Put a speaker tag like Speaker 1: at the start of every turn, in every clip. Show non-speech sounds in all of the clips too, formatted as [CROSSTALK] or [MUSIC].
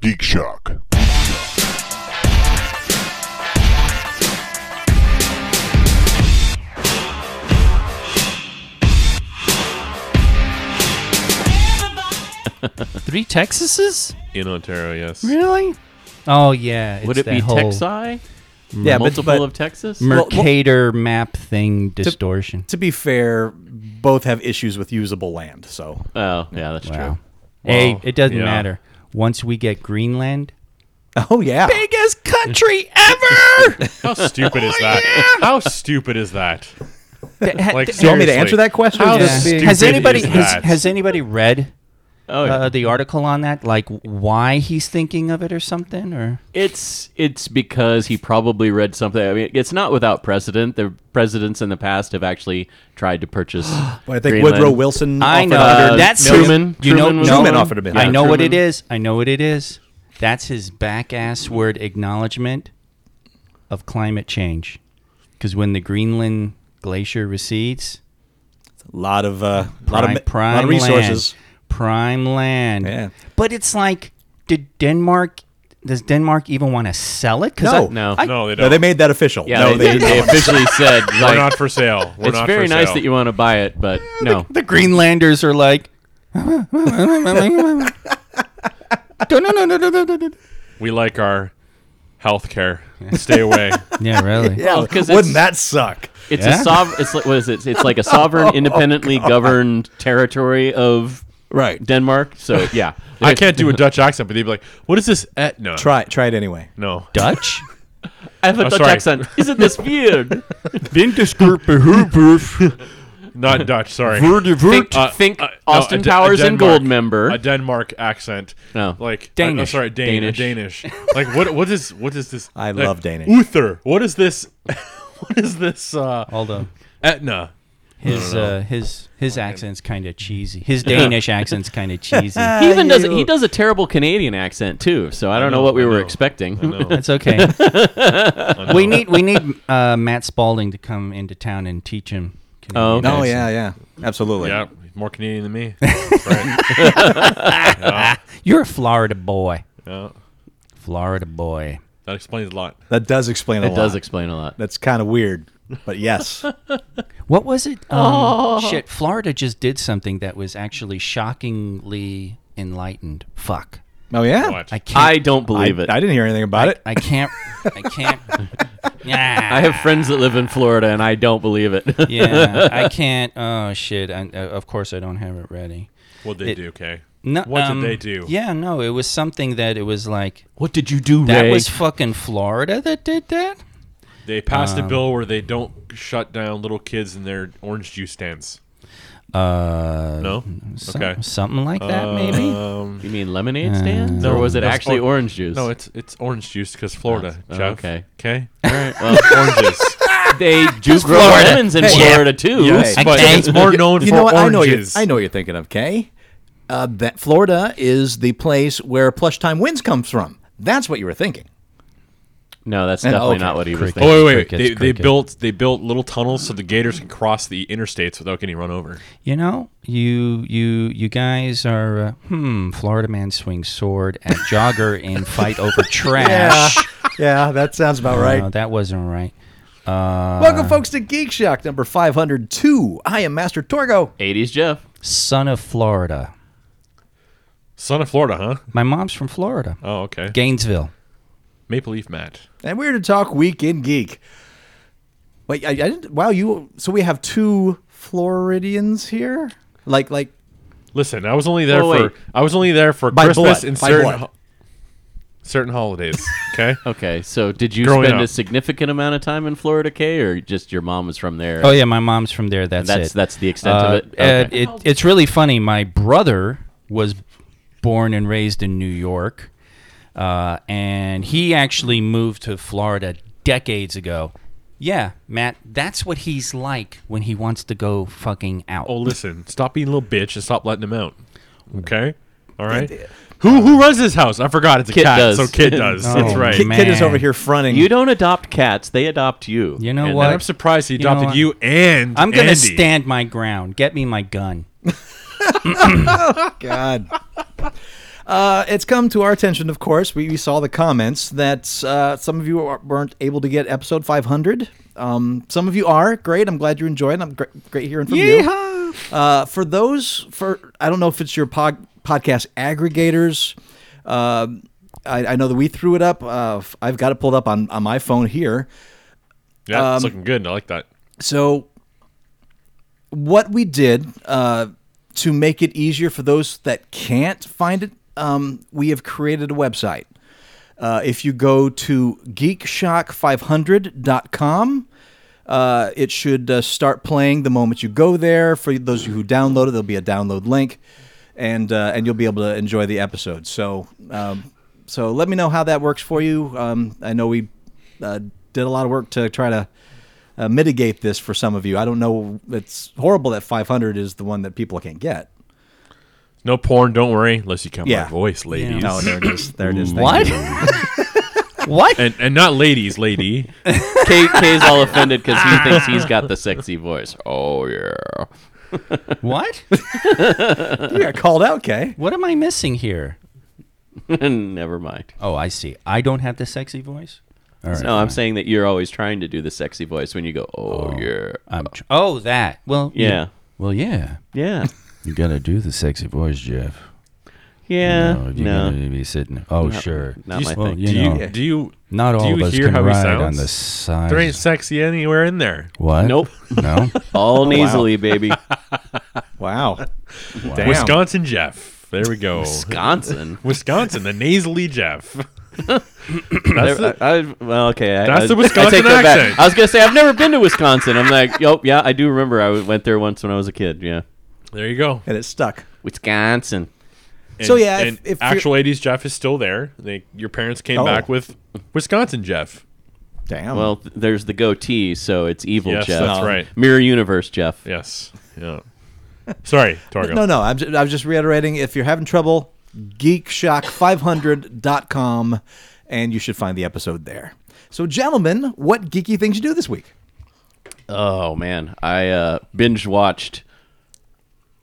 Speaker 1: Geek Shock.
Speaker 2: Three Texases?
Speaker 3: in Ontario. Yes.
Speaker 2: Really? Oh yeah.
Speaker 3: Would it
Speaker 2: it's
Speaker 3: be
Speaker 2: that whole
Speaker 3: Texi?
Speaker 4: Yeah, but-
Speaker 3: multiple
Speaker 4: but-
Speaker 3: of Texas.
Speaker 2: Mercator map thing distortion?
Speaker 4: To be fair, both have issues with usable land. So
Speaker 3: oh, yeah, that's
Speaker 2: wow.
Speaker 3: true.
Speaker 2: hey,
Speaker 3: Well,
Speaker 2: it doesn't
Speaker 3: yeah.
Speaker 2: matter. Once we
Speaker 3: [LAUGHS]
Speaker 2: get Greenland,
Speaker 4: oh yeah,
Speaker 2: biggest country ever.
Speaker 5: How stupid is that? How stupid is that?
Speaker 4: do
Speaker 5: Like,
Speaker 4: you want me to
Speaker 5: seriously,
Speaker 4: answer that question?
Speaker 5: How
Speaker 4: Yeah.
Speaker 2: Yeah.
Speaker 5: stupid
Speaker 2: Has anybody
Speaker 5: is
Speaker 2: has,
Speaker 5: that?
Speaker 2: has anybody read
Speaker 3: Oh, yeah.
Speaker 2: uh, the article on that? Like why he's thinking of it or something? Or
Speaker 3: It's it's because he probably read something. I mean, it's not without precedent. The presidents in the past have actually tried to
Speaker 2: [GASPS]
Speaker 3: purchase.
Speaker 4: But I think
Speaker 3: Greenland.
Speaker 4: Woodrow Wilson.
Speaker 2: I
Speaker 4: offered
Speaker 2: know
Speaker 4: 100
Speaker 2: that's
Speaker 4: million.
Speaker 3: Truman.
Speaker 2: You know,
Speaker 3: Truman was-
Speaker 2: no,
Speaker 4: Truman offered a bit.
Speaker 2: I
Speaker 4: Yeah,
Speaker 2: know what it
Speaker 3: Truman.
Speaker 2: is. I know what it is. That's his back ass word acknowledgement of climate change. Because when the Greenland glacier recedes,
Speaker 4: lot of uh, lot
Speaker 2: prime,
Speaker 4: of
Speaker 2: prime
Speaker 4: lot of resources.
Speaker 2: land, prime land.
Speaker 4: Yeah.
Speaker 2: But it's like, did Denmark? Does Denmark even want to sell it? 'Cause
Speaker 4: No.
Speaker 2: I,
Speaker 3: No,
Speaker 5: No, they don't.
Speaker 4: No, they made that official.
Speaker 3: yeah,
Speaker 4: no,
Speaker 3: they, they,
Speaker 4: didn't.
Speaker 3: officially said
Speaker 5: We're
Speaker 3: like,
Speaker 5: not for sale. We're
Speaker 3: it's
Speaker 5: not
Speaker 3: very
Speaker 5: for
Speaker 3: nice
Speaker 5: sale.
Speaker 3: that you want to buy it, but no.
Speaker 2: the Greenlanders are
Speaker 4: [LAUGHS]
Speaker 2: like. [LAUGHS]
Speaker 5: We like our health care.
Speaker 3: [LAUGHS]
Speaker 5: Stay away.
Speaker 2: yeah, really.
Speaker 4: Yeah,
Speaker 3: [LAUGHS] 'cause
Speaker 4: wouldn't
Speaker 3: it's-
Speaker 4: that suck?
Speaker 3: It's
Speaker 2: Yeah.
Speaker 3: a sov- It's like what is it? It's like
Speaker 2: [LAUGHS]
Speaker 3: a
Speaker 2: Oh,
Speaker 3: sovereign, independently governed territory of
Speaker 4: Right.
Speaker 3: Denmark. So yeah,
Speaker 5: I can't do a Dutch accent, but they'd be like, "What is this Etna?"
Speaker 4: Try try it anyway.
Speaker 5: no.
Speaker 2: Dutch.
Speaker 3: I have a
Speaker 5: Oh,
Speaker 3: Dutch
Speaker 5: sorry.
Speaker 3: accent.
Speaker 5: [LAUGHS]
Speaker 3: Isn't this weird?
Speaker 5: Not Dutch. Sorry. Uh,
Speaker 3: think think Austin
Speaker 5: no, a De- a
Speaker 3: Powers and
Speaker 5: Denmark-
Speaker 3: Gold member.
Speaker 5: A Denmark accent.
Speaker 3: No.
Speaker 5: Like
Speaker 2: Danish.
Speaker 5: I'm sorry, Dan- a
Speaker 3: Danish.
Speaker 5: Danish. like what what is what is this
Speaker 4: I
Speaker 5: like,
Speaker 4: love Danish.
Speaker 5: Uther. What is this [LAUGHS] what is this uh
Speaker 2: Although.
Speaker 5: Etna?
Speaker 2: His uh, his his accent's
Speaker 3: [LAUGHS]
Speaker 2: kind of cheesy. His Danish accent's kind of cheesy.
Speaker 3: he even does he does a terrible Canadian accent too. So I don't know,
Speaker 5: know,
Speaker 3: what we
Speaker 5: I
Speaker 3: were
Speaker 5: know,
Speaker 3: expecting. [LAUGHS]
Speaker 2: That's okay. [LAUGHS] we need we need uh, Matt Spalding to come into town and teach him. Canadian
Speaker 3: Oh, okay.
Speaker 4: No,
Speaker 2: accent.
Speaker 4: yeah, yeah, absolutely.
Speaker 5: Yeah, more Canadian than
Speaker 3: [LAUGHS]
Speaker 5: me. That's right.
Speaker 2: You're a Florida boy.
Speaker 5: Yeah.
Speaker 2: Florida boy.
Speaker 5: That explains a lot.
Speaker 4: That does explain a
Speaker 3: That
Speaker 4: lot.
Speaker 3: does explain a lot.
Speaker 4: That's kind of weird, but yes.
Speaker 2: What was it? Um,
Speaker 3: Oh.
Speaker 2: Shit, Florida just did something that was actually shockingly enlightened. Fuck.
Speaker 4: Oh yeah.
Speaker 5: What?
Speaker 2: I can't.
Speaker 3: I don't
Speaker 4: I,
Speaker 3: believe it.
Speaker 4: I
Speaker 3: I,
Speaker 4: didn't hear anything about it.
Speaker 2: I can't. I
Speaker 3: [LAUGHS]
Speaker 2: can't. Yeah.
Speaker 3: have friends that live in Florida, and I don't believe
Speaker 5: [LAUGHS]
Speaker 3: it.
Speaker 2: yeah, I can't. Oh shit! I, uh, of course, I don't have it ready.
Speaker 5: What they
Speaker 2: It-
Speaker 5: do, okay?
Speaker 2: No,
Speaker 5: What did
Speaker 2: um,
Speaker 5: they do?
Speaker 2: Yeah, no, it was something that it was like
Speaker 3: what did you do,
Speaker 2: that
Speaker 3: Ray?
Speaker 2: was fucking Florida that did that.
Speaker 5: They passed a bill where they don't shut down little kids in their orange juice stands.
Speaker 2: Uh,
Speaker 5: No?
Speaker 2: some-
Speaker 5: okay.
Speaker 2: something like that maybe.
Speaker 5: Um,
Speaker 3: you mean lemonade stands, or was it
Speaker 5: that's
Speaker 3: actually
Speaker 5: or-
Speaker 3: orange juice?
Speaker 5: Oh, no, it's it's orange juice because Florida,
Speaker 3: Oh,
Speaker 5: Jeff.
Speaker 3: okay.
Speaker 5: Okay.
Speaker 3: all
Speaker 5: [LAUGHS]
Speaker 3: right. Well,
Speaker 5: Oranges. [LAUGHS]
Speaker 3: they do grow
Speaker 2: Florida.
Speaker 3: lemons in
Speaker 4: Hey, yeah.
Speaker 3: Florida too.
Speaker 5: yes,
Speaker 2: I
Speaker 5: but
Speaker 2: can't-
Speaker 5: it's more
Speaker 4: [LAUGHS]
Speaker 5: known
Speaker 4: you
Speaker 5: for
Speaker 4: know what? I know you.
Speaker 5: oranges.
Speaker 4: I know what you're thinking of Kay. Uh, that Florida is the place where plush time wins comes from. That's what you were thinking.
Speaker 3: No, that's
Speaker 4: And-
Speaker 3: definitely
Speaker 4: okay.
Speaker 3: not what he was
Speaker 2: Cricket.
Speaker 3: thinking.
Speaker 5: Oh wait, wait!
Speaker 2: Crickets,
Speaker 5: they, they
Speaker 2: crickets.
Speaker 5: built they built little tunnels so the gators can cross the interstates without getting run over.
Speaker 2: You know, you you you guys are uh, hmm. Florida man swings sword at jogger in fight
Speaker 5: [LAUGHS]
Speaker 2: over trash.
Speaker 4: yeah, [LAUGHS] that sounds about right.
Speaker 2: No, that wasn't right.
Speaker 4: Welcome, folks, to Geek Shock number 502. I am Master Torgo.
Speaker 5: Oh.
Speaker 3: 80s Jeff.
Speaker 2: Son of Florida.
Speaker 5: Son of Florida, huh?
Speaker 2: My mom's from Florida,
Speaker 5: Oh, okay.
Speaker 2: Gainesville.
Speaker 5: Maple Leaf Matt.
Speaker 4: And we're to talk Week in Geek. Wait, I, I didn't. Wow, you. So we have two Floridians here? Like, like.
Speaker 5: Listen, I was only there
Speaker 3: Oh,
Speaker 5: for
Speaker 3: wait.
Speaker 5: I was only there for
Speaker 4: By
Speaker 5: Christmas
Speaker 4: blood,
Speaker 5: and
Speaker 4: by
Speaker 5: certain
Speaker 4: blood.
Speaker 5: ho- certain holidays. Okay.
Speaker 3: Okay, so did you
Speaker 5: Growing
Speaker 3: spend a
Speaker 5: up.
Speaker 3: significant amount of time in Florida, Kay, or just your mom was from there?
Speaker 2: Oh yeah, my mom's from there. That's
Speaker 3: That's-
Speaker 2: it.
Speaker 3: that's the extent of it?
Speaker 2: and
Speaker 3: Okay.
Speaker 2: it- It's really funny. My brother was born and raised in New York, uh, and he actually moved to Florida decades ago. Yeah, Matt, that's what he's like when he wants to go fucking out.
Speaker 5: Oh, listen, stop being a little bitch and stop letting them out. Okay. All right. Who who runs this house? I forgot. It's a
Speaker 3: Kit
Speaker 5: cat.
Speaker 3: does.
Speaker 5: So kid does.
Speaker 2: Oh,
Speaker 5: That's right.
Speaker 4: Kid,
Speaker 2: man.
Speaker 4: Kid is over here fronting.
Speaker 3: You don't adopt cats; they adopt you.
Speaker 2: You know
Speaker 3: And
Speaker 2: what?
Speaker 5: And I'm surprised he
Speaker 2: know
Speaker 5: adopted
Speaker 2: what?
Speaker 5: you, and
Speaker 2: I'm gonna
Speaker 5: Andy.
Speaker 2: stand my ground. Get me my gun.
Speaker 4: God. [LAUGHS] Uh, it's come to our attention, of course. We, we saw the comments that uh, some of you are- weren't able to get episode 500. Um, some of you are. Great. I'm glad you enjoyed it. I'm gr- great hearing from you. Uh, for those, for I don't know if it's your pod, podcast aggregators. Um I, I know that we threw it up. Uh, I've got it pulled up on, on my phone here.
Speaker 5: Yeah, it's looking good. I like that.
Speaker 4: So, what we did uh, to make it easier for those that can't find it, um, we have created a website. Uh, if you go to geekshock500.com, uh, it should uh, start playing the moment you go there. For those of you who download it, there'll be a download link, and uh, and you'll be able to enjoy the episode. So, um, so let me know how that works for you. Um, I know we uh, did a lot of work to try to uh, mitigate this for some of you. I don't know. It's horrible that 500 is the one that people can't get.
Speaker 5: No porn, don't worry, unless you count
Speaker 4: Yeah.
Speaker 5: my voice, ladies.
Speaker 4: No, Oh, there it is. [LAUGHS] There it is. Thank
Speaker 2: What?
Speaker 4: you.
Speaker 5: [LAUGHS]
Speaker 2: what?
Speaker 5: And and not ladies, lady.
Speaker 3: K, K's all offended because he thinks he's got the sexy voice. Oh yeah. [LAUGHS]
Speaker 2: What?
Speaker 4: You got called out, Kay.
Speaker 2: What am I missing here?
Speaker 3: Never mind.
Speaker 2: Oh, I see. I don't have the sexy voice. All right.
Speaker 3: No, I'm saying that you're always trying to do the sexy voice when you go, oh, yeah.
Speaker 2: I'm tr- oh, that. Well, you-
Speaker 3: Yeah.
Speaker 2: well, yeah.
Speaker 3: Yeah.
Speaker 2: You gotta do the sexy voice, Jeff.
Speaker 3: Yeah.
Speaker 2: No, you
Speaker 3: No.
Speaker 2: gotta be sitting. Oh, sure.
Speaker 3: Not my
Speaker 5: Just-
Speaker 2: well,
Speaker 3: thing.
Speaker 2: you
Speaker 5: do
Speaker 2: know,
Speaker 5: you do you
Speaker 2: not
Speaker 5: do
Speaker 2: all
Speaker 5: you
Speaker 2: of us
Speaker 5: hear
Speaker 2: can
Speaker 5: how he
Speaker 2: ride on
Speaker 5: sounds?
Speaker 2: the side.
Speaker 5: there ain't sexy anywhere in there.
Speaker 2: What?
Speaker 3: Nope.
Speaker 5: [LAUGHS]
Speaker 2: No. [LAUGHS]
Speaker 3: All nasally, baby.
Speaker 2: Oh,
Speaker 4: Wow. Damn.
Speaker 5: Wisconsin Jeff. There we
Speaker 2: [LAUGHS]
Speaker 5: go.
Speaker 3: Wisconsin.
Speaker 5: Wisconsin, the nasally Jeff.
Speaker 3: There-
Speaker 5: That's it.
Speaker 3: I, I- well, okay. I,
Speaker 5: That's
Speaker 3: I-
Speaker 5: the
Speaker 3: I
Speaker 5: Wisconsin
Speaker 3: take that back.
Speaker 5: accent.
Speaker 3: I was gonna say I've never been to Wisconsin. I'm like, [LAUGHS] yo, yeah, I do remember. I went there once when I was a kid. Yeah,
Speaker 5: There you go.
Speaker 4: And it stuck.
Speaker 3: Wisconsin.
Speaker 5: And,
Speaker 4: So, yeah, if-
Speaker 5: and
Speaker 4: if you're-
Speaker 5: actual '80s Jeff is still there. They, your parents came
Speaker 4: Oh.
Speaker 5: back with Wisconsin Jeff.
Speaker 4: Damn.
Speaker 3: Well, th- there's the goatee, so it's evil,
Speaker 5: Yes,
Speaker 3: Jeff.
Speaker 5: that's right.
Speaker 3: Mirror universe, Jeff.
Speaker 5: Yes. Yeah.
Speaker 4: [LAUGHS]
Speaker 5: Sorry, Torgo.
Speaker 4: no, no. I'm just, I'm just reiterating. If you're having trouble, geekshock500.com, and you should find the episode there. So, gentlemen, what geeky things you do this week?
Speaker 3: Oh man, I uh, binge watched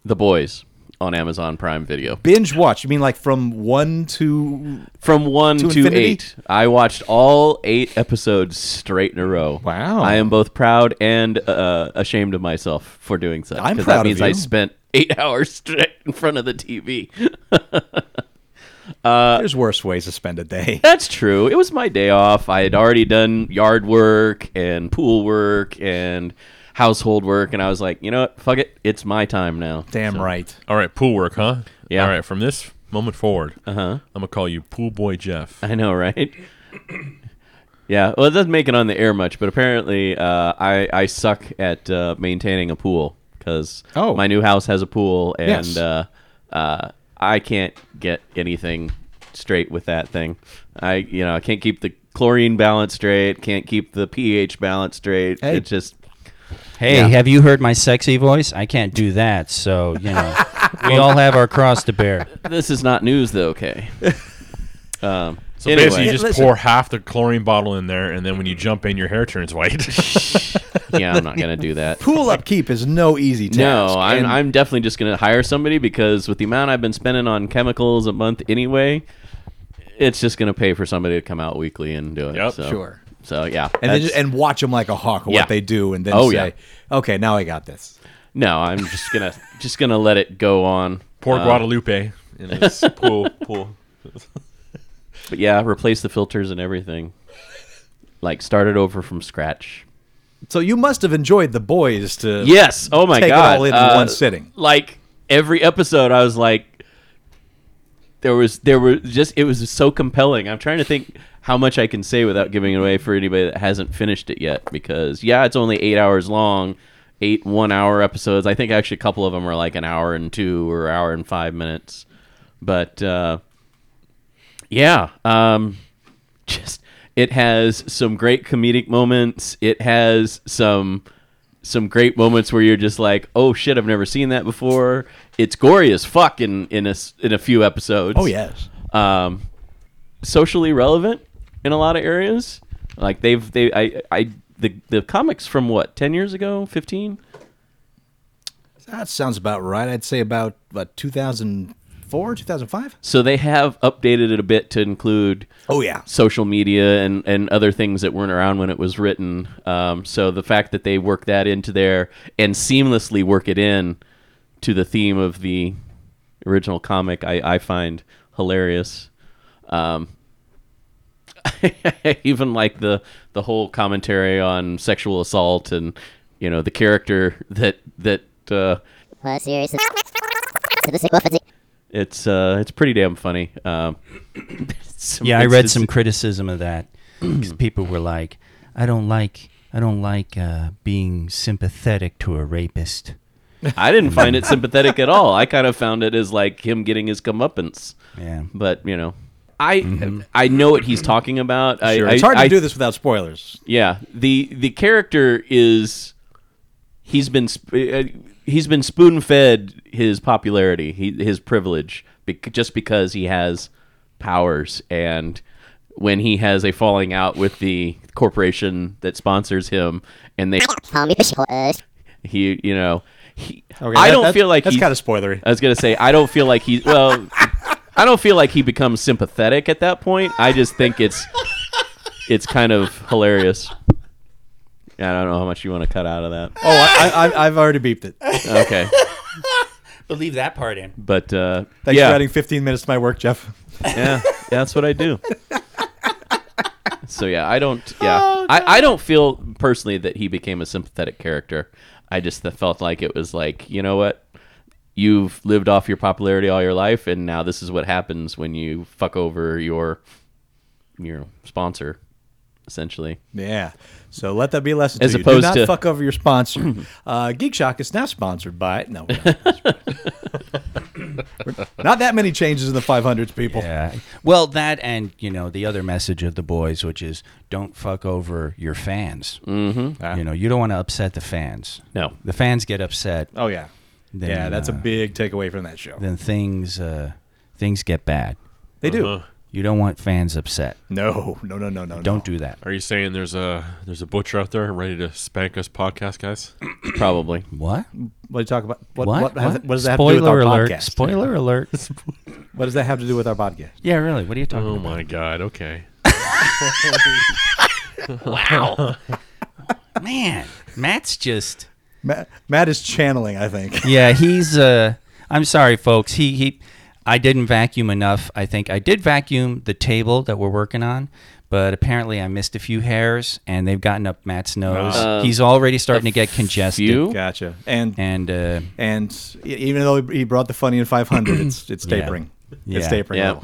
Speaker 3: The Boys on Amazon Prime Video
Speaker 4: Binge watch. You mean like from one to?
Speaker 3: from one
Speaker 4: To
Speaker 3: to,
Speaker 4: infinity?
Speaker 3: eight. I watched all eight episodes straight in a row.
Speaker 4: Wow.
Speaker 3: I am both proud and uh, ashamed of myself for doing such.
Speaker 4: I'm
Speaker 3: 'cause
Speaker 4: proud of
Speaker 3: That means I
Speaker 4: you.
Speaker 3: spent eight [LAUGHS] hours straight in front of the TV.
Speaker 4: there's worse ways to spend a [LAUGHS] day.
Speaker 3: That's true. It was my day off. I had already done yard work and pool work and household work, and I was like, you know what? Fuck it. It's my time now.
Speaker 4: Damn right.
Speaker 5: All right, pool work, huh?
Speaker 3: Yeah.
Speaker 5: All right, from this moment forward, uh-huh. Uh, I'm gonna call you Pool Boy
Speaker 3: [LAUGHS]
Speaker 5: Jeff.
Speaker 3: I know, right? yeah. Well, it doesn't make it on the air much, but apparently, uh, I I suck at uh, maintaining a pool because
Speaker 4: Oh.
Speaker 3: my new house has a pool, and
Speaker 4: Yes.
Speaker 3: uh, uh, I can't get anything straight with that thing. I you know I can't keep the chlorine balance straight, can't keep the pH balance straight.
Speaker 4: Hey.
Speaker 3: It just
Speaker 2: Hey,
Speaker 3: Yeah.
Speaker 2: have you heard my sexy voice? I can't do that, so you know
Speaker 5: [LAUGHS]
Speaker 2: we all have our cross to bear.
Speaker 3: this is not news though.
Speaker 4: [LAUGHS]
Speaker 3: Okay. Um,
Speaker 5: so
Speaker 3: anyway.
Speaker 5: basically, you just
Speaker 4: Listen.
Speaker 5: pour half the chlorine bottle in there, and then when you jump in, your hair turns white.
Speaker 3: [LAUGHS]
Speaker 5: [LAUGHS]
Speaker 3: yeah, I'm not gonna do
Speaker 4: [LAUGHS]
Speaker 3: that.
Speaker 4: Pool upkeep is no easy task.
Speaker 3: No, I'm,
Speaker 4: and-
Speaker 3: I'm definitely just going to hire somebody because with the amount I've been spending on chemicals a month anyway, it's just going to pay for somebody to come out weekly and do it.
Speaker 5: Yep.
Speaker 3: so,
Speaker 4: Sure.
Speaker 3: So yeah,
Speaker 4: and then
Speaker 3: that's-
Speaker 4: just, and watch them like a hawk
Speaker 3: Yeah.
Speaker 4: what they do, and then
Speaker 3: Oh,
Speaker 4: say, "Okay, now I got this."
Speaker 3: no, I'm just gonna just gonna let it go on.
Speaker 5: Poor
Speaker 3: Uh,
Speaker 5: Guadalupe in his Uh-huh. [LAUGHS] pool. Pool.
Speaker 3: But yeah, replace the filters and everything. Like start it over from scratch.
Speaker 4: So you must have enjoyed the boys to
Speaker 3: Yes. Oh my
Speaker 4: Take it
Speaker 3: god.
Speaker 4: all in in one sitting.
Speaker 3: Like every episode, I was like, there was there were just it was so compelling. I'm trying to think how much I can say without giving it away for anybody that hasn't finished it yet. Because yeah, it's only eight hours long, eight one hour episodes. I think actually a couple of them are like an hour and two or hour and five minutes. But uh, yeah, um, just it has some great comedic moments. It has some some great moments where you're just like, "Oh shit, I've never seen that before." It's gory as fuck in in a s- in a few episodes.
Speaker 4: Oh yes.
Speaker 3: Um, socially relevant in a lot of areas. Like they've they I I the the comics from what ten years ago, fifteen.
Speaker 4: That sounds about right. I'd say about, about 2005 2004, 2005.
Speaker 3: So they have updated it a bit to include
Speaker 4: Oh yeah.
Speaker 3: social media and, and other things that weren't around when it was written. Um, so the fact that they work that into there and seamlessly work it in to the theme of the original comic, I, I find hilarious. Um, [LAUGHS] even like the the whole commentary on sexual assault and you know the character that that uh,
Speaker 1: Uh, seriously. [LAUGHS] So this is what it's-
Speaker 3: it's uh, it's pretty damn funny. Um, [COUGHS] some
Speaker 2: yeah, I read
Speaker 3: instances-
Speaker 2: some criticism of that
Speaker 5: [CLEARS THROAT]
Speaker 2: because people were like, "I don't like, I don't like uh, being sympathetic to a rapist."
Speaker 3: I didn't find it sympathetic at all. I kind of found it as like him getting his comeuppance.
Speaker 2: Yeah.
Speaker 3: But you know, I I know what he's talking about. I-
Speaker 4: Sure.
Speaker 3: I,
Speaker 4: Mm-hmm. it's hard to
Speaker 3: I-
Speaker 4: do this without spoilers.
Speaker 3: Yeah. the The character is he's been sp- uh, he's been spoon fed his popularity, he, his privilege, bec- just because he has powers and. When he has a falling out with the corporation that sponsors him, and they
Speaker 1: Call me the uh,
Speaker 3: he you know he,
Speaker 4: Okay,
Speaker 3: I
Speaker 4: that-
Speaker 3: don't
Speaker 4: that's-
Speaker 3: feel like
Speaker 4: that's
Speaker 3: he's- Uh,
Speaker 4: kind of spoilery.
Speaker 3: I was gonna say I don't feel like he. Well, I don't feel like he becomes sympathetic at that point. I just think it's it's kind of hilarious. Yeah, I don't know how much you want to cut out of that.
Speaker 4: Oh, I,
Speaker 3: [LAUGHS]
Speaker 4: I, I- I've already beeped it. Thanks
Speaker 3: Okay,
Speaker 2: But leave that part in.
Speaker 3: but uh, yeah,
Speaker 4: for adding 15 minutes to my work, Jeff.
Speaker 3: yeah, that's what I do. So yeah, I don't. Yeah,
Speaker 4: Oh,
Speaker 3: I, I don't feel personally that he became a sympathetic character. I just th- felt like it was like you know what, you've lived off your popularity all your life, and now this is what happens when you fuck over your your sponsor, essentially.
Speaker 4: Yeah. So let that be a lesson
Speaker 3: As
Speaker 4: to you. Do
Speaker 3: opposed
Speaker 4: not
Speaker 3: to-
Speaker 4: fuck over your sponsor.
Speaker 2: [CLEARS THROAT]
Speaker 4: uh, Geek Shock is now sponsored by. No, we're not. We're- not that many changes in the 500s, people.
Speaker 2: Yeah. Well, that and you know the other message of the boys, which is don't fuck over your fans. Mm-hmm.
Speaker 4: Ah.
Speaker 2: You know, you don't want to upset the fans.
Speaker 3: No. [CLEARS THROAT]
Speaker 2: the fans get upset.
Speaker 4: Oh yeah.
Speaker 2: Then,
Speaker 4: yeah, that's a
Speaker 2: uh,
Speaker 4: big takeaway from that show.
Speaker 2: Then things uh, things get bad.
Speaker 4: They do.
Speaker 5: Uh-huh.
Speaker 2: You don't want fans upset.
Speaker 4: No, no, no, no, no.
Speaker 2: Don't do that.
Speaker 5: Are you saying there's a there's a butcher out there ready to spank us podcast guys?
Speaker 3: Probably.
Speaker 2: What?
Speaker 4: What do you talk about? What,
Speaker 2: What?
Speaker 4: What, has- what does that have to do
Speaker 2: Spoiler
Speaker 4: with our
Speaker 2: alert!
Speaker 4: podcast?
Speaker 2: Spoiler
Speaker 4: [LAUGHS]
Speaker 2: alert!
Speaker 4: What does that have to do with our podcast?
Speaker 2: yeah, really. What are you talking
Speaker 5: Oh
Speaker 2: about?
Speaker 5: my god. Okay.
Speaker 2: Man, Matt's just
Speaker 4: Matt, Matt is channeling,
Speaker 2: [LAUGHS]
Speaker 4: I think.
Speaker 2: yeah. He's uh, I'm sorry, folks. He he, I didn't vacuum enough. I think I did vacuum the table that we're working on, but apparently I missed a few hairs, and they've gotten up Matt's nose.
Speaker 4: Uh,
Speaker 2: he's already starting to get congested.
Speaker 3: few?
Speaker 4: Gotcha. And
Speaker 2: And uh,
Speaker 4: and e- even though he brought the funny in 500, it's
Speaker 2: [CLEARS THROAT]
Speaker 4: it's
Speaker 2: Yeah.
Speaker 4: tapering. It's
Speaker 2: Yeah.
Speaker 4: tapering.
Speaker 3: Yeah.
Speaker 4: level.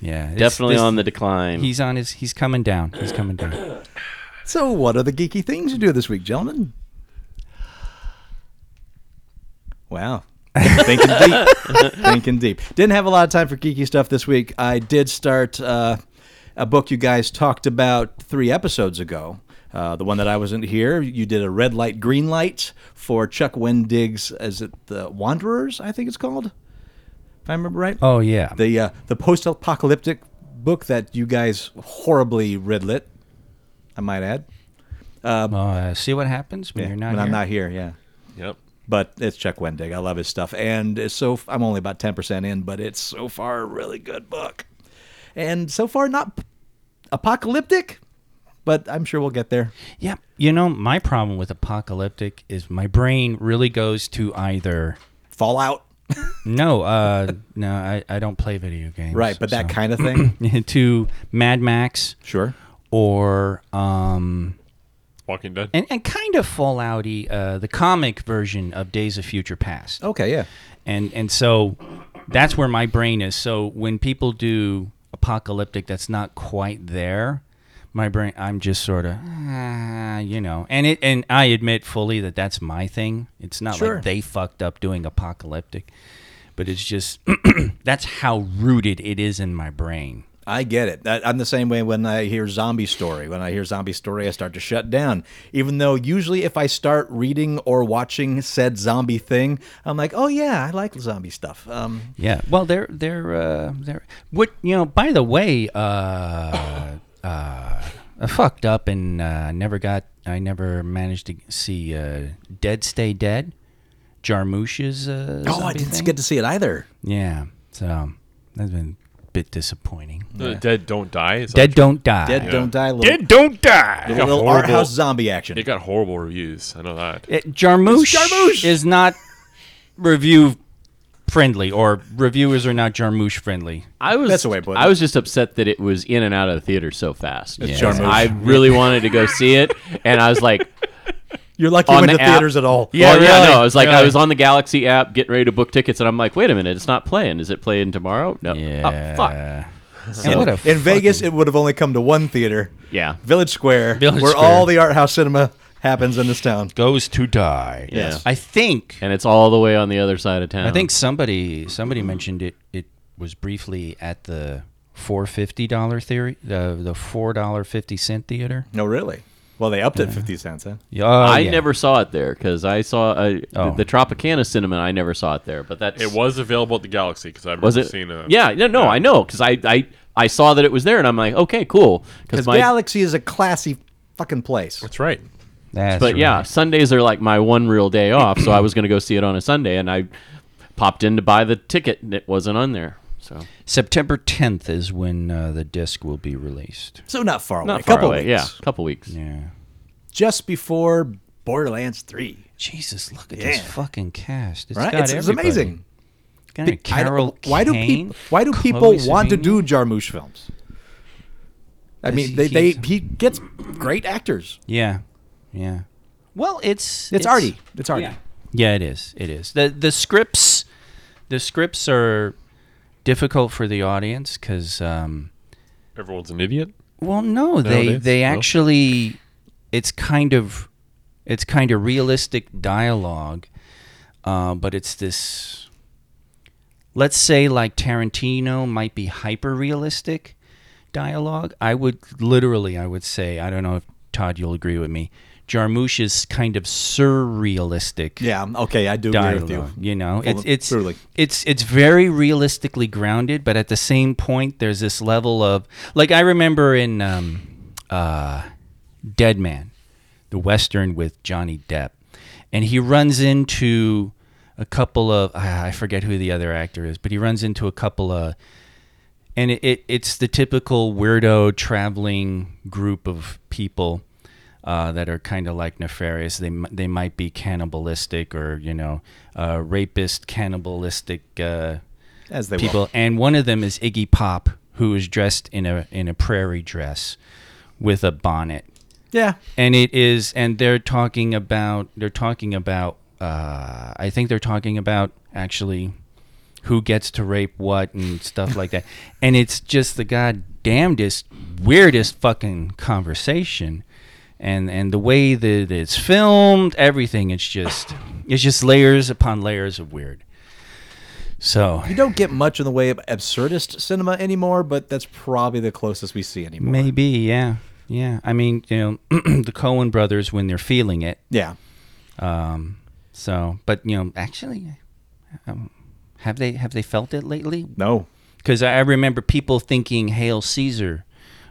Speaker 2: yeah, it's-
Speaker 3: Definitely
Speaker 2: this-
Speaker 3: on the decline.
Speaker 2: He's on his. He's coming down. He's coming
Speaker 4: [COUGHS]
Speaker 2: down.
Speaker 4: So, what are the geeky things you do this week, gentlemen? Wow. Thinking deep. Thinking deep. Didn't have a lot of time for geeky stuff this week. I did start uh, a book you guys talked about three episodes ago. Uh, the one that I wasn't here, you did a red light, green light for Chuck Wendig's, is it The Wanderers, I think it's called? If I remember right?
Speaker 2: Oh yeah.
Speaker 4: The, uh, the post apocalyptic book that you guys horribly redlit, I might add.
Speaker 2: uh, see what happens when
Speaker 4: Yeah,
Speaker 2: you're not.
Speaker 4: when
Speaker 2: here.
Speaker 4: I'm not here, yeah.
Speaker 5: Yep.
Speaker 4: But it's Chuck Wendig. I love his stuff, and it's so I'm only about ten percent in, but it's so far a really good book, and so far not p- apocalyptic, but I'm sure we'll get there.
Speaker 2: Yeah. You know, my problem with apocalyptic is my brain really goes to either
Speaker 4: Fallout,
Speaker 2: no, uh [LAUGHS] no, I, I don't play video games.
Speaker 4: right? But that kind
Speaker 2: [CLEARS THROAT]
Speaker 4: of thing,
Speaker 2: of [LAUGHS] to Mad Max
Speaker 4: sure.
Speaker 2: or um
Speaker 5: Walking Dead.
Speaker 2: and, and kind of Fallouty, uh the comic version of Days of Future Past.
Speaker 4: Okay, yeah,
Speaker 2: And and so that's where my brain is. So when people do apocalyptic that's not quite there, my brain I'm just sort of ah, you know. And it and I admit fully that that's my thing. It's not
Speaker 4: Sure.
Speaker 2: like they fucked up doing apocalyptic, but it's just [CLEARS THROAT] that's how rooted it is in my brain.
Speaker 4: I get it. I, I'm the same way when I hear zombie story. When I hear zombie story, I start to shut down. Even though usually, if I start reading or watching said zombie thing, I'm like, oh yeah, I like zombie stuff. Um,
Speaker 2: Yeah. Well, they're they're uh, they're what you know. By the way, uh, uh, I fucked up and uh, never got. I never managed to see uh, Dead Stay Dead, Jarmusch's. Uh,
Speaker 4: Oh, I
Speaker 2: zombie
Speaker 4: didn't
Speaker 2: thing.
Speaker 4: get to see it either.
Speaker 2: Yeah. So that's been a bit disappointing.
Speaker 5: The dead don't die. Is that
Speaker 2: Dead Don't Die.
Speaker 4: Dead don't die. Little,
Speaker 5: Dead don't die.
Speaker 4: little, little art house zombie action.
Speaker 5: It got horrible reviews. I know that.
Speaker 2: It, Jarmusch,
Speaker 4: Jarmusch!
Speaker 2: is not review friendly, or reviewers are not Jarmusch friendly.
Speaker 3: I was
Speaker 4: That's the way I put it.
Speaker 3: I was just upset that it was in and out of the theater so fast.
Speaker 4: John Moose.
Speaker 3: I really wanted to go see it, and I was like,
Speaker 4: You're lucky
Speaker 3: on
Speaker 4: you went
Speaker 3: the
Speaker 4: to
Speaker 3: app.
Speaker 4: theaters at all.
Speaker 3: Yeah, yeah,
Speaker 2: Oh, really?
Speaker 3: no. I was like, I
Speaker 2: Really?
Speaker 3: was on the Galaxy app getting ready to book tickets, and I'm like, wait a minute, it's not playing. Is it playing tomorrow? No. Oh, fuck.
Speaker 2: And what a
Speaker 4: In Vegas, it would have only come to one theater,
Speaker 3: Yeah.
Speaker 4: Village Square,
Speaker 2: Village
Speaker 4: where
Speaker 2: Square.
Speaker 4: all the art house cinema happens in this town.
Speaker 2: goes to die.
Speaker 3: Yes.
Speaker 2: I think
Speaker 3: And it's all the way on the other side of town.
Speaker 2: I
Speaker 4: um,
Speaker 2: think somebody somebody mentioned it. It was briefly at the four fifty dollar theory, the the four dollar fifty cent theater.
Speaker 4: No, really. Well, they upped it fifty cents, huh?
Speaker 2: Yeah, oh,
Speaker 3: I
Speaker 2: yeah.
Speaker 3: never saw it there because I saw uh,
Speaker 2: Oh.
Speaker 3: the Tropicana Cinnamon. I never saw it there, but that's
Speaker 5: It was available at the Galaxy because I've
Speaker 3: was
Speaker 5: never
Speaker 3: it.
Speaker 5: seen uh, a.
Speaker 3: yeah, no, no, I know because I, I I saw that it was there, and I'm like, okay, cool.
Speaker 4: Because
Speaker 3: Because my
Speaker 4: Galaxy is a classy fucking place.
Speaker 5: That's right.
Speaker 2: That's
Speaker 3: but yeah,
Speaker 2: right.
Speaker 3: Sundays are like my one real day off, so I was going to go see it on a Sunday, and I popped in to buy the ticket, and it wasn't on there. So
Speaker 2: September tenth is when uh, the disc will be released.
Speaker 4: So not far away.
Speaker 3: not
Speaker 4: a
Speaker 3: far
Speaker 4: couple
Speaker 3: away.
Speaker 4: weeks.
Speaker 3: Yeah, a couple weeks.
Speaker 2: Yeah.
Speaker 4: Just before Borderlands Three.
Speaker 2: Jesus, look at
Speaker 4: Yeah.
Speaker 2: this fucking cast. It's
Speaker 4: Right?
Speaker 2: got
Speaker 4: It's, it's
Speaker 2: everybody.
Speaker 4: amazing.
Speaker 2: Got
Speaker 4: I don't-
Speaker 2: Carol
Speaker 4: why do
Speaker 2: Kane,
Speaker 4: people why do
Speaker 2: Chloe
Speaker 4: people want to
Speaker 2: Sevigny.
Speaker 4: do Jarmusch films? I
Speaker 2: Because
Speaker 4: mean,
Speaker 2: he
Speaker 4: they, they
Speaker 2: keeps-
Speaker 4: he gets great actors.
Speaker 2: Yeah, yeah. Well, it's
Speaker 4: It's, Artie. It's Artie.
Speaker 2: Yeah. Yeah, it is. It is. the The scripts, the scripts are difficult for the audience because, um, Oh,
Speaker 5: Everyone's an idiot.
Speaker 2: well, no, they
Speaker 5: Nowadays,
Speaker 2: they
Speaker 5: no.
Speaker 2: actually, it's kind of, it's kind of realistic dialogue, uh, but it's this. Let's say like Tarantino might be hyper realistic dialogue. I would literally, I would say, I don't know if Todd you'll agree with me. Jarmusch is kind of surrealistic
Speaker 4: Yeah, Okay. I do agree
Speaker 2: dialogue.
Speaker 4: with you.
Speaker 2: You. know, it's it's
Speaker 4: truly.
Speaker 2: it's it's very realistically grounded, but at the same point, there's this level of like I remember in um, uh, Dead Man, the western with Johnny Depp, and he runs into a couple of ah, I forget who the other actor is, but he runs into a couple of and it, it it's the typical weirdo traveling group of people uh, that are kind of like nefarious. They m- they might be cannibalistic or you know uh, rapist cannibalistic uh,
Speaker 4: As they
Speaker 2: people.
Speaker 4: will.
Speaker 2: And one of them is Iggy Pop, who is dressed in a in a prairie dress with a bonnet
Speaker 4: Yeah.
Speaker 2: and it is and they're talking about they're talking about uh, i think they're talking about actually who gets to rape what and stuff like that and it's just the god damnedest weirdest fucking conversation and and the way that it's filmed everything it's just it's just layers upon layers of weird so
Speaker 4: You don't get much in the way of absurdist cinema anymore, but that's probably the closest we see anymore.
Speaker 2: maybe yeah yeah i mean you know [CLEARS THROAT] the cohen brothers when they're feeling it
Speaker 4: Yeah.
Speaker 2: Um, so, but you know, actually, um, have they have they felt it lately?
Speaker 4: No.
Speaker 2: Because I I remember people thinking Hail Caesar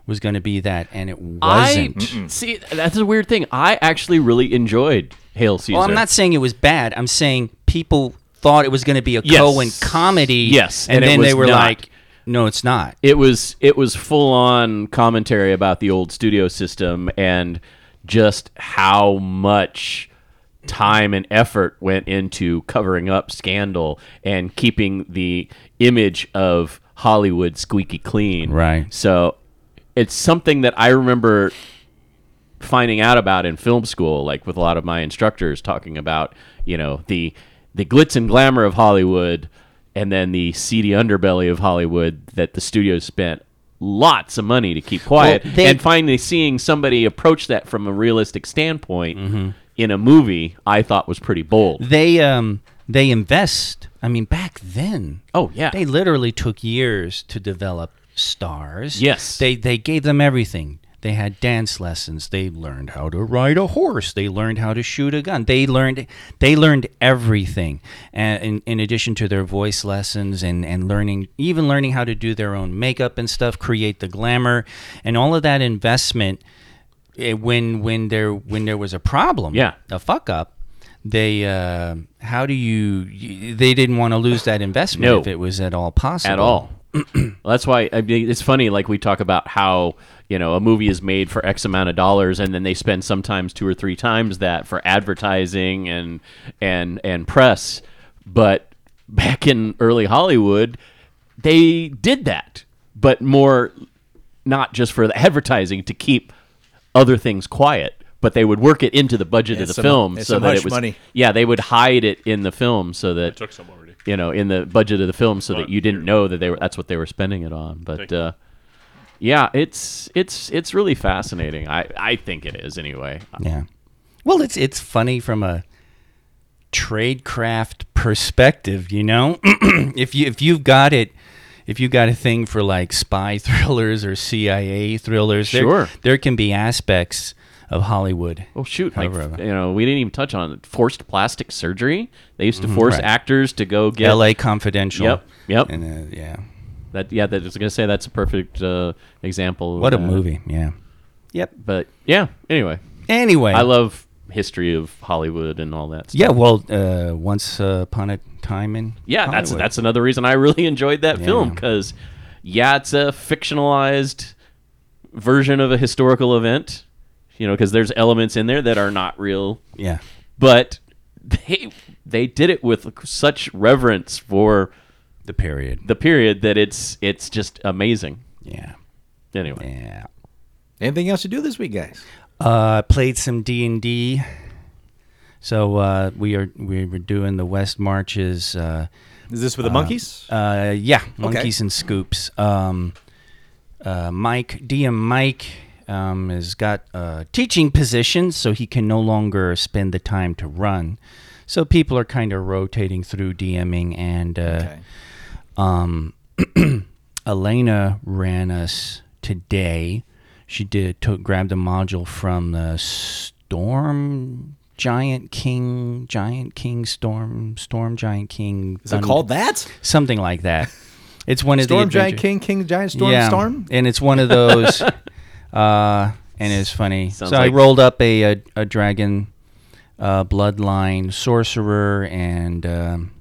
Speaker 2: was going to be that, and it wasn't.
Speaker 3: I see. That's a weird thing. I actually really enjoyed Hail Caesar.
Speaker 2: well, I'm not saying it was bad. I'm saying people thought it was going to be a
Speaker 3: Yes.
Speaker 2: Cohen comedy.
Speaker 3: Yes,
Speaker 2: and,
Speaker 3: and it
Speaker 2: then they
Speaker 3: was
Speaker 2: were
Speaker 3: not.
Speaker 2: like, "No, it's not."
Speaker 3: It was it was full on commentary about the old studio system and just how much time and effort went into covering up scandal and keeping the image of Hollywood squeaky clean.
Speaker 2: Right.
Speaker 3: So it's something that I remember finding out about in film school, like with a lot of my instructors talking about, you know, the the glitz and glamour of Hollywood and then the seedy underbelly of Hollywood that the studios spent lots of money to keep quiet.
Speaker 2: Well, they-
Speaker 3: and finally seeing somebody approach that from a realistic standpoint
Speaker 2: Mm-hmm.
Speaker 3: in a movie I thought was pretty bold.
Speaker 2: They um they invest. I mean, back then.
Speaker 3: Oh, yeah.
Speaker 2: They literally took years to develop stars.
Speaker 3: Yes.
Speaker 2: They they gave them everything. They had dance lessons. They learned how to ride a horse. They learned how to shoot a gun. They learned they learned everything. And in, in addition to their voice lessons and, and learning even learning how to do their own makeup and stuff, create the glamour and all of that investment eh, when when there when there was a problem
Speaker 3: Yeah.
Speaker 2: a fuck up they uh, how do you y- they didn't want to lose that investment
Speaker 3: No.
Speaker 2: if it was at all possible
Speaker 3: at all. [CLEARS THROAT] Well, that's why I mean, it's funny. Like we talk about how you know a movie is made for X amount of dollars, and then they spend sometimes two or three times that for advertising and and and press. But back in early Hollywood, they did that, but more not just for the advertising to keep other things quiet, but they would work it into the budget
Speaker 4: It's
Speaker 3: of the
Speaker 4: a-
Speaker 3: film
Speaker 4: it's
Speaker 3: so
Speaker 4: a
Speaker 3: that
Speaker 4: hush
Speaker 3: it was
Speaker 4: money.
Speaker 3: yeah they would hide it in the film so that
Speaker 5: took some already.
Speaker 3: you know, in the budget of the film, so that
Speaker 5: But
Speaker 3: you didn't
Speaker 5: here.
Speaker 3: know that they were that's what they were spending it on. But
Speaker 5: Thank you.
Speaker 3: uh, yeah, it's it's it's really fascinating. I I think it is anyway.
Speaker 2: yeah well it's it's funny from a tradecraft perspective you know [CLEARS THROAT] if you if you've got it if you got a thing for like spy [LAUGHS] thrillers or CIA thrillers
Speaker 3: Sure.
Speaker 2: there, there can be aspects of Hollywood
Speaker 3: Oh shoot! Like,
Speaker 2: However,
Speaker 3: you know, we didn't even touch on it. forced plastic surgery. They used to force
Speaker 2: Mm-hmm. right.
Speaker 3: actors to go get
Speaker 2: LA Confidential
Speaker 3: Yep, yep.
Speaker 2: and uh, yeah
Speaker 3: that. Yeah, that I was gonna say that's a perfect uh, example. of
Speaker 2: what a
Speaker 3: that.
Speaker 2: movie yeah yep
Speaker 3: But yeah, anyway,
Speaker 2: anyway
Speaker 3: I love history of Hollywood and all that. Stuff.
Speaker 2: Yeah, well, uh, once upon a time in
Speaker 3: Yeah, that's
Speaker 2: Hollywood.
Speaker 3: that's another reason I really [LAUGHS] enjoyed that
Speaker 2: Yeah.
Speaker 3: film because, yeah, it's a fictionalized version of a historical event, you know, because there's elements in there that are not real,
Speaker 2: yeah,
Speaker 3: but they they did it with such reverence for
Speaker 2: the period.
Speaker 3: the period that it's it's just amazing.
Speaker 2: yeah,
Speaker 3: Anyway,
Speaker 2: yeah.
Speaker 4: Anything else to do this week, guys?
Speaker 2: Uh, played some D and D. So uh, we are we were doing the West Marches. Uh,
Speaker 4: Is this with the monkeys?
Speaker 2: uh, yeah, monkeys and scoops. Um, uh, Mike DM Mike um, has got a teaching position, so he can no longer spend the time to run. So people are kind of rotating through DMing and. Uh,
Speaker 4: okay.
Speaker 2: Um, [CLEARS THROAT] Elena ran us today. She did took grabbed a module from the storm giant king, giant king storm, storm giant king.
Speaker 4: Is it called that?
Speaker 2: something like that? It's one of
Speaker 4: Storm
Speaker 2: um, the
Speaker 4: Giant
Speaker 2: adventure-
Speaker 4: King, King Giant Storm Storm?
Speaker 2: and it's one of
Speaker 4: [LAUGHS]
Speaker 2: those. uh, and it's funny.
Speaker 3: Sounds
Speaker 2: so
Speaker 3: like-
Speaker 2: I rolled up a a, a dragon uh, bloodline sorcerer, and um,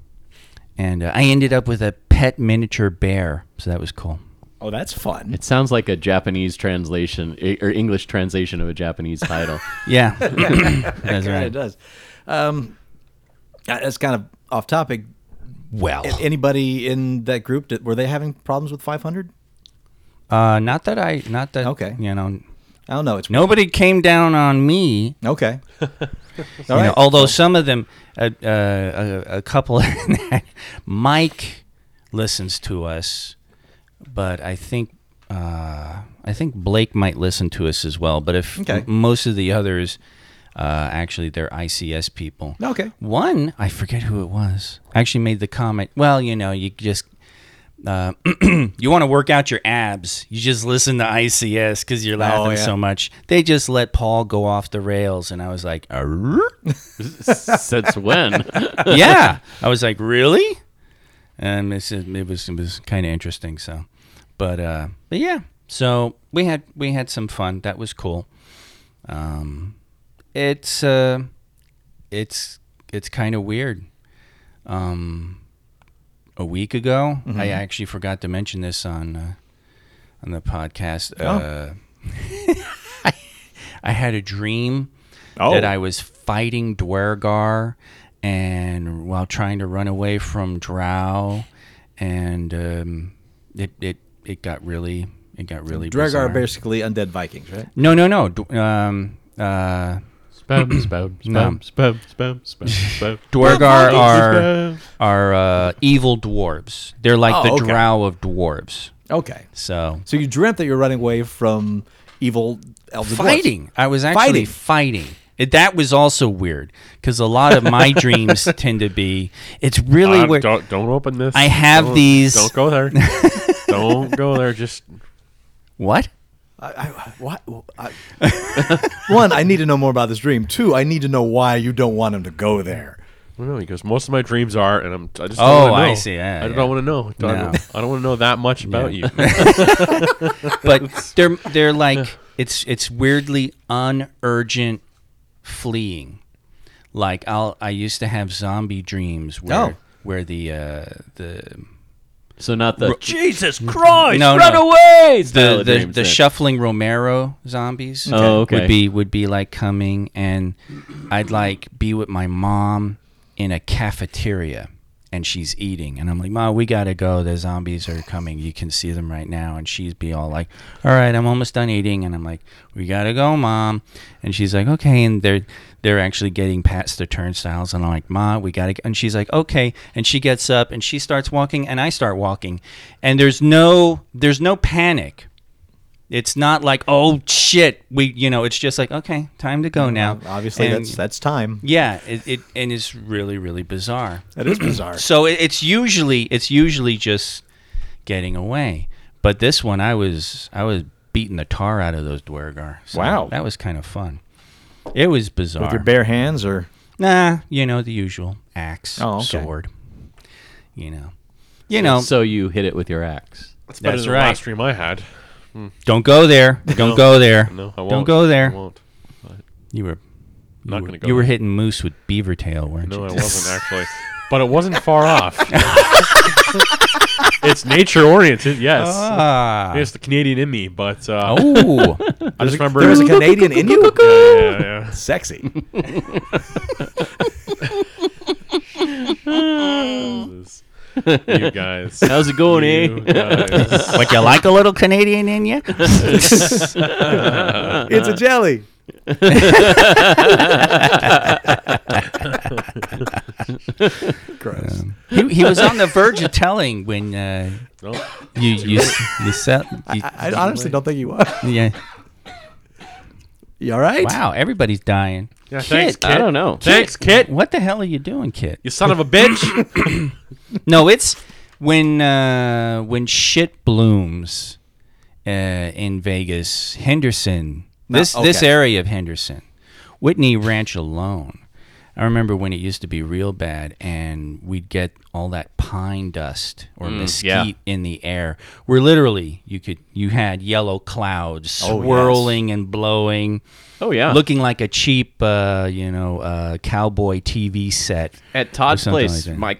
Speaker 2: and uh, I ended up with a pet miniature bear. So that was cool.
Speaker 4: Oh, that's fun.
Speaker 3: it sounds like a Japanese translation eh, or English translation of a Japanese [LAUGHS] title.
Speaker 2: Yeah, that's
Speaker 4: [LAUGHS] Yeah, it
Speaker 2: right.
Speaker 4: does. Um, uh, that's kind of off topic.
Speaker 2: Well,
Speaker 4: A- Anybody in that group did, were they having problems with 500?
Speaker 2: uh, not that I, not that
Speaker 4: Okay.
Speaker 2: you know,
Speaker 4: I don't know. It's
Speaker 2: nobody came down on me.
Speaker 4: [LAUGHS] okay. All
Speaker 2: you know,
Speaker 4: right.
Speaker 2: although some of them, uh, uh, a, a couple, [LAUGHS] Mike listens to us, but I think uh, I think Blake might listen to us as well. But if
Speaker 4: Okay.
Speaker 2: m- most of the others, uh, actually, they're ICS people.
Speaker 4: Okay.
Speaker 2: One, I forget who it was, actually made the comment. Well, you know, you just. Uh, [CLEARS THROAT] you want to work out your abs. You just listen to ICS because you're laughing
Speaker 4: Oh, yeah.
Speaker 2: so much. They just let Paul go off the rails, and I was like, "Arr."
Speaker 3: Since when?
Speaker 2: yeah. I was like, really? And it's, it was it was kind of interesting. So, but uh, but yeah. So we had we had some fun. That was cool. Um, it's uh, it's it's kind of weird. Um, a week ago, I actually forgot to mention this on uh, on the podcast. Uh, [LAUGHS] I had a dream that I was fighting Dwergar and while trying to run away from Drow, and um, it, it it got really it got really
Speaker 4: Dreg
Speaker 2: bizarre.
Speaker 4: are basically undead Vikings, right?
Speaker 2: No, no, no. D- um, uh,
Speaker 5: Spam, spam,
Speaker 2: No.
Speaker 5: spam, spam, spam, spam, spam.
Speaker 3: [LAUGHS]
Speaker 2: Dwergar are
Speaker 5: Spam.
Speaker 2: are uh, evil dwarves. They're like
Speaker 4: Oh,
Speaker 2: the
Speaker 4: okay.
Speaker 2: Drow of dwarves.
Speaker 4: Okay.
Speaker 2: So
Speaker 4: So you dreamt that you're running away from evil elves. and dwarves.
Speaker 2: fighting. I was actually
Speaker 4: Fighting.
Speaker 2: fighting. It, that was also weird because a lot of my [LAUGHS] dreams tend to be. It's really
Speaker 5: Uh,
Speaker 2: weird.
Speaker 5: don't don't open this.
Speaker 2: I have
Speaker 5: Don't-
Speaker 2: these-
Speaker 5: Don't go
Speaker 2: [LAUGHS]
Speaker 5: there. don't go there. Just
Speaker 2: What?
Speaker 4: I, I, what, I, one, I [LAUGHS] need to know more about this dream. Two, I need to know why you don't want him to go there.
Speaker 5: I don't know. He goes. Most of my dreams are, and I'm. I just. Don't
Speaker 2: Oh,
Speaker 5: wanna
Speaker 2: I
Speaker 5: know.
Speaker 2: see, yeah,
Speaker 5: I
Speaker 2: yeah.
Speaker 5: don't want to know. I don't-
Speaker 2: No.
Speaker 5: I don't want to know that much about
Speaker 2: Yeah. [LAUGHS]
Speaker 5: you.
Speaker 3: [LAUGHS]
Speaker 2: but they're they're like it's it's weirdly unurgent fleeing. Like I'll I used to have zombie dreams where
Speaker 4: Oh.
Speaker 2: where the uh, the
Speaker 3: So not the
Speaker 5: Jesus Christ!
Speaker 2: No,
Speaker 3: run
Speaker 2: no.
Speaker 3: away. style
Speaker 2: the
Speaker 3: of
Speaker 2: the,
Speaker 3: dreams
Speaker 2: the
Speaker 3: then.
Speaker 2: shuffling Romero zombies
Speaker 3: Oh, okay.
Speaker 2: would be would be like coming and I'd like be with my mom in a cafeteria and she's eating and I'm like, Ma, we gotta go. The zombies are coming. You can see them right now and she'd be all like, All right, I'm almost done eating and I'm like, We gotta go, mom and she's like, Okay and they're they're actually getting past the turnstiles and I'm like, Ma, we gotta go. and she's like, Okay and she gets up and she starts walking and I start walking and there's no there's no panic. It's not like oh shit, we you know. It's just like okay, time to go now.
Speaker 4: Mm, Obviously,
Speaker 2: And-
Speaker 4: that's that's time.
Speaker 2: yeah. It, it and it's really really bizarre.
Speaker 4: That [CLEARS THROAT] is bizarre.
Speaker 2: So it, it's usually it's usually just getting away. But this one, I was I was beating the tar out of those duergar. So
Speaker 3: Wow.
Speaker 2: that was kind of fun. It was bizarre.
Speaker 4: With your bare hands, or
Speaker 2: nah, you know the usual axe,
Speaker 4: Oh, okay.
Speaker 2: sword. You know, you know.
Speaker 3: So you hit it with your axe.
Speaker 5: That's
Speaker 2: better
Speaker 5: better
Speaker 2: That's than the
Speaker 5: than
Speaker 2: right. last
Speaker 5: the last stream I had.
Speaker 2: don't go
Speaker 5: [LAUGHS]
Speaker 2: there. Don't go there.
Speaker 5: No, I won't.
Speaker 2: Don't go there.
Speaker 5: I won't.
Speaker 2: You were you
Speaker 5: Not
Speaker 2: were,
Speaker 5: gonna go
Speaker 2: you were
Speaker 5: there.
Speaker 2: hitting moose with beaver tail, weren't
Speaker 5: No,
Speaker 2: you?
Speaker 5: I wasn't actually, [LAUGHS] but it wasn't far [LAUGHS] off. it's nature oriented, yes.
Speaker 2: Ah.
Speaker 5: It's the Canadian in me, but uh,
Speaker 2: [LAUGHS] Oh,
Speaker 5: I just remember
Speaker 4: there [LAUGHS]
Speaker 5: [LAUGHS]
Speaker 4: was a Canadian uh, in you.
Speaker 5: Yeah, yeah, yeah.
Speaker 4: Sexy.
Speaker 5: Jesus. you guys.
Speaker 3: How's it going,
Speaker 5: You
Speaker 3: eh?
Speaker 5: guys.
Speaker 2: would you [LAUGHS] like a little Canadian in
Speaker 5: [LAUGHS]
Speaker 2: you?
Speaker 4: [LAUGHS] it's a jelly. Gross.
Speaker 2: [LAUGHS] he, he was on the verge of telling when uh,
Speaker 5: No.
Speaker 2: you you [LAUGHS] you sell. You,
Speaker 4: I honestly don't think you are.
Speaker 2: yeah.
Speaker 4: [LAUGHS] You all right?
Speaker 2: Wow, everybody's dying.
Speaker 5: Yeah, thanks, Kit.
Speaker 3: I don't know.
Speaker 5: Thanks, Kit.
Speaker 2: What the hell are you doing, Kit?
Speaker 5: You son of a bitch.
Speaker 2: No, it's when uh, when shit blooms uh, in Vegas, Henderson. This this
Speaker 4: okay.
Speaker 2: area of Henderson, Whitney Ranch alone. I remember when it used to be real bad, and we'd get all that pine dust or
Speaker 4: Mm,
Speaker 2: mesquite
Speaker 3: yeah.
Speaker 2: in the air. Where literally you could you had yellow clouds
Speaker 4: Oh, yes.
Speaker 2: swirling and blowing,
Speaker 3: Oh yeah.
Speaker 2: looking like a cheap uh, you know uh, cowboy TV set.
Speaker 3: at Todd's
Speaker 2: something
Speaker 3: place,
Speaker 2: like that.
Speaker 3: my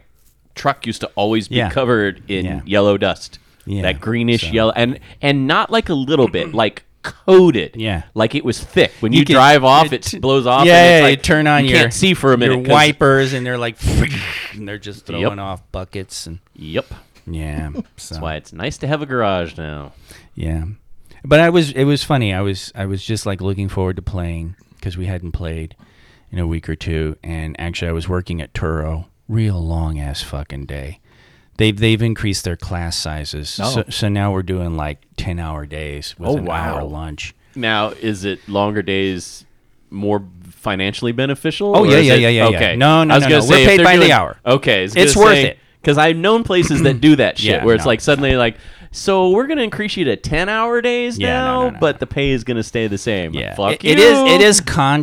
Speaker 3: truck used to always be
Speaker 2: Yeah.
Speaker 3: covered in
Speaker 2: Yeah.
Speaker 3: yellow dust.
Speaker 2: Yeah,
Speaker 3: That greenish
Speaker 2: so-
Speaker 3: yellow and and not like a little bit, like coated.
Speaker 2: Yeah.
Speaker 3: Like it was thick. When you,
Speaker 2: You can-
Speaker 3: drive off, it,
Speaker 2: it-
Speaker 3: blows off.
Speaker 2: yeah,
Speaker 3: and it's
Speaker 2: yeah,
Speaker 3: like,
Speaker 2: you turn on
Speaker 3: you
Speaker 2: your
Speaker 3: can't see for a minute.
Speaker 2: your
Speaker 3: 'cause-
Speaker 2: wipers, and they're like, [LAUGHS] and they're just throwing
Speaker 3: Yep.
Speaker 2: off buckets and
Speaker 3: Yep. [LAUGHS] That's
Speaker 2: yeah. So,
Speaker 3: why it's nice to have a garage now.
Speaker 2: yeah, but I was it was funny. I was I was just like looking forward to playing because we hadn't played in a week or two, and actually I was working at Turo, real long ass fucking day. They've they've increased their class sizes, so, so now we're doing like ten hour days with
Speaker 3: Oh,
Speaker 2: an hour
Speaker 3: wow.
Speaker 2: lunch.
Speaker 3: Now, is it longer days more financially beneficial?
Speaker 2: Oh,
Speaker 3: or
Speaker 2: yeah,
Speaker 3: is
Speaker 2: yeah,
Speaker 3: it-
Speaker 2: yeah, yeah, yeah.
Speaker 3: Okay.
Speaker 2: No, no,
Speaker 3: I was
Speaker 2: no,
Speaker 3: gonna
Speaker 2: no.
Speaker 3: Say,
Speaker 2: We're
Speaker 3: if
Speaker 2: paid
Speaker 3: they're
Speaker 2: by the
Speaker 3: doing-
Speaker 2: hour.
Speaker 3: Okay. I was
Speaker 2: It's
Speaker 3: gonna
Speaker 2: worth
Speaker 3: say,
Speaker 2: it.
Speaker 3: Because I've known places that do
Speaker 2: [CLEARS THROAT]
Speaker 3: that shit
Speaker 2: Yeah,
Speaker 3: where it's
Speaker 2: no,
Speaker 3: like suddenly like, so we're going to increase you to 10 hour days
Speaker 2: Yeah, no,
Speaker 3: now,
Speaker 2: no, no,
Speaker 3: but
Speaker 2: no.
Speaker 3: the pay is going to stay the same.
Speaker 2: Yeah,
Speaker 3: Fuck
Speaker 2: It- it
Speaker 3: you.
Speaker 2: is. It is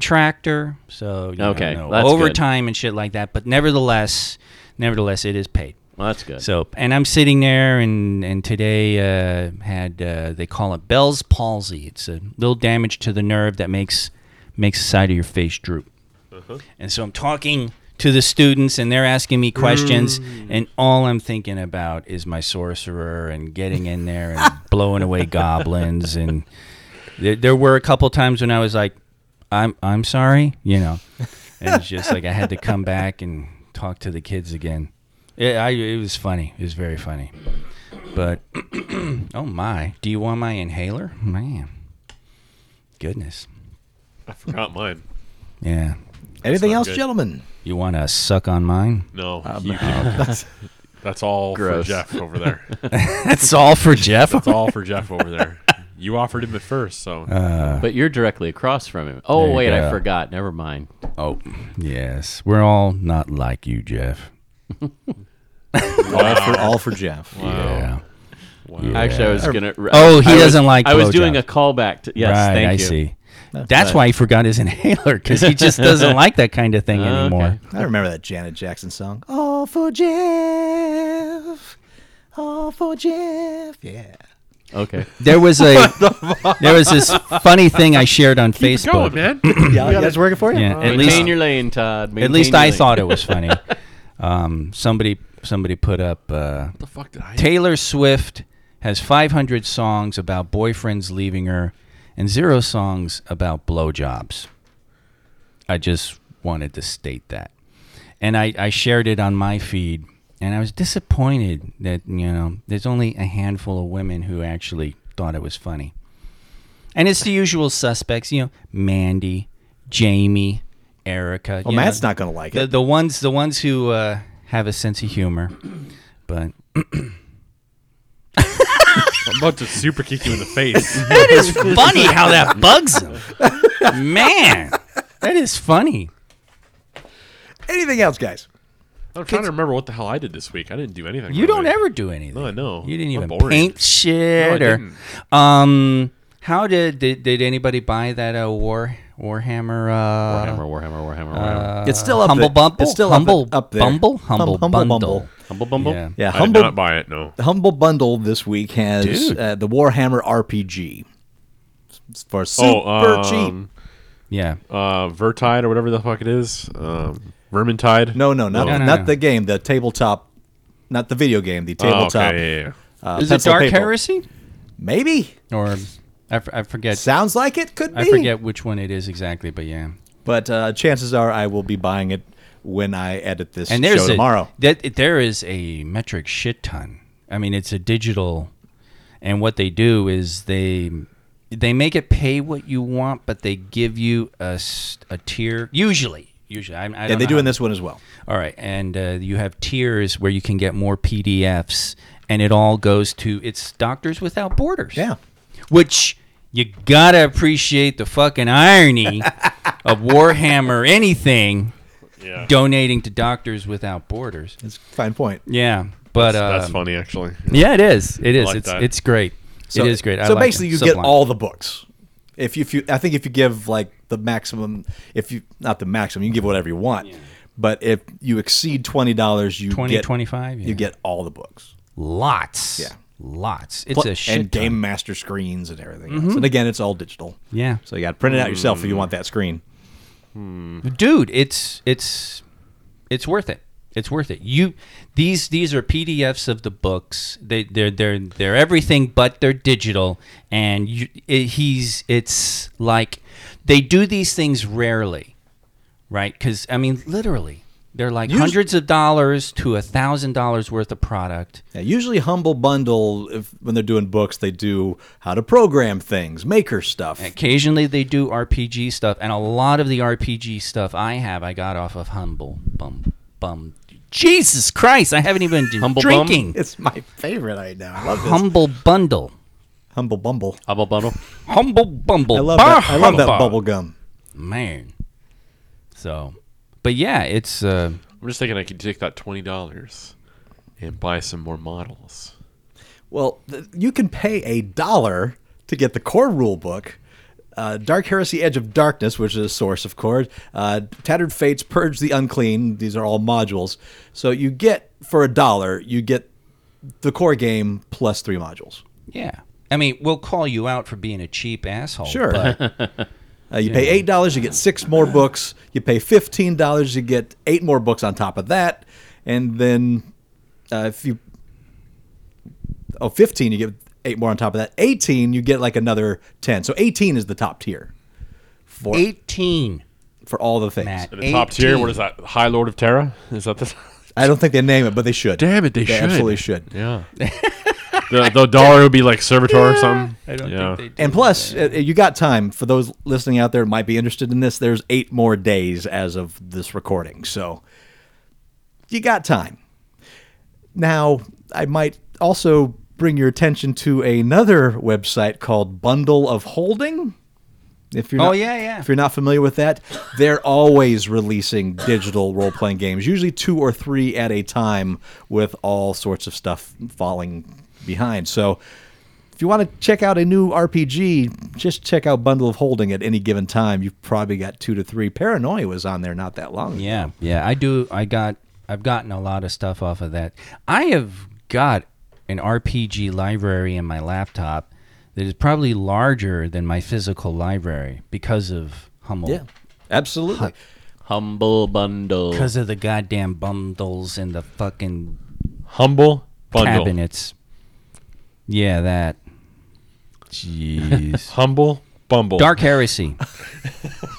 Speaker 2: contractor, so you
Speaker 3: Okay,
Speaker 2: know,
Speaker 3: that's good.
Speaker 2: overtime and shit like that. But nevertheless, nevertheless, it is paid.
Speaker 3: Well, that's good.
Speaker 2: So, and I'm sitting there, and and today uh, had uh, they call it Bell's palsy. It's a little damage to the nerve that makes makes the side of your face droop. And so I'm talking to the students, and they're asking me questions, and all I'm thinking about is my sorcerer and getting in there and blowing away goblins. And there, there were a couple times when I was like, "I'm I'm sorry," you know, and it's just like I had to come back and talk to the kids again. It, I, it was funny. It was very funny. But [CLEARS THROAT] oh my, do you want my inhaler? Man, goodness,
Speaker 5: I forgot mine.
Speaker 2: yeah.
Speaker 4: Anything
Speaker 5: not
Speaker 4: else,
Speaker 5: good.
Speaker 4: gentlemen?
Speaker 2: You want to suck
Speaker 3: [LAUGHS]
Speaker 2: on mine?
Speaker 5: Ah, No. you can- [LAUGHS] that's all
Speaker 3: Gross.
Speaker 5: for Jeff over [LAUGHS] there.
Speaker 2: That's all for Jeff.
Speaker 5: That's all for Jeff over there. You offered him at first, so
Speaker 3: But you're directly across from him. Oh,
Speaker 2: There you
Speaker 3: wait, I
Speaker 2: go.
Speaker 3: forgot. Never mind.
Speaker 2: Oh, yes. We're all not like you, Jeff.
Speaker 4: All for all for Jeff.
Speaker 2: Yeah.
Speaker 3: Actually, I was going to.
Speaker 2: Oh, he doesn't like
Speaker 3: I was
Speaker 2: blowjobs.
Speaker 3: doing a callback to. Yes,
Speaker 2: right,
Speaker 3: thank
Speaker 2: I
Speaker 3: you.
Speaker 2: see. That's why he forgot his [LAUGHS] inhaler because
Speaker 3: [LAUGHS]
Speaker 2: he just doesn't like that kind of
Speaker 3: Oh,
Speaker 2: thing anymore.
Speaker 4: I remember that Janet Jackson song. All for Jeff. All for Jeff. Yeah.
Speaker 3: Okay.
Speaker 2: There was
Speaker 5: [LAUGHS]
Speaker 2: a there was this funny thing I shared on
Speaker 5: Keep it
Speaker 2: Facebook.
Speaker 5: going, man.
Speaker 4: yeah, yeah, it's working for you.
Speaker 2: Yeah, at
Speaker 3: Maintain
Speaker 2: least
Speaker 3: your lane, Todd.
Speaker 2: at
Speaker 3: Maintain
Speaker 2: least
Speaker 3: your
Speaker 2: I
Speaker 3: lane.
Speaker 2: thought it was
Speaker 5: [LAUGHS]
Speaker 2: funny. um, somebody somebody put up uh,
Speaker 5: the fuck did I?
Speaker 2: Taylor Swift has 500 songs about boyfriends leaving her and zero songs about blowjobs. I just wanted to state that. And I, I shared it on my feed, and I was disappointed that, you know, there's only a handful of women who actually thought it was funny. And it's the usual suspects, you know, Mandy, Jamie, Erica.
Speaker 4: Well,
Speaker 2: you know,
Speaker 4: Matt's not going to like
Speaker 2: the,
Speaker 4: it.
Speaker 2: the ones the ones who uh, have a sense of
Speaker 5: [CLEARS THROAT]
Speaker 2: humor. But
Speaker 5: I'm about to super kick you in
Speaker 2: [LAUGHS]
Speaker 5: the face.
Speaker 2: It is
Speaker 5: [LAUGHS]
Speaker 2: funny how that bugs him. Man, that is funny.
Speaker 4: Anything else, guys?
Speaker 5: I'm trying to remember what the hell I did this week. I didn't do anything.
Speaker 2: You don't
Speaker 5: really. Oh,
Speaker 2: ever do anything.
Speaker 5: No, I know.
Speaker 2: You didn't
Speaker 5: I'm
Speaker 2: even
Speaker 5: boring.
Speaker 2: paint shit
Speaker 5: No,
Speaker 2: or
Speaker 5: I
Speaker 2: um how did, did did anybody buy that uh, war Warhammer uh
Speaker 3: Warhammer, Warhammer, Warhammer, Warhammer.
Speaker 4: It's still up
Speaker 2: Humble
Speaker 4: there.
Speaker 2: Bumble?
Speaker 4: It's still
Speaker 2: humble
Speaker 4: up, up there.
Speaker 2: Bumble?
Speaker 4: Hum-
Speaker 2: Humble
Speaker 4: Humble
Speaker 2: Bundle.
Speaker 4: Bumble.
Speaker 3: Humble Bumble.
Speaker 2: Yeah.
Speaker 4: Yeah,
Speaker 5: I did
Speaker 4: humble
Speaker 5: not buy it. No.
Speaker 4: humble bundle this week has
Speaker 2: Dude.
Speaker 4: uh, the Warhammer RPG It's for super
Speaker 5: Oh, um,
Speaker 4: cheap.
Speaker 2: Yeah.
Speaker 5: uh, Vertide or whatever the fuck it is. Um, Vermintide.
Speaker 4: No, no, not
Speaker 2: No, no,
Speaker 4: not
Speaker 2: no.
Speaker 4: the game, the tabletop, not the video game, the
Speaker 5: Oh,
Speaker 4: tabletop.
Speaker 5: okay, yeah, yeah.
Speaker 4: uh,
Speaker 2: is it
Speaker 4: pencil
Speaker 2: Dark
Speaker 4: paper.
Speaker 2: Heresy
Speaker 4: Maybe
Speaker 2: or I, f- I forget
Speaker 4: sounds like it could be.
Speaker 2: I forget which one it is exactly, but yeah.
Speaker 4: but uh, chances are I will be buying it when I edit this
Speaker 2: and there's
Speaker 4: show
Speaker 2: a,
Speaker 4: tomorrow.
Speaker 2: That there is a metric shit ton. I mean, it's a digital, and what they do is they they make it pay what you want, but they give you a, s- a tier usually. Usually, I, I
Speaker 4: Yeah,
Speaker 2: don't
Speaker 4: they're
Speaker 2: know how-
Speaker 4: doing this one as well.
Speaker 2: All right, and uh, you have tiers where you can get more PDFs, and it all goes to it's Doctors Without Borders.
Speaker 4: Yeah.
Speaker 2: which you gotta appreciate the fucking irony of Warhammer anything
Speaker 5: Yeah.
Speaker 2: donating to Doctors Without Borders.
Speaker 4: It's a fine point.
Speaker 2: Yeah, but uh,
Speaker 5: That's funny, actually.
Speaker 2: Yeah, it is. It is.
Speaker 5: like
Speaker 2: it's
Speaker 5: that.
Speaker 2: it's great. it is great. I
Speaker 4: so
Speaker 2: like
Speaker 4: basically,
Speaker 2: it.
Speaker 4: you
Speaker 2: Sublime.
Speaker 4: get all the books. If you, if you, I think if you give like the maximum, if you not the maximum, you can give whatever you want. But if you exceed twenty dollars, you
Speaker 2: 20,
Speaker 4: get
Speaker 2: 25, yeah.
Speaker 4: You get all the books
Speaker 2: lots.
Speaker 4: Yeah.
Speaker 2: lots. It's a shit
Speaker 4: and game master screens and everything. Else. And again, it's all digital.
Speaker 2: ton. Yeah,
Speaker 4: So you got to print it out yourself if you want that screen.
Speaker 2: dude, it's it's it's worth it. It's worth it. You these these are PDFs of the books. They they're they're they're everything, but they're digital. And you, it, he's it's like they do these things rarely. right? Because I mean, literally, they're like
Speaker 4: Usu-
Speaker 2: hundreds of dollars to a thousand dollars worth of product.
Speaker 4: Yeah, usually Humble Bundle, if, when they're doing books, they do how to program things, maker stuff.
Speaker 2: Occasionally, they do RPG stuff, and a lot of the RPG stuff I have, I got off of Humble Bum Bum. Jesus Christ, I haven't even been
Speaker 3: Humble Bum?
Speaker 2: drinking
Speaker 4: [LAUGHS] It's my favorite right now. I love this.
Speaker 2: Humble Bundle,
Speaker 4: Humble Bumble.
Speaker 3: Humble Bundle.
Speaker 2: Humble Bumble.
Speaker 4: I love
Speaker 2: Bah
Speaker 4: that. I love that
Speaker 2: humbug.
Speaker 4: bubble gum.
Speaker 2: man. So, but yeah, it's uh,
Speaker 5: I'm just thinking I could take that twenty dollars and buy some more models.
Speaker 4: Well, th- you can pay a dollar to get the core rule book. Uh, Dark Heresy, Edge of Darkness, which is a source, of course. Uh, Tattered Fates, Purge the Unclean. These are all modules. So you get, for a dollar, you get the core game plus three modules.
Speaker 2: yeah. I mean, we'll call you out for being a cheap asshole.
Speaker 4: Sure. [LAUGHS]
Speaker 2: but-
Speaker 5: [LAUGHS]
Speaker 4: Uh, you pay eight dollars, you get six more books. You pay fifteen dollars, you get eight more books on top of that, and then uh, if you oh 15 you get eight more on top of that 18 you get like another 10 so 18 is the top tier for
Speaker 2: Eighteen.
Speaker 4: for all the things
Speaker 2: Matt.
Speaker 5: And the top tier,
Speaker 2: 18.
Speaker 5: what is that? High Lord of Terra? Is that the? [LAUGHS]
Speaker 4: i don't think they name it but they should
Speaker 5: Damn it, they should.
Speaker 4: absolutely should
Speaker 5: Yeah. the, the dollar would be like servitor or something.
Speaker 2: [LAUGHS] I don't
Speaker 5: yeah.
Speaker 2: think they do.
Speaker 4: and plus uh, you got time for those listening out there that might be interested in this there's eight more days as of this recording so you got time Now, I might also bring your attention to another website called Bundle of Holding. If you're
Speaker 2: Oh,
Speaker 4: not,
Speaker 2: yeah, yeah.
Speaker 4: If you're not familiar with that, they're always releasing digital role playing games, usually two or three at a time, with all sorts of stuff falling behind. So, if you want to check out a new RPG, just check out Bundle of Holding at any given time. You've probably got two to three. Paranoia was on there not that long ago.
Speaker 2: Yeah, yeah. I do. I got. I've gotten a lot of stuff off of that. I have got an RPG library in my laptop that is probably larger than my physical library because of Hummel.
Speaker 4: Yeah, absolutely.
Speaker 3: Humble bundle.
Speaker 2: Because of the goddamn bundles and the fucking
Speaker 5: Humble bundle.
Speaker 2: cabinets. Yeah, that. Jeez.
Speaker 5: Humble
Speaker 2: [LAUGHS]
Speaker 5: bumble.
Speaker 2: Dark Heresy.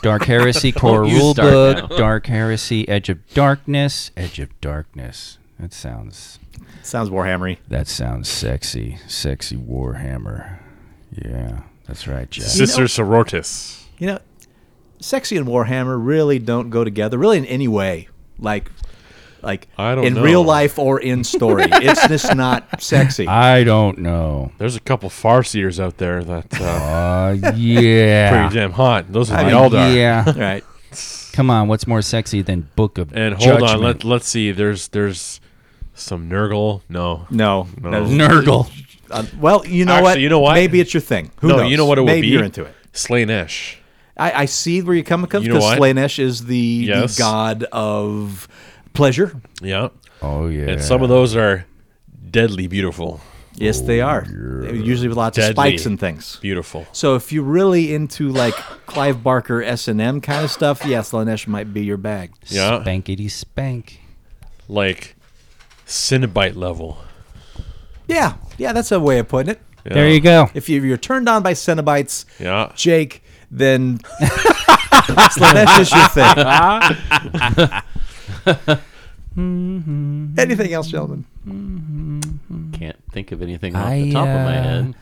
Speaker 2: Dark Heresy Core
Speaker 3: use
Speaker 2: Rulebook.
Speaker 3: dark
Speaker 2: Dark, Heresy Edge of Darkness. Edge of Darkness. That sounds
Speaker 4: Sounds Warhammery.
Speaker 2: that sounds sexy. Sexy Warhammer. Yeah, that's right, Jack.
Speaker 5: Sister sororitas.
Speaker 4: You know, sexy and Warhammer really don't go together, really in any way. Like, like
Speaker 5: I don't
Speaker 4: in
Speaker 5: know.
Speaker 4: real life or
Speaker 2: [LAUGHS]
Speaker 4: in story, it's just not sexy.
Speaker 2: I don't know.
Speaker 5: There's a couple farseers out there that uh,
Speaker 2: Uh,
Speaker 5: [LAUGHS] pretty
Speaker 2: yeah. Uh,
Speaker 5: damn hot. Those are
Speaker 4: I
Speaker 5: the
Speaker 4: mean,
Speaker 5: Eldar.
Speaker 2: Yeah.
Speaker 4: right?
Speaker 2: Come on, what's more sexy than Book of
Speaker 5: And hold
Speaker 2: Judgment?
Speaker 5: on, let let's see. There's there's some Nurgle. No.
Speaker 4: No,
Speaker 5: No.
Speaker 4: That is-
Speaker 2: [LAUGHS] Nurgle.
Speaker 4: uh, well, you know
Speaker 5: Actually,
Speaker 4: what?
Speaker 5: you know what?
Speaker 4: Maybe it's your thing. Who
Speaker 5: no,
Speaker 4: knows?
Speaker 5: you know what it would
Speaker 4: Maybe
Speaker 5: be.
Speaker 4: you're into it.
Speaker 5: Slanesh.
Speaker 4: I, I see where you come from
Speaker 5: You know
Speaker 4: because
Speaker 5: what?
Speaker 4: Slanesh is the,
Speaker 5: Yes.
Speaker 4: the god of pleasure.
Speaker 5: Yeah.
Speaker 2: Oh yeah.
Speaker 5: And some of those are deadly beautiful.
Speaker 4: Yes, they are. Usually with lots
Speaker 5: Oh, Deadly.
Speaker 4: of spikes and things.
Speaker 5: Beautiful.
Speaker 4: So if you're really into
Speaker 5: [LAUGHS]
Speaker 4: like Clive Barker S and M kind of stuff, yes, Slanesh might be your bag.
Speaker 5: Yeah.
Speaker 2: Spankity spank.
Speaker 5: Like Cinnabite level.
Speaker 4: Yeah, yeah, that's a way of putting it.
Speaker 5: Yeah.
Speaker 2: There you
Speaker 5: [LAUGHS]
Speaker 2: go.
Speaker 4: If you- if you're turned on by Cenobites,
Speaker 5: Yeah.
Speaker 4: Jake,
Speaker 5: [LAUGHS]
Speaker 4: then Slanesh is your thing. Anything else, gentlemen?
Speaker 3: Can't think of anything off
Speaker 2: I
Speaker 3: the top of my
Speaker 2: uh,
Speaker 3: head.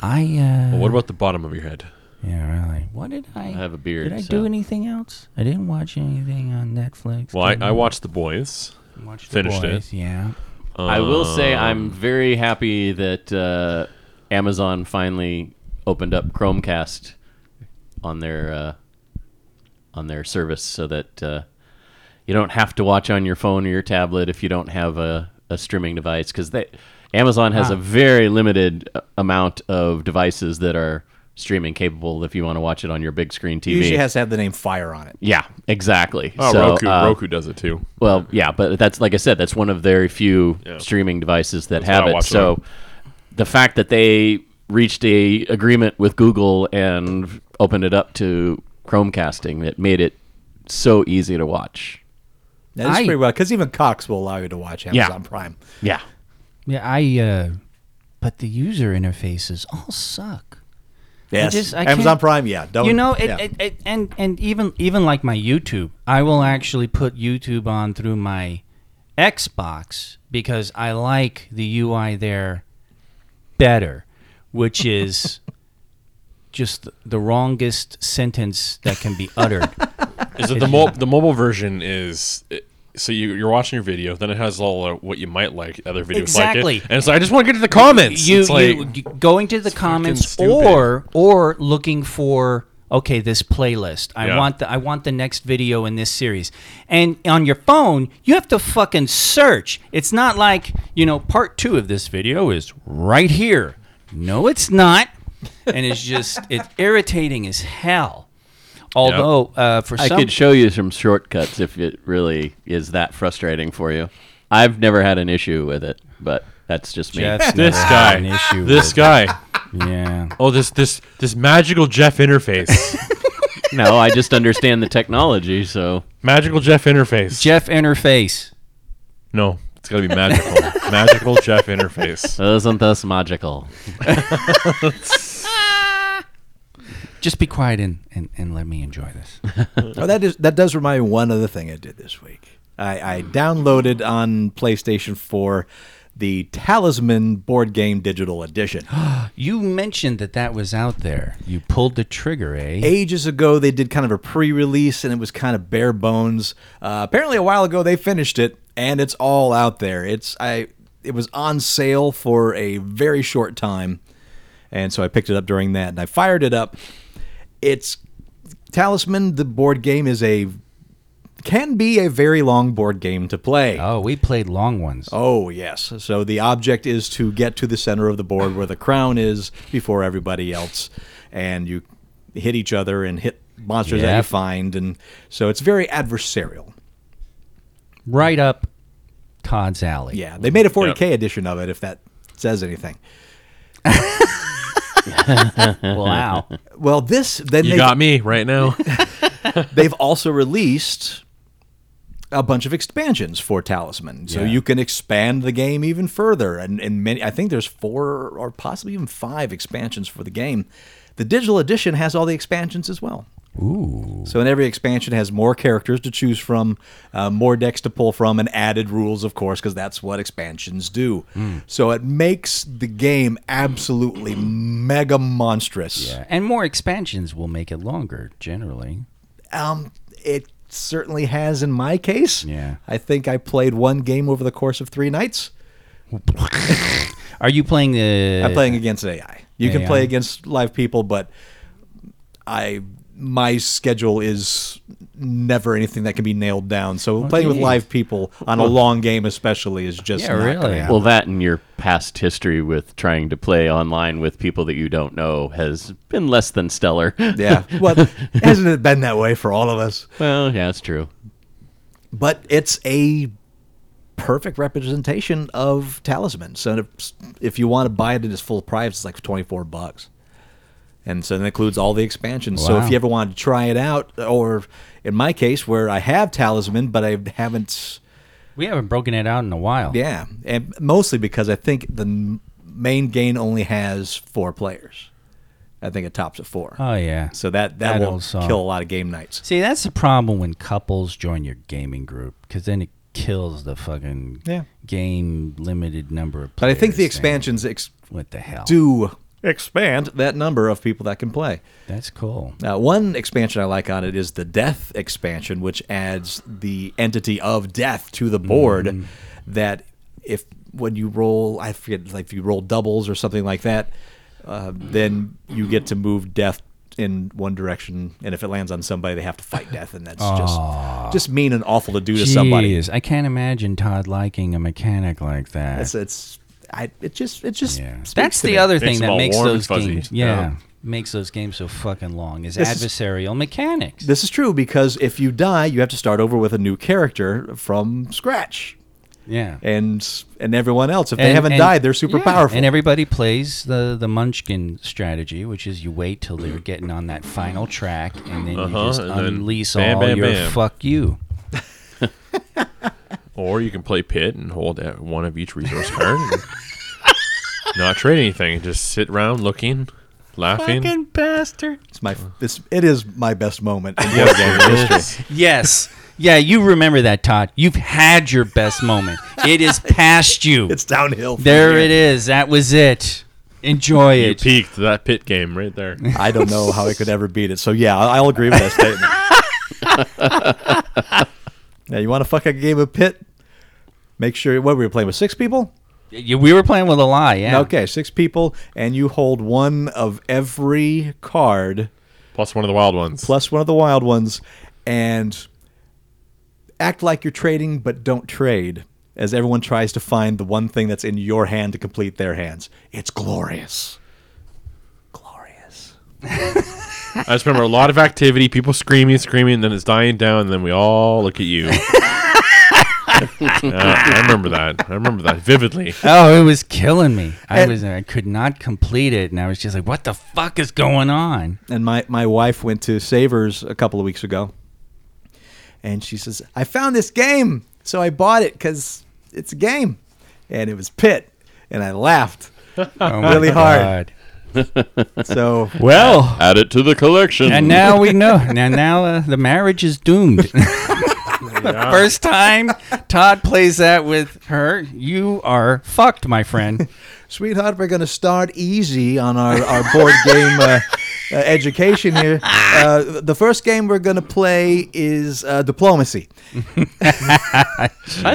Speaker 2: I uh,
Speaker 5: Well, what about the bottom of your head?
Speaker 2: Yeah, really. What did I?
Speaker 3: I have a beard,
Speaker 2: Did I
Speaker 3: so-
Speaker 2: do anything else? I didn't watch anything on Netflix.
Speaker 5: Well, I,
Speaker 2: didn't
Speaker 5: I watched The Boys.
Speaker 2: watch The
Speaker 5: finished it.
Speaker 2: Boys, Yeah.
Speaker 3: I will say
Speaker 5: Um.
Speaker 3: I'm very happy that uh, Amazon finally opened up Chromecast on their uh, on their service, so that uh, you don't have to watch on your phone or your tablet if you don't have a, a streaming device. Because Amazon
Speaker 2: Ah.
Speaker 3: has a very limited uh, amount of devices that are streaming capable. If you want to watch it on your big screen TV,
Speaker 4: Usually has to have the name Fire on it.
Speaker 3: yeah, exactly.
Speaker 5: Oh,
Speaker 3: So,
Speaker 5: Roku.
Speaker 3: uh,
Speaker 5: Roku does it too.
Speaker 3: well, yeah, but that's like I said, that's one of very few streaming devices that
Speaker 5: what
Speaker 3: have
Speaker 5: I
Speaker 3: it.
Speaker 5: watch it
Speaker 3: So
Speaker 5: on.
Speaker 3: the fact that they reached a agreement with Google and opened it up to Chromecasting, it made it so easy to watch.
Speaker 4: That is
Speaker 2: I-
Speaker 4: pretty well because even Cox will allow you to watch Amazon Prime.
Speaker 3: Yeah.
Speaker 2: Yeah, I. Uh, but the user interfaces all suck.
Speaker 4: Yes,
Speaker 2: just- I
Speaker 4: Amazon
Speaker 2: can't-
Speaker 4: Prime. Yeah, don't
Speaker 2: you know, it,
Speaker 4: Oh, yeah.
Speaker 2: it, it, and and even even like my YouTube, I will actually put YouTube on through my Xbox because I like the UI there better, which is just the wrongest sentence that can be uttered.
Speaker 5: Is it the mo- the mobile version is it- so you, you're watching your video, then it has all uh, what you might like other videos
Speaker 2: Exactly.
Speaker 5: like it, and it's like I just want to get to the comments.
Speaker 2: you,
Speaker 5: it's like
Speaker 2: you g- going to the comments
Speaker 5: stupid.
Speaker 2: or or looking for okay this playlist i
Speaker 5: Yeah.
Speaker 2: want the i want the next video in this series and on your phone you have to fucking search it's not like you know part two of this video is right here no it's not and it's
Speaker 5: [LAUGHS]
Speaker 2: just it's irritating as hell although uh, for
Speaker 3: I
Speaker 2: some
Speaker 3: could show you some shortcuts if it really is that frustrating for you. I've never had an issue with it, but that's just me.
Speaker 2: Jeff's
Speaker 5: This
Speaker 2: never
Speaker 5: guy.
Speaker 2: had an issue
Speaker 5: this
Speaker 2: with-
Speaker 5: guy.
Speaker 2: yeah
Speaker 5: [LAUGHS] Oh, this this this magical
Speaker 2: [LAUGHS]
Speaker 5: Jeff interface.
Speaker 3: [LAUGHS] no, I just understand the technology, so
Speaker 5: magical Jeff interface.
Speaker 2: jeff interface
Speaker 5: no, it's got to be magical.
Speaker 2: [LAUGHS]
Speaker 5: magical Jeff interface.
Speaker 3: isn't this magical?
Speaker 2: just be quiet and, and, and let me enjoy this
Speaker 4: Oh, that is that does remind me of one other thing I did this week. I, I downloaded on PlayStation 4 the Talisman board game digital edition.
Speaker 2: You mentioned that that was out there. You pulled the trigger, eh?
Speaker 4: Ages ago, they did kind of a pre-release, and it was kind of bare bones. Uh, apparently, a while ago, they finished it, and it's all out there. It's I it was on sale for a very short time, and so I picked it up during that, and I fired it up. It's Talisman, the board game, is a can be a very long board game to play.
Speaker 2: Oh, we played long ones.
Speaker 4: Oh, yes. So the object is to get to the center of the board where the crown is before everybody else. And you hit each other and hit monsters that
Speaker 2: Yeah.
Speaker 4: you find. And so it's very adversarial.
Speaker 2: Right up Todd's alley.
Speaker 4: Yeah. They made a 40K edition of it, if that says anything.
Speaker 2: Wow.
Speaker 4: Well, this then
Speaker 5: You
Speaker 4: they,
Speaker 5: got me
Speaker 2: [LAUGHS]
Speaker 5: right now.
Speaker 4: they've also released a bunch of expansions for Talisman, so
Speaker 2: Yeah.
Speaker 4: you can expand the game even further. And, and many, I think there's four or possibly even five expansions for the game. The digital edition has all the expansions as well. [LAUGHS] Ooh. So, in every expansion has more characters to choose from, uh, more decks to pull from, and added rules, of course, because that's what expansions do.
Speaker 2: Hmm.
Speaker 4: So it makes the game absolutely mega monstrous.
Speaker 2: Yeah. And more expansions will make it longer, generally.
Speaker 4: Um, it certainly has in my case.
Speaker 2: Yeah.
Speaker 4: I think I played one game over the course of three nights.
Speaker 2: Are you playing the?
Speaker 4: I'm playing against AI. You can play
Speaker 2: AI.
Speaker 4: against live people, but I my schedule is never anything that can be nailed down. So playing with
Speaker 2: yeah.
Speaker 4: live people on a long game, especially, is just
Speaker 2: Yeah,
Speaker 4: not gonna
Speaker 2: really.
Speaker 4: happen.
Speaker 3: Well, that and your past history with trying to play online with people that you don't know has been less than stellar.
Speaker 2: [LAUGHS]
Speaker 4: yeah. Well, hasn't it been that way for all of us?
Speaker 3: [LAUGHS] well, yeah, that's true.
Speaker 4: but it's a perfect representation of talisman so if, if you want to buy it at its full price it's like 24 bucks and so that includes all the expansions so
Speaker 2: Wow.
Speaker 4: if you ever want to try it out or in my case where i have talisman but i haven't
Speaker 2: We haven't broken it out in a while.
Speaker 4: yeah and mostly because i think the n- main game only has four players i think it tops at four
Speaker 2: Oh yeah.
Speaker 4: so that that,
Speaker 2: that
Speaker 4: will
Speaker 2: also-
Speaker 4: kill a lot of game nights
Speaker 2: See, that's the problem when couples join your gaming group because then it kills the fucking
Speaker 4: Yeah.
Speaker 2: game limited number of
Speaker 4: but
Speaker 2: players.
Speaker 4: i think the
Speaker 2: thing.
Speaker 4: expansions ex-
Speaker 2: What the hell?
Speaker 4: do expand that number of people that can play.
Speaker 2: That's cool.
Speaker 4: Now, one expansion I like on it is the death expansion, which adds the entity of death to the board.
Speaker 2: Mm-hmm.
Speaker 4: That if when you roll, I forget, like if you roll doubles or something like that, uh, then you get to move death in one direction, and if it lands on somebody, they have to fight death, and that's just just mean and awful to do to somebody.
Speaker 2: Jeez, I can't imagine Todd liking a mechanic like that.
Speaker 4: It's it's I, it just it just
Speaker 2: yeah.
Speaker 4: speaks
Speaker 2: That's
Speaker 4: to
Speaker 2: the
Speaker 4: me.
Speaker 2: other
Speaker 5: Makes
Speaker 2: thing
Speaker 5: them
Speaker 2: that
Speaker 5: all
Speaker 2: makes
Speaker 5: warm and
Speaker 2: those
Speaker 5: fuzzy.
Speaker 2: games. Yeah.
Speaker 5: Yeah.
Speaker 2: Makes those games so fucking long is
Speaker 4: This is-
Speaker 2: adversarial mechanics.
Speaker 4: This is true because if you die, you have to start over with a new character from scratch,
Speaker 2: yeah.
Speaker 4: and and everyone else, if they
Speaker 2: And-
Speaker 4: haven't
Speaker 2: and-
Speaker 4: died, they're super
Speaker 2: yeah,
Speaker 4: powerful.
Speaker 2: And everybody plays the the Munchkin strategy, which is you wait till they're getting on that final track, and then you
Speaker 5: Uh-huh,
Speaker 2: just
Speaker 5: and then
Speaker 2: unleash
Speaker 5: bam,
Speaker 2: all
Speaker 5: bam,
Speaker 2: your
Speaker 5: bam.
Speaker 2: fuck you.
Speaker 5: Or you can play pit and hold at one of each resource card.
Speaker 2: [LAUGHS]
Speaker 5: and not trade anything. Just sit around looking, laughing.
Speaker 2: bastard.
Speaker 4: it's my this it is my best moment. in board game history.
Speaker 5: Yes.
Speaker 2: Yes. Yeah, you remember that, Todd. You've had your best moment. It is past you.
Speaker 4: [LAUGHS] It's downhill. from
Speaker 2: there
Speaker 4: here.
Speaker 2: it is. That was it. Enjoy
Speaker 5: you
Speaker 2: it.
Speaker 5: peaked that pit game right there.
Speaker 4: I don't know how I could ever beat it. So yeah, I- I'll agree with that statement.
Speaker 2: [LAUGHS]
Speaker 4: [LAUGHS] now you want to fuck a game of pit? Make sure what we were playing with six people.
Speaker 2: You- We were playing with a lie, yeah.
Speaker 4: Okay, six people, and you hold one of every card.
Speaker 5: Plus one of the wild ones.
Speaker 4: plus one of the wild ones and act like you're trading but don't trade as everyone tries to find the one thing that's in your hand to complete their hands. It's glorious. Glorious.
Speaker 5: I just remember a lot of activity, people screaming, screaming, then it's dying down, and then we all look at you. Uh, I remember that. I remember that vividly.
Speaker 2: Oh, it was killing me. I
Speaker 4: And-
Speaker 2: was I could not complete it and I was just like, what the fuck is going
Speaker 4: [LAUGHS]
Speaker 2: on?
Speaker 4: And my, my wife went to Savers a couple of weeks ago and she says, I found this game. So I bought it because it's a game. And it was Pit. And I laughed
Speaker 2: Oh my
Speaker 4: Really hard.
Speaker 2: God.
Speaker 4: So
Speaker 2: Well,
Speaker 3: Add it to the collection.
Speaker 2: and now we
Speaker 4: [LAUGHS]
Speaker 2: know. Now, now uh, the marriage is doomed. [LAUGHS] First time Todd plays that with her, you are fucked, my
Speaker 4: [LAUGHS]
Speaker 2: friend.
Speaker 4: Sweetheart, we're going to start easy on our, our
Speaker 3: [LAUGHS]
Speaker 4: board game uh, uh, education here. Uh, the first game we're going to play is uh, Diplomacy.
Speaker 3: I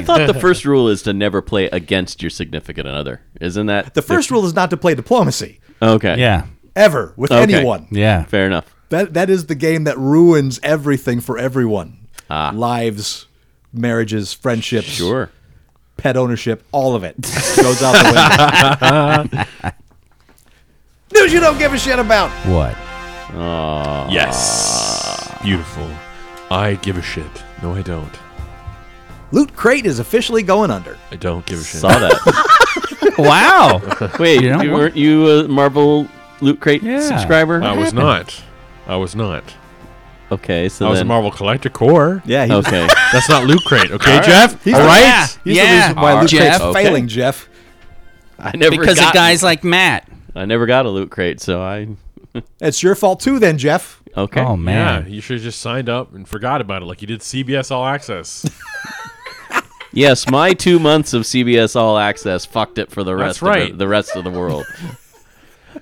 Speaker 3: thought the first rule is to never play against your significant other. Isn't that
Speaker 4: The first rule is not to play diplomacy
Speaker 3: Okay.
Speaker 2: Yeah.
Speaker 4: ever with
Speaker 3: Okay.
Speaker 4: anyone.
Speaker 2: Yeah.
Speaker 3: Fair enough.
Speaker 4: That, that is the game that ruins everything for everyone lives, marriages, friendships,
Speaker 3: Ah. Sure.
Speaker 4: pet ownership, all of it goes out the
Speaker 3: [LAUGHS]
Speaker 4: window. News you don't give a shit about.
Speaker 2: What?
Speaker 5: Yes. Beautiful. I give a shit. No, I don't.
Speaker 4: Loot Crate is officially going under.
Speaker 5: I don't give a shit.
Speaker 3: Saw that.
Speaker 2: [LAUGHS] wow.
Speaker 3: Wait,
Speaker 2: [LAUGHS] You know
Speaker 3: you
Speaker 2: what?
Speaker 3: weren't you a Marvel Loot Crate
Speaker 2: Yeah.
Speaker 3: subscriber?
Speaker 5: I
Speaker 3: [LAUGHS]
Speaker 5: was not. I was not.
Speaker 3: Okay, so
Speaker 5: I was
Speaker 3: then.
Speaker 5: a Marvel Collector Core.
Speaker 4: Yeah, he,
Speaker 3: Okay.
Speaker 4: [LAUGHS]
Speaker 5: That's not Loot Crate, okay, Jeff?
Speaker 4: He's
Speaker 5: All
Speaker 4: the-
Speaker 5: right.
Speaker 2: Yeah.
Speaker 4: he's the
Speaker 2: yeah.
Speaker 4: reason why Loot
Speaker 2: Jeff.
Speaker 4: Crate's
Speaker 3: Okay.
Speaker 4: failing, Jeff.
Speaker 3: I never
Speaker 2: Because of
Speaker 3: got,
Speaker 2: guys like Matt.
Speaker 3: I never got a Loot Crate, so I
Speaker 4: It's your fault too, then, Jeff.
Speaker 3: okay.
Speaker 2: Oh
Speaker 5: Yeah,
Speaker 2: man.
Speaker 5: you should have just signed up and forgot about it like you did CBS All Access.
Speaker 3: Yes, my two months of CBS All Access fucked it for the rest
Speaker 5: That's
Speaker 3: of
Speaker 5: right.
Speaker 3: the, the rest of the world.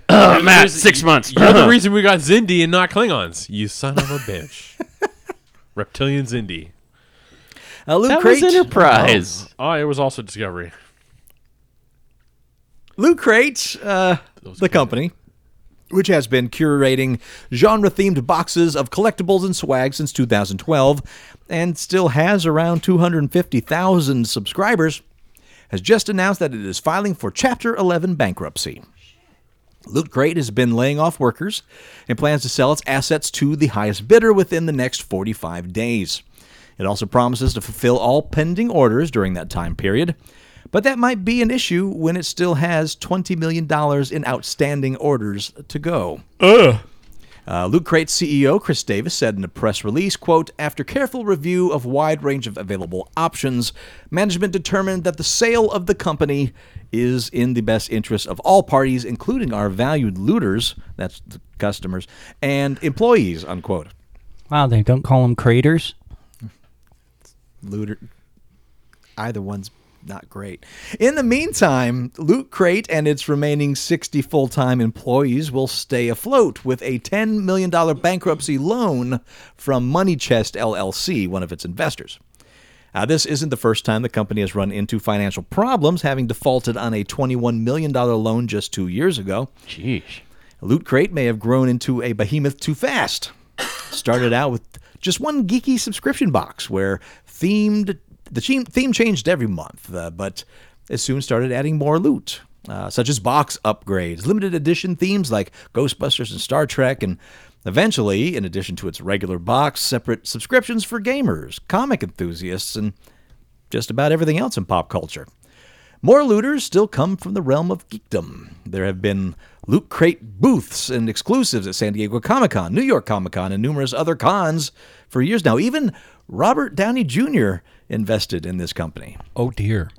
Speaker 3: Uh,
Speaker 5: Matt,
Speaker 3: Six months.
Speaker 5: You're the [LAUGHS] reason we got Zindi and not Klingons. You son of a bitch. Reptilian Zindi.
Speaker 4: Uh, Loot
Speaker 3: that
Speaker 4: Crate.
Speaker 3: was
Speaker 4: [LAUGHS]
Speaker 3: Enterprise.
Speaker 5: Oh, it was also Discovery.
Speaker 4: Loot Crate, uh, the company, which has been curating genre themed boxes of collectibles and swag since 2012 and still has around 250,000 subscribers, has just announced that it is filing for Chapter 11 bankruptcy. Loot Crate has been laying off workers and plans to sell its assets to the highest bidder within the next 45 days. It also promises to fulfill all pending orders during that time period, but that might be an issue when it still has $20 million in outstanding orders to go. Uh, Loot Crate CEO Chris Davis said in a press release, quote, after careful review of wide range of available options, management determined that the sale of the company is in the best interest of all parties, including our valued looters, that's the customers, and employees, unquote.
Speaker 2: Wow, they don't call them craters.
Speaker 4: looter either one's not great. In the meantime, Loot Crate and its remaining 60 full-time employees will stay afloat with a $10 million bankruptcy loan from Money Chest LLC, one of its investors. Uh, this isn't the first time the company has run into financial problems, having defaulted on a $21 million loan just two years ago.
Speaker 3: Jeez.
Speaker 4: Loot Crate may have grown into a behemoth too fast. Started out with just one geeky subscription box where themed the theme, theme changed every month, uh, but it soon started adding more loot, uh, such as box upgrades, limited edition themes like Ghostbusters and Star Trek, and eventually, in addition to its regular box, separate subscriptions for gamers, comic enthusiasts, and just about everything else in pop culture. More looters still come from the realm of geekdom. There have been loot crate booths and exclusives at San Diego Comic Con, New York Comic Con, and numerous other cons for years now. Even Robert Downey Jr. invested in this company.
Speaker 2: Oh dear.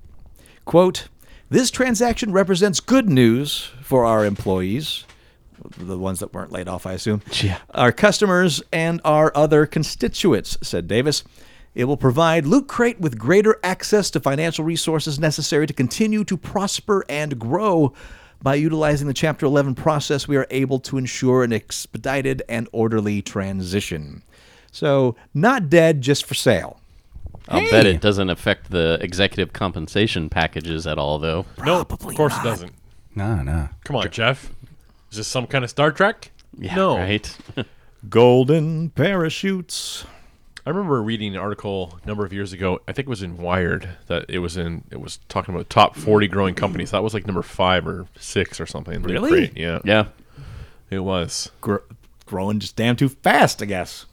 Speaker 4: Quote, this transaction represents good news for our employees, the ones that weren't laid off, I assume, our customers, and our other constituents, said Davis. It will provide Loot Crate with greater access to financial resources necessary to continue to prosper and grow. By utilizing the Chapter 11 process, we are able to ensure an expedited and orderly transition. So, not dead, just for sale.
Speaker 3: I'll bet it doesn't affect the executive compensation packages at all, though.
Speaker 5: No, of course
Speaker 4: Ah,
Speaker 5: it doesn't.
Speaker 2: No, no.
Speaker 5: Come on, Jeff. Is this some kind of Star Trek? no.
Speaker 3: Right?
Speaker 4: Golden parachutes.
Speaker 5: I remember reading an article a number of years ago. I think it was in Wired that it was in. It was talking about top forty growing companies. That was like number five or six or something.
Speaker 4: Really?
Speaker 5: Great, Yeah.
Speaker 3: [LAUGHS] yeah.
Speaker 5: It was
Speaker 4: gr- growing just damn too fast, I guess.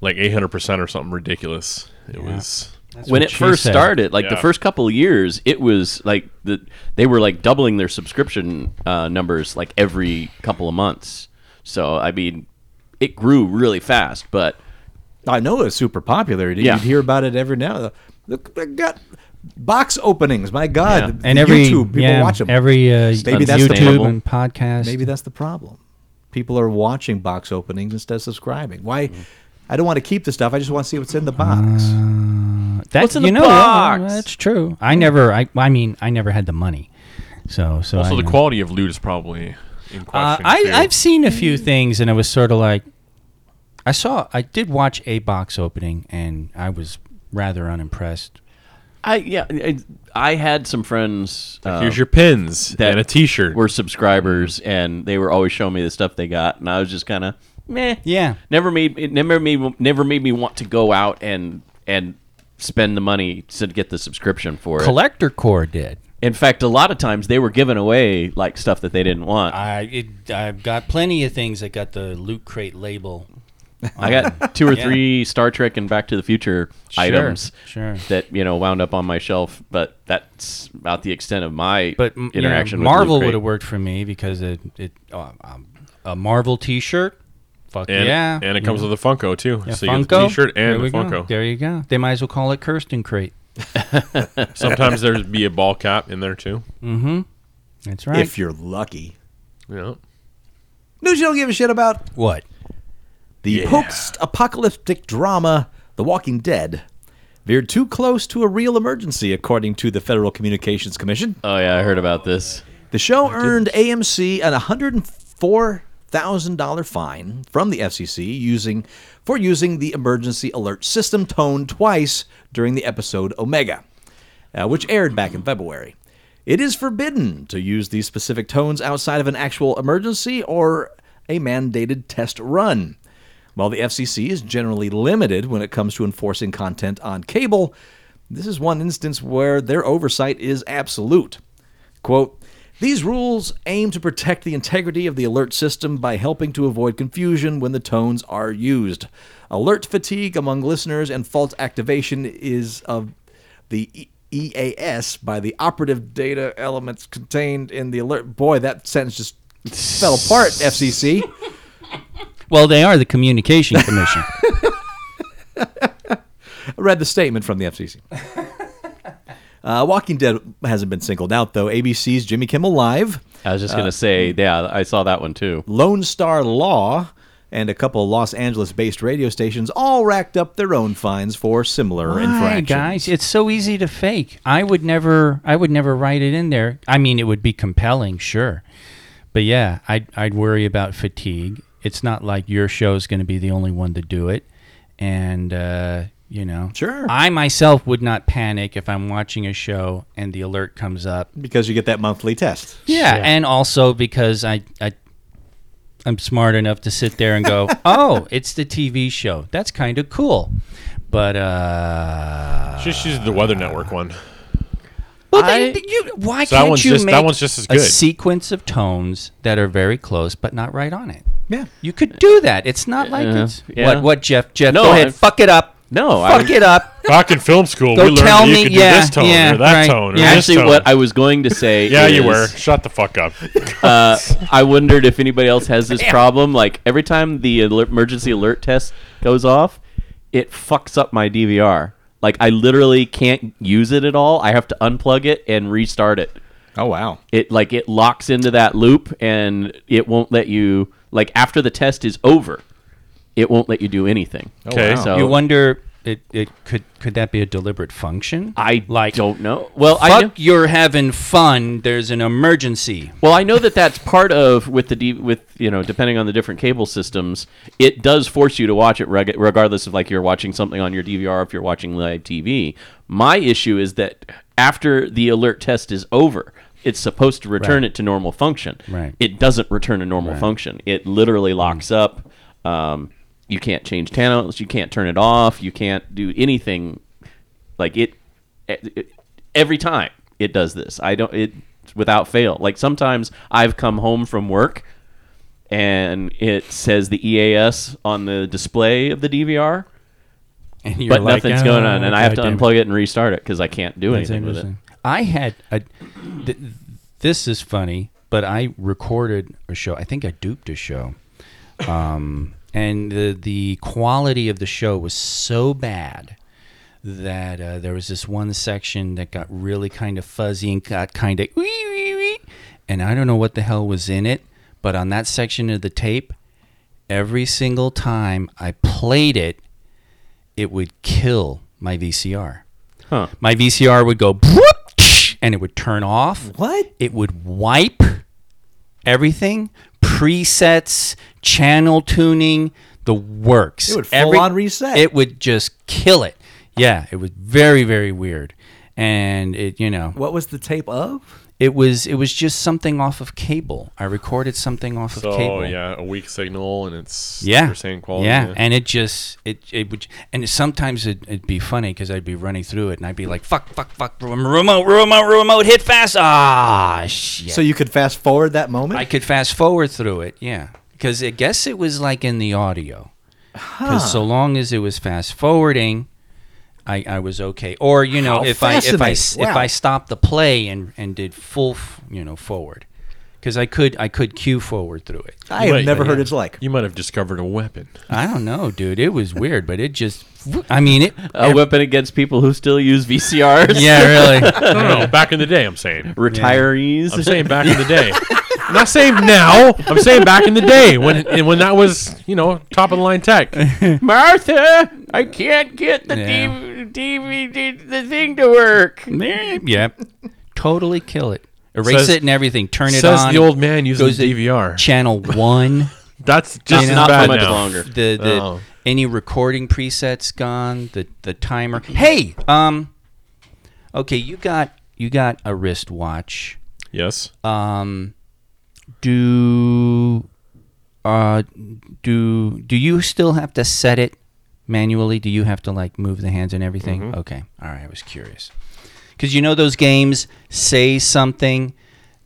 Speaker 5: like eight hundred percent or something ridiculous. It was.
Speaker 3: when
Speaker 2: what
Speaker 3: it
Speaker 2: she
Speaker 3: first
Speaker 2: said.
Speaker 3: started, like the
Speaker 5: Yeah.
Speaker 3: first couple of years, it was like the, they were like doubling their subscription uh, numbers like every couple of months. So I mean, it grew really fast, but
Speaker 4: I know it's super popular. You'd
Speaker 3: Yeah.
Speaker 4: hear about it every now. Look, I got box openings. My God,
Speaker 3: Yeah.
Speaker 4: the-
Speaker 2: And
Speaker 4: the
Speaker 2: every
Speaker 4: YouTube people
Speaker 2: yeah,
Speaker 4: watch them.
Speaker 2: every uh,
Speaker 4: Maybe that's the
Speaker 2: YouTube
Speaker 4: problem.
Speaker 2: and podcast.
Speaker 4: Maybe that's the problem. People are watching box openings instead of subscribing. Why? I don't want to keep the stuff. I just want to see what's in the box.
Speaker 2: Uh, That,
Speaker 3: What's in
Speaker 2: you
Speaker 3: the
Speaker 2: know, what?
Speaker 3: box?
Speaker 2: That's true. I never. I. I mean, I never had the money. So, so
Speaker 5: Also,
Speaker 2: I
Speaker 5: the
Speaker 2: know.
Speaker 5: quality of loot is probably in
Speaker 2: Uh,
Speaker 5: question.
Speaker 2: I,
Speaker 5: too.
Speaker 2: I've seen a few things, and I was sort of like, I saw, I did watch a box opening, and I was rather unimpressed.
Speaker 3: I yeah, I, I had some friends. uh,
Speaker 5: Here's your pins
Speaker 3: that
Speaker 5: and a T-shirt.
Speaker 3: were subscribers, and they were always showing me the stuff they got, and I was just kind of meh.
Speaker 2: Yeah.
Speaker 3: never made it never made never made me want to go out and and spend the money to get the subscription for it.
Speaker 2: Collector Core did.
Speaker 3: In fact, a lot of times they were giving away like stuff that they didn't want.
Speaker 2: I it, I've got plenty of things that got the loot crate label
Speaker 3: I
Speaker 2: [LAUGHS]
Speaker 3: got two or three Star Trek and Back to the Future
Speaker 2: Sure,
Speaker 3: items
Speaker 2: sure.
Speaker 3: that you know wound up on my shelf, but that's about the extent of my
Speaker 2: But m- you know,
Speaker 3: interaction. with
Speaker 2: Marvel
Speaker 3: Loot
Speaker 2: would
Speaker 3: Crate.
Speaker 2: have worked for me because it it uh, um, a Marvel T-shirt. Fuck
Speaker 5: And,
Speaker 2: yeah!
Speaker 5: and it comes with a Funko too.
Speaker 2: Yeah,
Speaker 5: so you get
Speaker 2: Funko
Speaker 5: the T-shirt
Speaker 2: There
Speaker 5: and the
Speaker 2: we go.
Speaker 5: Funko.
Speaker 2: There you go. They might as well call it Kirsten Crate.
Speaker 5: Sometimes there'd be a ball cap in there too.
Speaker 2: That's right.
Speaker 4: If you're lucky. [LAUGHS]
Speaker 5: Yeah.
Speaker 4: News you don't give a shit about.
Speaker 2: what?
Speaker 4: The post-apocalyptic drama The Walking Dead veered too close to a real emergency, according to the Federal Communications Commission.
Speaker 3: Oh yeah, I heard about this.
Speaker 4: The show earned AMC an $104,000 fine from the FCC using for using the emergency alert system tone twice during the episode Omega, uh, which aired back in February. It is forbidden to use these specific tones outside of an actual emergency or a mandated test run. While the FCC is generally limited when it comes to enforcing content on cable, this is one instance where their oversight is absolute. Quote, these rules aim to protect the integrity of the alert system by helping to avoid confusion when the tones are used. Alert fatigue among listeners and false activation is of the E- EAS by the operative data elements contained in the alert. Boy, that sentence just fell apart, FCC.
Speaker 2: Well, they are the
Speaker 5: [LAUGHS]
Speaker 2: Communication Commission.
Speaker 4: I read the statement from the FCC. Uh, Walking Dead hasn't been singled out, though. ABC's Jimmy Kimmel Live,
Speaker 3: I was
Speaker 2: Uh,
Speaker 3: just gonna say,
Speaker 2: mm.
Speaker 3: yeah, I saw that one too.
Speaker 4: Lone Star Law, and a couple of Los Angeles based radio stations all racked up their own fines for similar
Speaker 2: Why,
Speaker 4: infractions.
Speaker 2: guys? It's so easy to fake. I would never. I would never write it in there. I mean, it would be compelling, sure, but yeah, I'd I'd worry about fatigue. It's not like your show's going to be the only one to do it, and uh, you know,
Speaker 4: Sure.
Speaker 2: I myself would not panic if I'm watching a show and the alert comes up.
Speaker 4: Because you get that monthly test.
Speaker 2: Yeah, and also because I, I I'm smart enough to sit there and
Speaker 4: [LAUGHS]
Speaker 2: go, "Oh, it's the TV show. That's kind of cool." But uh
Speaker 5: Just use the Weather Network one.
Speaker 2: well, then you, why
Speaker 5: So that
Speaker 2: can't
Speaker 5: one's
Speaker 2: you
Speaker 5: just- that
Speaker 2: make
Speaker 5: one's just as
Speaker 2: a
Speaker 5: good.
Speaker 2: sequence of tones that are very close but not right on it?
Speaker 4: Yeah.
Speaker 2: You could do that. It's not like
Speaker 3: Yeah,
Speaker 2: it's
Speaker 3: yeah.
Speaker 2: what what Jeff Jeff
Speaker 3: No,
Speaker 2: go ahead
Speaker 3: I-
Speaker 2: fuck it up.
Speaker 3: No, I
Speaker 2: fuck it up.
Speaker 5: [LAUGHS]
Speaker 3: [LAUGHS]
Speaker 5: Back in film school,
Speaker 2: Go
Speaker 5: we learned
Speaker 2: tell
Speaker 5: that you
Speaker 2: me-
Speaker 5: could
Speaker 2: yeah,
Speaker 5: do this tone
Speaker 2: yeah,
Speaker 5: or that
Speaker 2: right.
Speaker 5: tone or
Speaker 2: Yeah.
Speaker 5: this
Speaker 3: Actually,
Speaker 5: tone.
Speaker 3: what I was going to say.
Speaker 5: yeah, you
Speaker 3: is,
Speaker 5: were. Shut the fuck [LAUGHS] up.
Speaker 3: Uh, I wondered if anybody else has this problem. Like every time the alert, emergency alert test goes off, it fucks up my DVR. Like I literally can't use it at all. I have to unplug it and restart it.
Speaker 4: Oh, wow.
Speaker 3: It like it locks into that loop and it won't let you like after the test is over, it won't let you do anything.
Speaker 4: Oh,
Speaker 5: Okay.
Speaker 3: So
Speaker 2: You wonder it, it could could that be a deliberate function?
Speaker 3: I
Speaker 2: like
Speaker 3: don't know. Well, I know-
Speaker 2: Fuck, you're having fun. There's an emergency.
Speaker 3: Well, I know that that's part of with the D, with you know depending on the different cable systems, it does force you to watch it reg- regardless of like you're watching something on your DVR or if you're watching live TV. My issue is that after the alert test is over, it's supposed to return it to normal function.
Speaker 2: Right.
Speaker 3: It doesn't return to normal function. It literally locks up. Um, you can't change channels. You can't turn it off. You can't do anything like it, e, it every time it does this i don't it without fail like sometimes i've come home from work and it says the eas on the display of the dvr
Speaker 2: And "Ah,
Speaker 3: but nothing's going on and i have to unplug it and restart it because i can't do anything with it
Speaker 2: I had a. Th- this is funny, but I recorded a show. I think I duped a show, um, and the the quality of the show was so bad that uh, there was this one section that got really kind of fuzzy and got kind of wee wee wee, and I don't know what the hell was in it, but on that section of the tape, every single time I played it, it would kill my VCR.
Speaker 3: Huh.
Speaker 2: My VCR would go "Broop," and it would turn off.
Speaker 4: What?
Speaker 2: It would wipe everything, presets, channel tuning, the works.
Speaker 4: It would full on reset.
Speaker 2: It would just kill it. Yeah, it was very very weird. And it, you know,
Speaker 4: What was the tape of?
Speaker 2: it was it was just something off of cable. I recorded something off of
Speaker 5: So
Speaker 2: cable.
Speaker 5: yeah, a weak signal and it's
Speaker 2: yeah,
Speaker 5: the same quality.
Speaker 2: Yeah. and it just it it would and sometimes it, it'd be funny because I'd be running through it and I'd be like fuck fuck fuck rem- remote remote remote hit fast ah shit.
Speaker 4: So you could fast forward that moment?
Speaker 2: I could fast forward through it, yeah, because I guess it was like in the audio, because so long as it was fast forwarding, I, I was okay. Or you know,
Speaker 4: How
Speaker 2: if I if I s-
Speaker 4: fascinating.
Speaker 2: if
Speaker 4: Wow.
Speaker 2: I stopped the play and and did full f- you know forward, because I could I could cue forward through it.
Speaker 4: I have
Speaker 5: Right,
Speaker 4: never
Speaker 5: yeah.
Speaker 4: heard it's like.
Speaker 5: You might have discovered a weapon.
Speaker 2: I don't know, dude. It was weird, but it just I mean it.
Speaker 3: A weapon against people who still use VCRs.
Speaker 2: yeah,
Speaker 5: [LAUGHS]
Speaker 2: really.
Speaker 5: [LAUGHS] No, no, no, back in the day, I'm [LAUGHS] saying.
Speaker 3: [LAUGHS] Retirees.
Speaker 5: I'm saying back in the day. I'm not saying now. I'm saying back in the day when and when that was you know top of the line [LAUGHS] tech.
Speaker 3: Martha, I can't get the
Speaker 2: Yeah.
Speaker 3: DV DVD, the thing to work.
Speaker 2: Meh, yeah, totally kill it. Erase
Speaker 5: Says-
Speaker 2: it and everything. Turn it
Speaker 5: Says
Speaker 2: on.
Speaker 5: the old man using
Speaker 2: goes to
Speaker 5: DVR.
Speaker 2: channel one.
Speaker 5: That's just as
Speaker 2: not
Speaker 5: bad
Speaker 3: for much
Speaker 5: now.
Speaker 3: longer.
Speaker 5: [LAUGHS]
Speaker 2: the the
Speaker 5: Oh.
Speaker 2: any recording presets gone the the timer hey um okay you got you got a wristwatch
Speaker 5: Yes.
Speaker 2: um do uh do do you still have to set it manually do you have to like move the hands and everything okay all right i was curious because you know those games say something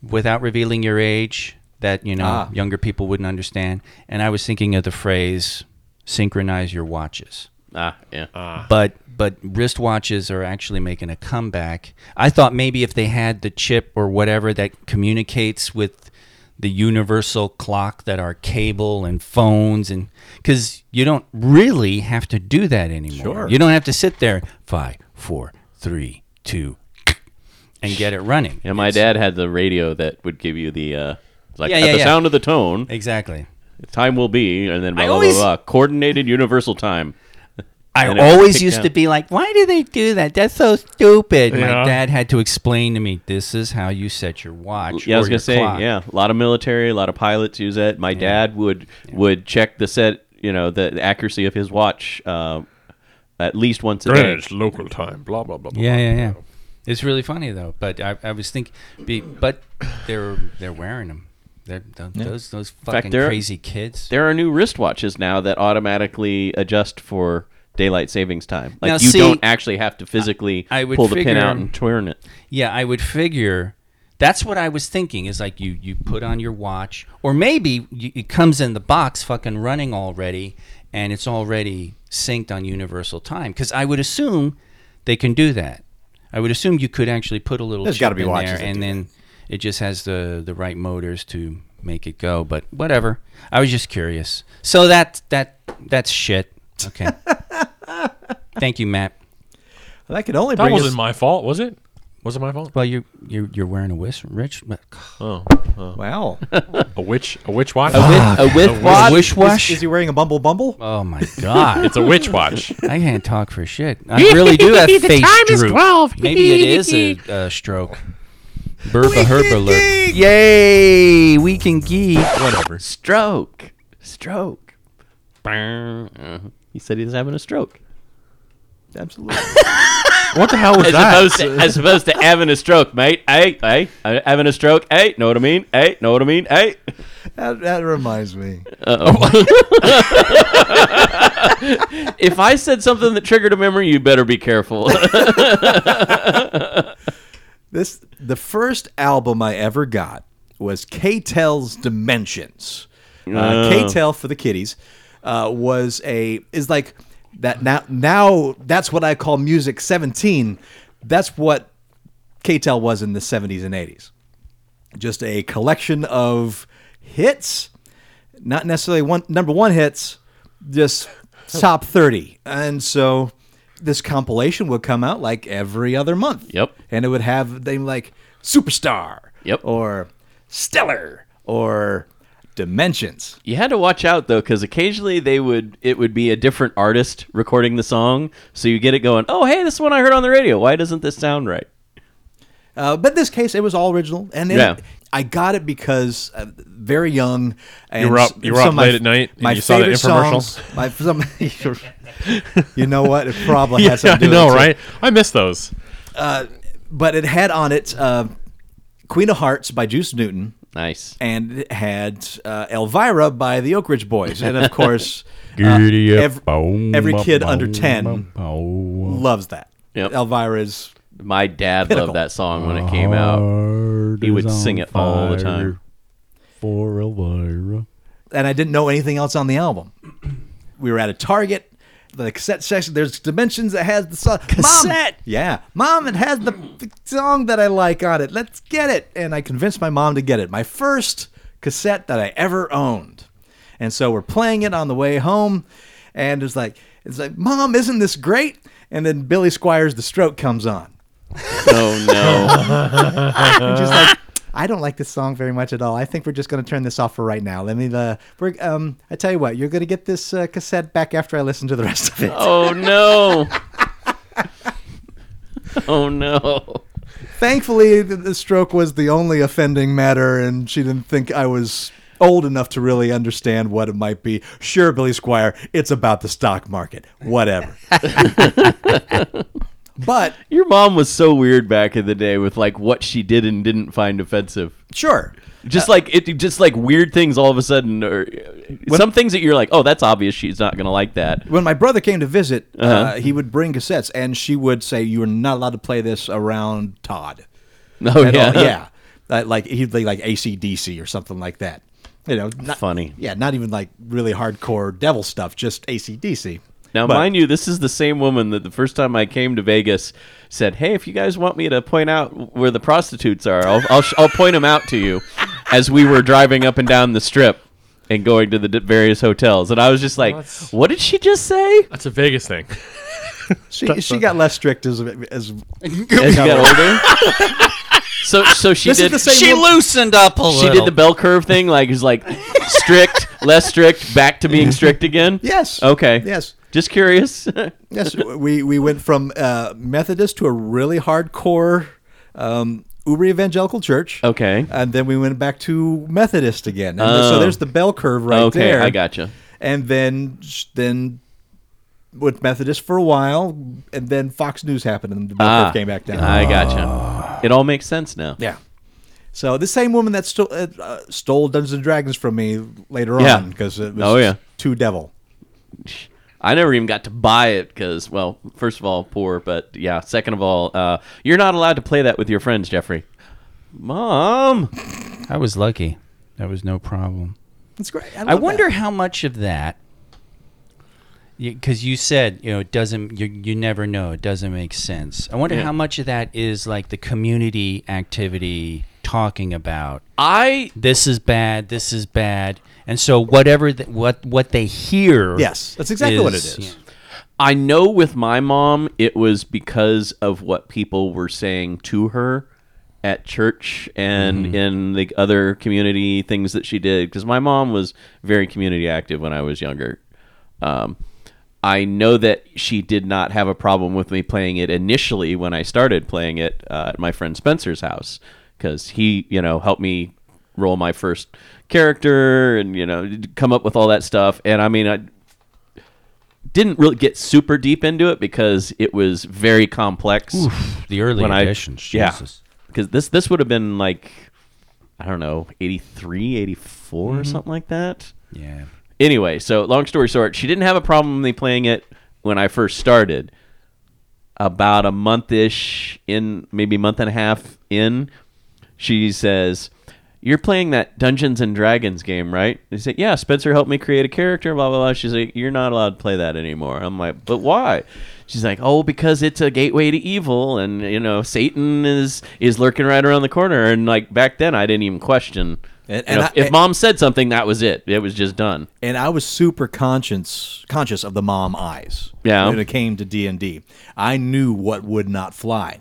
Speaker 2: without revealing your age that you know
Speaker 4: Ah.
Speaker 2: younger people wouldn't understand and i was thinking of the phrase synchronize your watches
Speaker 3: Ah, yeah.
Speaker 2: but but wristwatches are actually making a comeback. I thought maybe if they had the chip or whatever that communicates with the universal clock that are cable and phones and because you don't really have to do that anymore.
Speaker 4: Sure.
Speaker 2: You don't have to sit there five, four, three, two, and get it running.
Speaker 3: yeah, my dad had the radio that would give you the uh, like
Speaker 2: Yeah,
Speaker 3: at
Speaker 2: yeah,
Speaker 3: the
Speaker 2: yeah.
Speaker 3: sound of the tone,
Speaker 2: Exactly.
Speaker 3: time will be, and then blah
Speaker 2: I
Speaker 3: blah,
Speaker 2: always-
Speaker 3: blah blah coordinated universal time.
Speaker 2: I
Speaker 3: And it
Speaker 2: always
Speaker 3: ticked
Speaker 2: used to
Speaker 3: down.
Speaker 2: be like, why do they do that? That's so stupid. My
Speaker 5: Yeah.
Speaker 2: dad had to explain to me, this is how you set your watch.
Speaker 3: Yeah, I
Speaker 2: or
Speaker 3: was gonna
Speaker 2: your
Speaker 3: say,
Speaker 2: clock."
Speaker 3: yeah, a lot of military, a lot of pilots use that. My dad would would check the set, you know, the, the accuracy of his watch uh, at least once a day.
Speaker 5: Greenwich local time. Blah blah blah. blah
Speaker 2: Yeah,
Speaker 5: blah,
Speaker 2: yeah,
Speaker 5: blah.
Speaker 2: yeah. It's really funny though. But I, I was thinking, be, but they're they're wearing them. They're, th- Those those fucking
Speaker 3: they're-
Speaker 2: crazy kids.
Speaker 3: There are new wristwatches now that automatically adjust for daylight savings time. Like
Speaker 2: Now,
Speaker 3: you
Speaker 2: see,
Speaker 3: don't actually have to physically
Speaker 2: I would
Speaker 3: pull the pin
Speaker 2: figure-
Speaker 3: out and turn it.
Speaker 2: Yeah, I would figure. That's what I was thinking. Is like you you put on your watch, or maybe y it comes in the box, fucking running already, and it's already synced on universal time. Because I would assume they can do that. I would assume you could actually put a little
Speaker 4: There's
Speaker 2: chip
Speaker 4: gotta be
Speaker 2: in
Speaker 4: watches
Speaker 2: there,
Speaker 4: that do
Speaker 2: and then it just has the the right motors to make it go. But whatever. I was just curious. So that that that's shit.
Speaker 4: [LAUGHS]
Speaker 2: Okay. Thank you, Matt.
Speaker 4: That could only
Speaker 5: That
Speaker 4: bring
Speaker 5: wasn't
Speaker 4: us.
Speaker 5: my fault, was it? Was it my fault?
Speaker 2: Well, you you you're wearing a wish, Rich.
Speaker 5: Oh, oh.
Speaker 4: [LAUGHS] wow.
Speaker 5: a witch, a witch watch.
Speaker 3: A with watch.
Speaker 2: Wish
Speaker 4: is,
Speaker 2: wash.
Speaker 4: is he wearing a bumble bumble?
Speaker 2: Oh my god.
Speaker 5: [LAUGHS] It's a witch watch.
Speaker 2: I can't talk for shit. I really do have
Speaker 6: The
Speaker 2: face
Speaker 6: time is
Speaker 2: droop.
Speaker 6: 12.
Speaker 2: Maybe it is a, a stroke. Burpa herp alert.
Speaker 4: geek!
Speaker 2: Yay, we can geek.
Speaker 5: Whatever.
Speaker 3: Stroke. Stroke. Brrr. He said he was having a stroke.
Speaker 4: Absolutely.
Speaker 5: What the hell was
Speaker 3: As
Speaker 5: that?
Speaker 3: opposed, to, as opposed to having a stroke, mate. Hey, hey, uh, having a stroke. Hey, know what I mean? Hey, know what I mean? Hey.
Speaker 4: [LAUGHS] that, that reminds me.
Speaker 3: If I said something that triggered a memory, you better be [LAUGHS] careful.
Speaker 4: This the first album I ever got was K-Tel's Dimensions. Uh, K-Tel for the kiddies uh, was a is like that now now that's what I call music 17. That's what K-Tel was in the 70s and 80s. Just a collection of hits, not necessarily one number one hits, just top 30. And so this compilation would come out like every other month
Speaker 3: Yep.
Speaker 4: and it would have they like superstar
Speaker 3: Yep.
Speaker 4: or stellar or dimensions
Speaker 3: You had to watch out though, because occasionally they would it would be a different artist recording the song, so you get it going. Oh, hey, this is one I heard on the radio. Why doesn't this sound right?
Speaker 4: uh, but this case it was all original and it,
Speaker 3: Yeah.
Speaker 4: i got it because uh, very young and
Speaker 5: were up-
Speaker 4: s-
Speaker 5: you were
Speaker 4: some
Speaker 5: up
Speaker 4: of my-
Speaker 5: late at night and
Speaker 4: my
Speaker 5: you saw that
Speaker 4: favorite
Speaker 5: infomercial?
Speaker 4: songs, my, some, [LAUGHS] you know what it probably
Speaker 5: [LAUGHS] Yeah,
Speaker 4: has
Speaker 5: I
Speaker 4: something to do with
Speaker 5: know,
Speaker 4: it, too.
Speaker 5: right? I miss those.
Speaker 4: but it had on it uh, queen of hearts by juice newton
Speaker 3: Nice.
Speaker 4: and it had uh, Elvira by the Oak Ridge Boys. And of course, uh, ev- every, kid under 10 loves that.
Speaker 3: Yep.
Speaker 4: Elvira's.
Speaker 3: My dad
Speaker 4: Pinnacle.
Speaker 3: loved that song when it came out. He would sing it all the time.
Speaker 7: For Elvira.
Speaker 4: And I didn't know anything else on the album. [CLEARS THROAT] we were at a Target. The cassette section. There's dimensions that has the song.
Speaker 2: Cassette?
Speaker 4: Mom, yeah, mom. It has the f- song that I like on it. Let's get it. And I convinced my mom to get it. My first cassette that I ever owned. And so we're playing it on the way home, and it's like it's like, mom, isn't this great? And then Billy Squires' The Stroke comes on.
Speaker 3: Oh no!
Speaker 4: And she's like, I don't like this song very much at all. I think we're just going to turn this off for right now. Let me, uh, we're, um, I tell you what, you're going to get this uh, cassette back after I listen to the rest of it.
Speaker 3: Oh [LAUGHS] no! Oh no!
Speaker 4: Thankfully, the, the stroke was the only offending matter, and she didn't think I was old enough to really understand what it might be. Sure, Billy Squire, it's about the stock market. Whatever. but
Speaker 3: Your mom was so weird back in the day with like what she did and didn't find offensive.
Speaker 4: sure.
Speaker 3: Just like it, just like weird things all of a sudden, or some things that you're like, oh, that's obvious. She's not gonna like that.
Speaker 4: when my brother came to visit, uh he would bring cassettes, and she would say, "You are not allowed to play this around Todd."
Speaker 3: Oh
Speaker 4: At
Speaker 3: yeah,
Speaker 4: all. yeah. Uh, like he'd play like ACDC or something like that. You know, not,
Speaker 3: Funny.
Speaker 4: Yeah, not even like really hardcore devil stuff, just ACDC.
Speaker 3: Now,
Speaker 4: But-
Speaker 3: mind you, this is the same woman that the first time I came to Vegas said, "Hey, if you guys want me to point out where the prostitutes are, I'll I'll, sh- I'll point them out to
Speaker 4: [LAUGHS]
Speaker 3: you." As we were driving up and down the strip and going to the d- various hotels, and I was just like,
Speaker 5: That's-
Speaker 3: "What did she just
Speaker 4: [LAUGHS]
Speaker 3: say?"
Speaker 5: That's a Vegas thing.
Speaker 4: She she got less strict as as
Speaker 3: As you got older.
Speaker 4: [LAUGHS]
Speaker 3: So, so she
Speaker 4: This is
Speaker 3: did.
Speaker 4: the same
Speaker 2: She loosened up a little.
Speaker 3: She did the bell curve thing, like it's like strict, less strict, back to being strict again.
Speaker 4: Yes.
Speaker 3: Okay.
Speaker 4: Yes.
Speaker 3: Just curious. [LAUGHS]
Speaker 4: Yes, we we went from uh, Methodist to a really hardcore um, uber evangelical church.
Speaker 3: Okay.
Speaker 4: and then we went back to Methodist again. And so
Speaker 3: Oh.
Speaker 4: there's the bell curve right
Speaker 3: okay,
Speaker 4: there.
Speaker 3: I gotcha.
Speaker 4: And then then with Methodist for a while, and then Fox News happened, and the bell
Speaker 3: Ah.
Speaker 4: curve came back down.
Speaker 3: I
Speaker 4: Ah.
Speaker 3: gotcha. It all makes sense now.
Speaker 4: yeah. So the same woman that stole, uh, uh, stole Dungeons and Dragons from me later
Speaker 3: Yeah.
Speaker 4: on because it was
Speaker 3: Oh, yeah.
Speaker 4: too devil.
Speaker 3: I never even got to buy it because, well, first of all, poor, but yeah, second of all, uh, you're not allowed to play that with your friends, Jeffrey. Mom,
Speaker 2: I was lucky. That was no problem.
Speaker 4: That's great.
Speaker 2: I
Speaker 4: love that.
Speaker 2: wonder how much of that, because you said you know it doesn't you you never know it doesn't make sense. I wonder
Speaker 3: Yeah.
Speaker 2: how much of that is like the community activity talking about
Speaker 3: I
Speaker 2: this is bad, this is bad, and so whatever th- what what they hear.
Speaker 4: Yes, that's exactly what it is.
Speaker 3: I know with my mom, it was because of what people were saying to her at church and in the other community things that she did. Because my mom was very community active when I was younger. Um, I know that she did not have a problem with me playing it initially when I started playing it uh, at my friend Spencer's house because he, you know, helped me roll my first character and you know come up with all that stuff. And I mean, I, didn't really get super deep into it because it was very complex
Speaker 2: The early
Speaker 3: when I
Speaker 2: editions.
Speaker 3: yeah
Speaker 2: Jesus.
Speaker 3: because this this would have been like I don't know 83 84
Speaker 2: Mm-hmm.
Speaker 3: or something like that
Speaker 2: Yeah.
Speaker 3: anyway so long story short she didn't have a problem with me playing it when I first started about a month ish in maybe month and a half in she says you're playing that Dungeons and Dragons game, right? They say, "Yeah, Spencer helped me create a character." Blah blah blah. She's like, "You're not allowed to play that anymore." I'm like, "But why?" She's like, "Oh, because it's a gateway to evil, and you know, Satan is is lurking right around the corner." And like back then, I didn't even question.
Speaker 4: And-
Speaker 3: You know,
Speaker 4: and
Speaker 3: if,
Speaker 4: I-
Speaker 3: if mom said something, that was it. It was just done.
Speaker 4: and I was super conscious conscious of the mom eyes.
Speaker 3: Yeah.
Speaker 4: When it came to D and D, I knew what would not fly.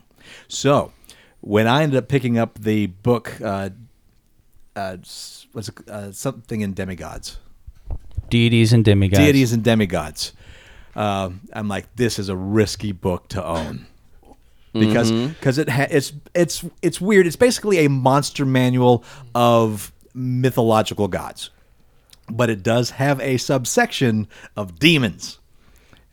Speaker 4: So when I ended up picking up the book, uh, uh, s- what's it, uh, something in demigods,
Speaker 2: Deities and demigods.
Speaker 4: deities and demigods, um, I'm like, this is a risky book to own. Because because it ha- it's it's it's weird. It's basically a monster manual of mythological gods, but it does have a subsection of demons.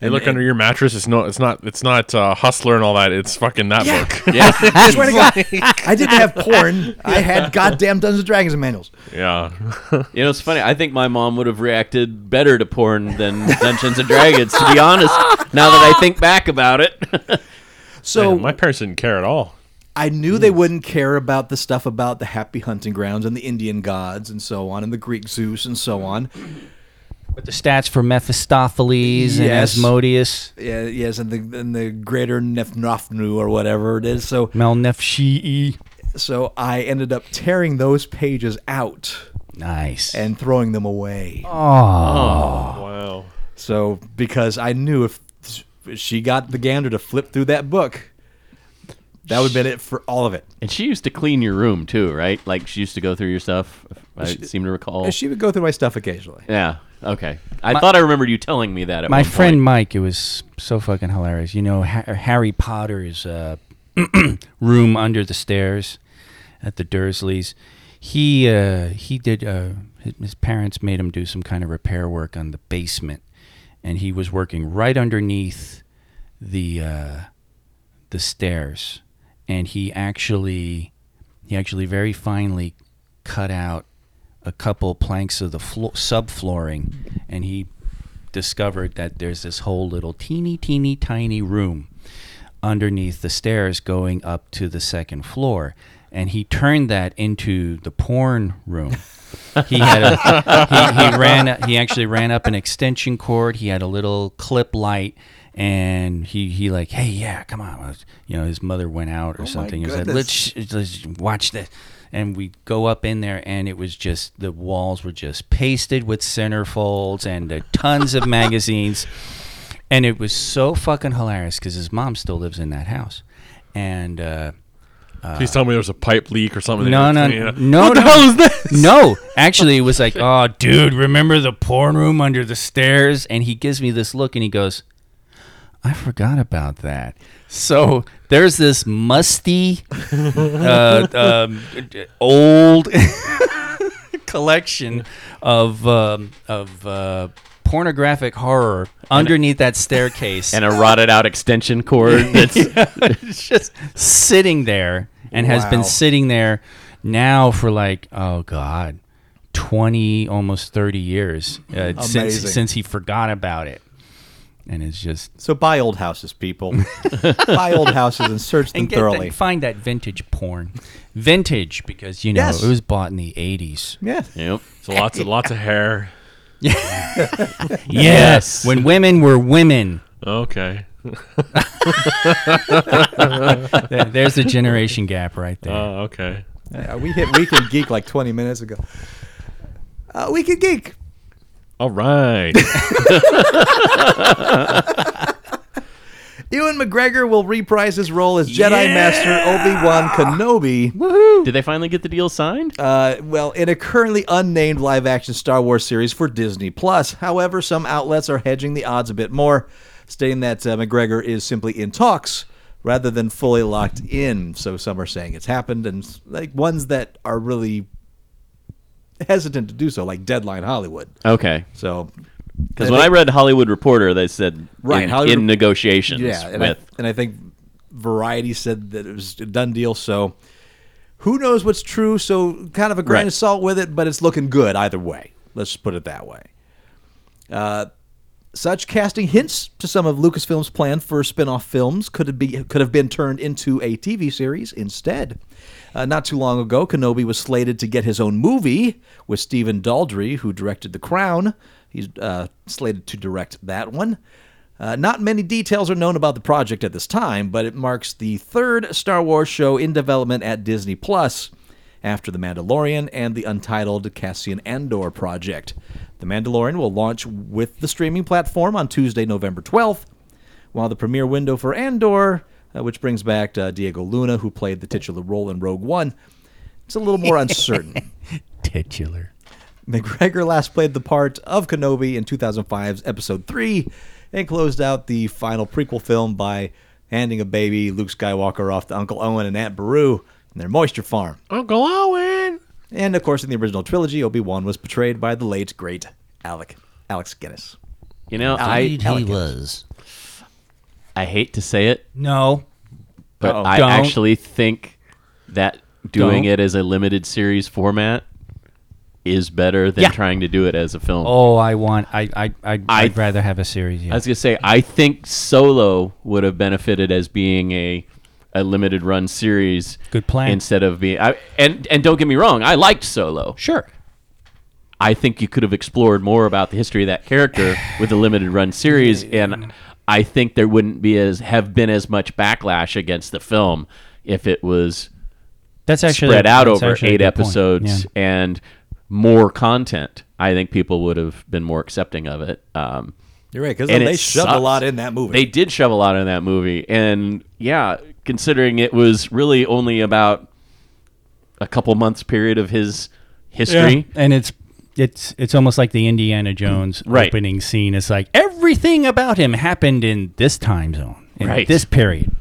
Speaker 5: You look under your mattress. It's not. It's not. It's not uh, hustler and all that. It's fucking that
Speaker 4: [LAUGHS]
Speaker 5: book.
Speaker 4: I swear to God, [LAUGHS] I didn't have porn. I [LAUGHS] had goddamn Dungeons and Dragons manuals.
Speaker 5: yeah.
Speaker 3: You know, it's funny. I think my mom would have reacted better to porn than [LAUGHS] Dungeons and Dragons. To be honest, now that I think back about it, [LAUGHS]
Speaker 4: So
Speaker 5: my parents didn't care at all.
Speaker 4: I knew they wouldn't care about the stuff about the happy hunting grounds and the Indian gods and so on and the Greek Zeus and so on.
Speaker 2: But the stats for Mephistopheles and
Speaker 4: Yes.
Speaker 2: Asmodeus,
Speaker 4: Yeah, yes, and the and the greater Nefnofnu or whatever it is. So
Speaker 2: Melnefshii.
Speaker 4: so I ended up tearing those pages out
Speaker 2: Nice.
Speaker 4: and throwing them away.
Speaker 5: Wow.
Speaker 4: So because I knew if she got the gander to flip through that book, that would have been it for all of it.
Speaker 3: And she used to clean your room too, right? Like she used to go through your stuff. if I seem to recall.
Speaker 4: And she would go through my stuff occasionally.
Speaker 3: yeah. Okay. I thought I remembered you telling me that. At
Speaker 2: My
Speaker 3: one
Speaker 2: friend
Speaker 3: Point.
Speaker 2: Mike, it was so fucking hilarious. You know, ha- Harry Potter's uh, [CLEARS THROAT] room under the stairs at the Dursleys. He uh, he did. Uh, his, his parents made him do some kind of repair work on the basement, and he was working right underneath the uh, the stairs. And he actually he actually very finely cut out a couple planks of the flo- subflooring, and he discovered that there's this whole little teeny, teeny, tiny room underneath the stairs going up to the second floor. And he turned that into the porn room. [LAUGHS] He had a, he, he ran he actually ran up an extension cord. He had a little clip light, and he, he like hey yeah come on let's-" you know his mother went out or something. He said let's, let's watch this, and we go up in there and it was just the walls were just pasted with centerfolds and uh, tons of magazines. And it was so fucking hilarious because his mom still lives in that house. And uh,
Speaker 5: Please tell me there was a pipe leak or something.
Speaker 2: no, no,
Speaker 5: Yeah.
Speaker 2: no, no. What the hell is this? No, actually, it was like, oh, dude, remember the porn room under the stairs? And he gives me this look and he goes, I forgot about that. So there's this musty, [LAUGHS] uh, um, old [LAUGHS] collection of um, of uh, pornographic horror underneath that staircase,
Speaker 3: And a rotted out extension
Speaker 4: [LAUGHS]
Speaker 3: cord. That's
Speaker 2: it's just sitting there and has
Speaker 4: Wow.
Speaker 2: been sitting there now for like oh god 20 almost 30 years uh, since
Speaker 4: Amazing.
Speaker 2: since he forgot about it and it's just
Speaker 4: So buy old houses, [LAUGHS] people. buy old houses and search them
Speaker 2: and get
Speaker 4: thoroughly.
Speaker 2: that, find that vintage porn vintage because you know
Speaker 4: Yes.
Speaker 2: it was bought in the 80s
Speaker 4: yeah.
Speaker 3: yep.
Speaker 5: So lots of lots of hair.
Speaker 2: yes when women were women
Speaker 5: Okay.
Speaker 2: There- there's the generation gap right there
Speaker 3: Uh,
Speaker 5: Oh, okay.
Speaker 4: Yeah, Uh, we hit Weekend Geek like 20 minutes ago. Uh, Weekend Geek.
Speaker 5: All right.
Speaker 4: Ewan McGregor will reprise his role as Jedi Master Obi-Wan Kenobi.
Speaker 3: Did they finally get the deal signed?
Speaker 4: Uh, well, in a currently unnamed live-action Star Wars series for Disney Plus. However, some outlets are hedging the odds a bit more, stating that uh, McGregor is simply in talks rather than fully locked in. So some are saying it's happened, and like ones that are really hesitant to do so, like Deadline Hollywood.
Speaker 3: okay.
Speaker 4: So,
Speaker 3: Because when I read Hollywood Reporter, they said
Speaker 4: Right,
Speaker 3: in,
Speaker 4: Hollywood-
Speaker 3: in negotiations
Speaker 4: Yeah, and,
Speaker 3: with.
Speaker 4: I, and I think Variety said that it was a done deal. So who knows what's true? So kind of a grain
Speaker 3: Right.
Speaker 4: of salt with it, but it's looking good either way. Let's just put it that way. Uh, such casting hints to some of Lucasfilm's plan for spin-off films could have be could have been turned into a TV series instead. Uh, not too long ago, Kenobi was slated to get his own movie with Stephen Daldry, who directed The Crown. He's uh, slated to direct that one. Uh, not many details are known about the project at this time, but it marks the third Star Wars show in development at Disney Plus after The Mandalorian and the untitled Cassian Andor project. The Mandalorian will launch with the streaming platform on Tuesday, November 12th, while the premiere window for Andor, uh, which brings back uh, Diego Luna, who played the titular role in Rogue One, it's a little more uncertain.
Speaker 2: titular
Speaker 4: McGregor last played the part of Kenobi in 2005's Episode 3 and closed out the final prequel film by handing a baby Luke Skywalker off to Uncle Owen and Aunt Beru in their moisture farm.
Speaker 5: Uncle Owen.
Speaker 4: And of course, in the original trilogy, Obi Wan was portrayed by the late great Alec Alex Guinness.
Speaker 3: You know, I,
Speaker 2: he was
Speaker 3: I hate to say it,
Speaker 2: no
Speaker 3: but
Speaker 4: Uh-oh.
Speaker 3: I
Speaker 2: Don't.
Speaker 3: actually think that doing
Speaker 2: Don't.
Speaker 3: it as a limited series format is better than
Speaker 2: Yeah.
Speaker 3: trying to do it as a film.
Speaker 2: oh i want i i i'd,
Speaker 3: I-
Speaker 2: I'd rather have a series yeah.
Speaker 3: I was gonna say I think Solo would have benefited as being a a limited run series.
Speaker 2: Good plan.
Speaker 3: Instead of being I, and and don't get me wrong, I liked Solo.
Speaker 2: sure
Speaker 3: I think you could have explored more about the history of that
Speaker 2: [SIGHS]
Speaker 3: character with the limited run series, and I think there wouldn't be as have been as much backlash against the film if it was
Speaker 2: That's actually
Speaker 3: spread out
Speaker 2: that's
Speaker 3: over
Speaker 2: actually a
Speaker 3: eight
Speaker 2: good point.
Speaker 3: episodes
Speaker 2: Yeah.
Speaker 3: and more content. I think people would have been more accepting of it. Um,
Speaker 4: You're right, because
Speaker 3: and
Speaker 4: they
Speaker 3: it
Speaker 4: shoved a
Speaker 3: sucks.
Speaker 4: lot in that movie.
Speaker 3: They did shove a lot in that movie, and yeah, considering it was really only about a couple months period of his history.
Speaker 2: And it's it's it's almost like the Indiana Jones
Speaker 3: Mm, Right.
Speaker 2: opening scene. It's like everything about him happened in this time zone, in
Speaker 3: Right.
Speaker 2: this period.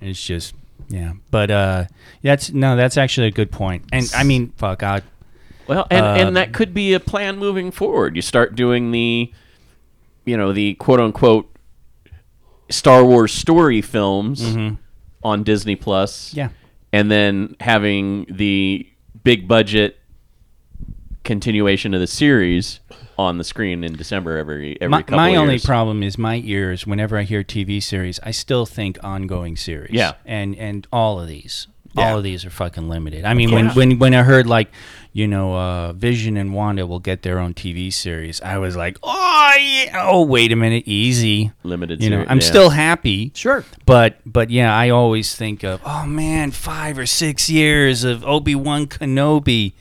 Speaker 2: It's just yeah, but uh, that's no, that's actually a good point. And I mean, fuck, I
Speaker 3: Well, and
Speaker 2: Um,
Speaker 3: and that could be a plan moving forward. You start doing the, you know, the quote unquote Star Wars story films on Disney Plus.
Speaker 2: Mm-hmm. Yeah.
Speaker 3: and then having the big budget continuation of the series on the screen in December every every
Speaker 2: my,
Speaker 3: couple
Speaker 2: my
Speaker 3: of
Speaker 2: only
Speaker 3: years.
Speaker 2: problem is my ears. Whenever I hear TV series, I still think ongoing series.
Speaker 3: Yeah.
Speaker 2: and and all of these. All of these are fucking limited. I mean, when, when when I heard like, you know, uh, Vision and Wanda will get their own TV series, I was like, oh, yeah. oh, wait a minute, easy.
Speaker 3: Limited
Speaker 2: You know,
Speaker 3: series,
Speaker 2: I'm
Speaker 3: yeah.
Speaker 2: still happy.
Speaker 4: Sure.
Speaker 2: But but yeah, I always think of oh man, five or six years of Obi Wan Kenobi.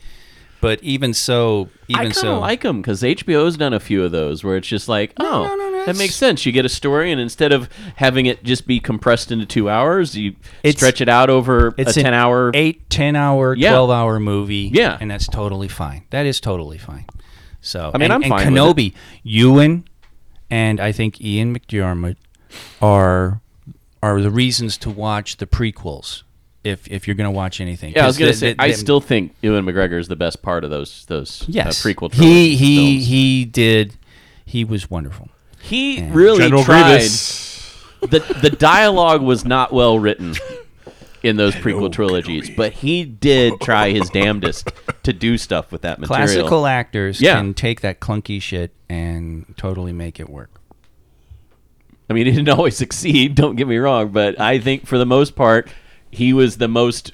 Speaker 2: But even so,
Speaker 3: I
Speaker 2: even
Speaker 3: kind of
Speaker 2: so,
Speaker 3: like them because HBO's done a few of those where it's just like, oh,
Speaker 2: no, no,
Speaker 3: that
Speaker 2: that's-
Speaker 3: makes sense. You get a story, and instead of having it just be compressed into two hours, you
Speaker 2: It's-
Speaker 3: stretch it out over a
Speaker 2: an
Speaker 3: ten-hour.
Speaker 2: eight, 10 hour,
Speaker 3: Yeah.
Speaker 2: 12 hour movie.
Speaker 3: Yeah.
Speaker 2: And that's totally fine. That is totally fine. So,
Speaker 3: I mean,
Speaker 2: and,
Speaker 3: I'm
Speaker 2: and
Speaker 3: fine with
Speaker 2: Kenobi, Ewan, and I think Ian McDiarmid are are the reasons to watch the prequels if if you're going to watch anything.
Speaker 3: Yeah, I was
Speaker 2: 'Cause
Speaker 3: gonna
Speaker 2: the-
Speaker 3: say
Speaker 2: the-
Speaker 3: I
Speaker 2: the-
Speaker 3: still think Ewan McGregor is the best part of those those uh,
Speaker 2: yes
Speaker 3: prequel.
Speaker 2: He
Speaker 3: trilogy
Speaker 2: he
Speaker 3: films.
Speaker 2: he did. He was wonderful.
Speaker 3: he really
Speaker 5: General
Speaker 3: tried.
Speaker 5: Grievous.
Speaker 3: the The dialogue was not well written in those prequel trilogies, but he did try his damnedest to do stuff with that material.
Speaker 2: Classical actors
Speaker 3: Yeah.
Speaker 2: can take that clunky shit and totally make it work.
Speaker 3: I mean, he didn't always succeed, don't get me wrong, but I think for the most part, he was the most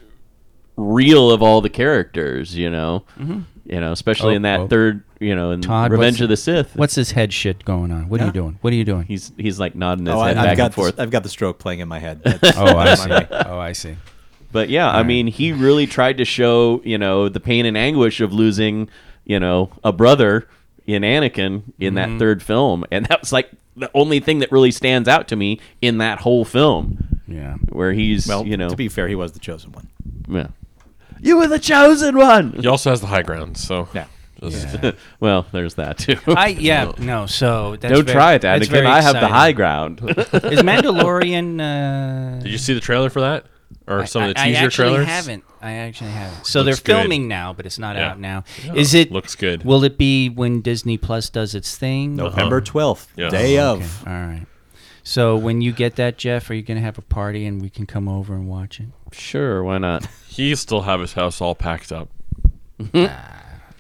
Speaker 3: real of all the characters, you know? You know, especially
Speaker 2: Oh,
Speaker 3: in that
Speaker 2: oh.
Speaker 3: third, you know, in
Speaker 2: Todd,
Speaker 3: Revenge
Speaker 2: what's-
Speaker 3: of the Sith.
Speaker 2: What's this head shit going on? What are you doing? What are you doing?
Speaker 3: He's he's like nodding his
Speaker 4: Oh, I,
Speaker 3: head
Speaker 4: have
Speaker 3: back
Speaker 4: got
Speaker 3: and forth.
Speaker 4: The, I've got the stroke playing in my head.
Speaker 3: [LAUGHS]
Speaker 4: That's-
Speaker 2: Oh, I see. Oh, I see.
Speaker 3: But yeah, I mean, he really tried to show, you know, the pain and anguish of losing, you know, a brother in Anakin in that third film. And that was like the only thing that really stands out to me in that whole film
Speaker 2: Yeah.
Speaker 3: where he's,
Speaker 4: well,
Speaker 3: you know,
Speaker 4: to be fair, he was the chosen one.
Speaker 3: yeah. You were the chosen one.
Speaker 5: He also has the high ground, so
Speaker 4: Yeah.
Speaker 3: Uh-huh.
Speaker 5: Just-
Speaker 3: [LAUGHS] well, there's that too.
Speaker 2: I yeah no. So that's
Speaker 3: Don't
Speaker 2: very-
Speaker 3: try it,
Speaker 2: that's
Speaker 3: Anakin.
Speaker 2: very
Speaker 3: I have the
Speaker 2: exciting.
Speaker 3: high ground.
Speaker 2: Is Mandalorian? Uh,
Speaker 5: Did you see the trailer for that, or some of the
Speaker 2: I, I
Speaker 5: teaser
Speaker 2: actually
Speaker 5: trailers?
Speaker 2: haven't. I actually haven't. So
Speaker 5: Looks
Speaker 2: they're
Speaker 5: good.
Speaker 2: filming now, but it's not
Speaker 5: Yeah.
Speaker 2: out now. Is it?
Speaker 5: looks good.
Speaker 2: Will it be when Disney Plus does its thing?
Speaker 4: November 12th,
Speaker 5: Yeah.
Speaker 4: day
Speaker 5: Oh,
Speaker 4: of.
Speaker 2: All right. So when you get that, Jeff, are you going to have a party and we can come over and watch it?
Speaker 3: Sure, why not?
Speaker 5: He still have his house all packed up.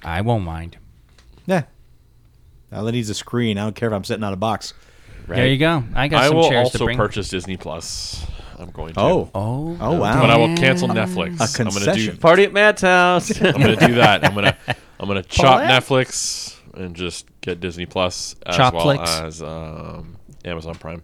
Speaker 2: I won't mind.
Speaker 4: Yeah. All that needs a screen. I don't care if I'm sitting on a box.
Speaker 2: There you go. I got
Speaker 5: I
Speaker 2: some
Speaker 5: will
Speaker 2: chairs to
Speaker 5: also
Speaker 2: bring.
Speaker 5: purchase Disney Plus. I'm going to.
Speaker 4: Oh.
Speaker 2: Oh,
Speaker 4: Oh, wow.
Speaker 5: But I will cancel Netflix.
Speaker 4: A
Speaker 5: I'm gonna do.
Speaker 4: concession.
Speaker 3: Party at Matt's house.
Speaker 5: I'm gonna do that. I'm gonna. I'm gonna chop
Speaker 2: Paulette?
Speaker 5: Netflix and just get Disney Plus as well
Speaker 2: Chopflix?
Speaker 5: as um, Amazon Prime.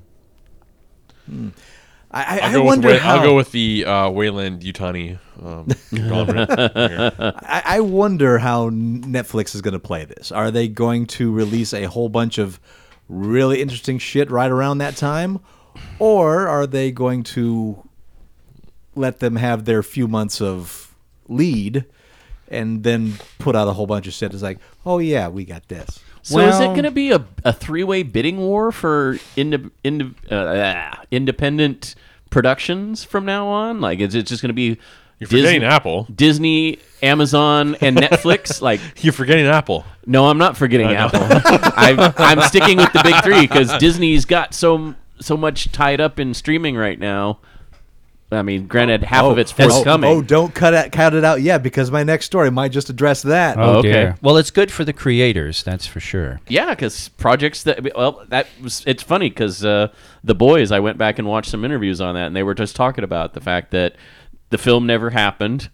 Speaker 4: I, I,
Speaker 5: I'll
Speaker 4: I
Speaker 5: go with
Speaker 4: wonder
Speaker 5: Wa-
Speaker 4: how.
Speaker 5: I'll go with the uh, Wayland Utani. Um, [LAUGHS] gauntlet.
Speaker 4: I, I wonder how Netflix is going to play this. Are they going to release a whole bunch of really interesting shit right around that time, or are they going to let them have their few months of lead and then put out a whole bunch of shit? It's like, oh yeah, we got this.
Speaker 3: So is it
Speaker 2: Well-
Speaker 3: going to be a, a three way bidding war for inde- inde- uh, ah, independent productions from now on? Like, is it just going to be
Speaker 5: You're forgetting Apple.
Speaker 3: Disney, Amazon, and
Speaker 5: [LAUGHS]
Speaker 3: Netflix? like,
Speaker 5: You're forgetting Apple.
Speaker 3: no, I'm not forgetting Apple. [LAUGHS] I, I'm sticking with the big three because Disney's got so so much tied up in streaming right now. I mean, granted, half of it's
Speaker 4: oh,
Speaker 3: forthcoming.
Speaker 4: oh, don't cut it, cut it out yet because my next story might just address that.
Speaker 2: Oh,
Speaker 3: Okay.
Speaker 2: dear. Well, it's good for the creators, that's for sure.
Speaker 3: Yeah, because projects that well, that was it's funny because uh, the boys. I went back and watched some interviews on that, and they were just talking about the fact that the film never happened.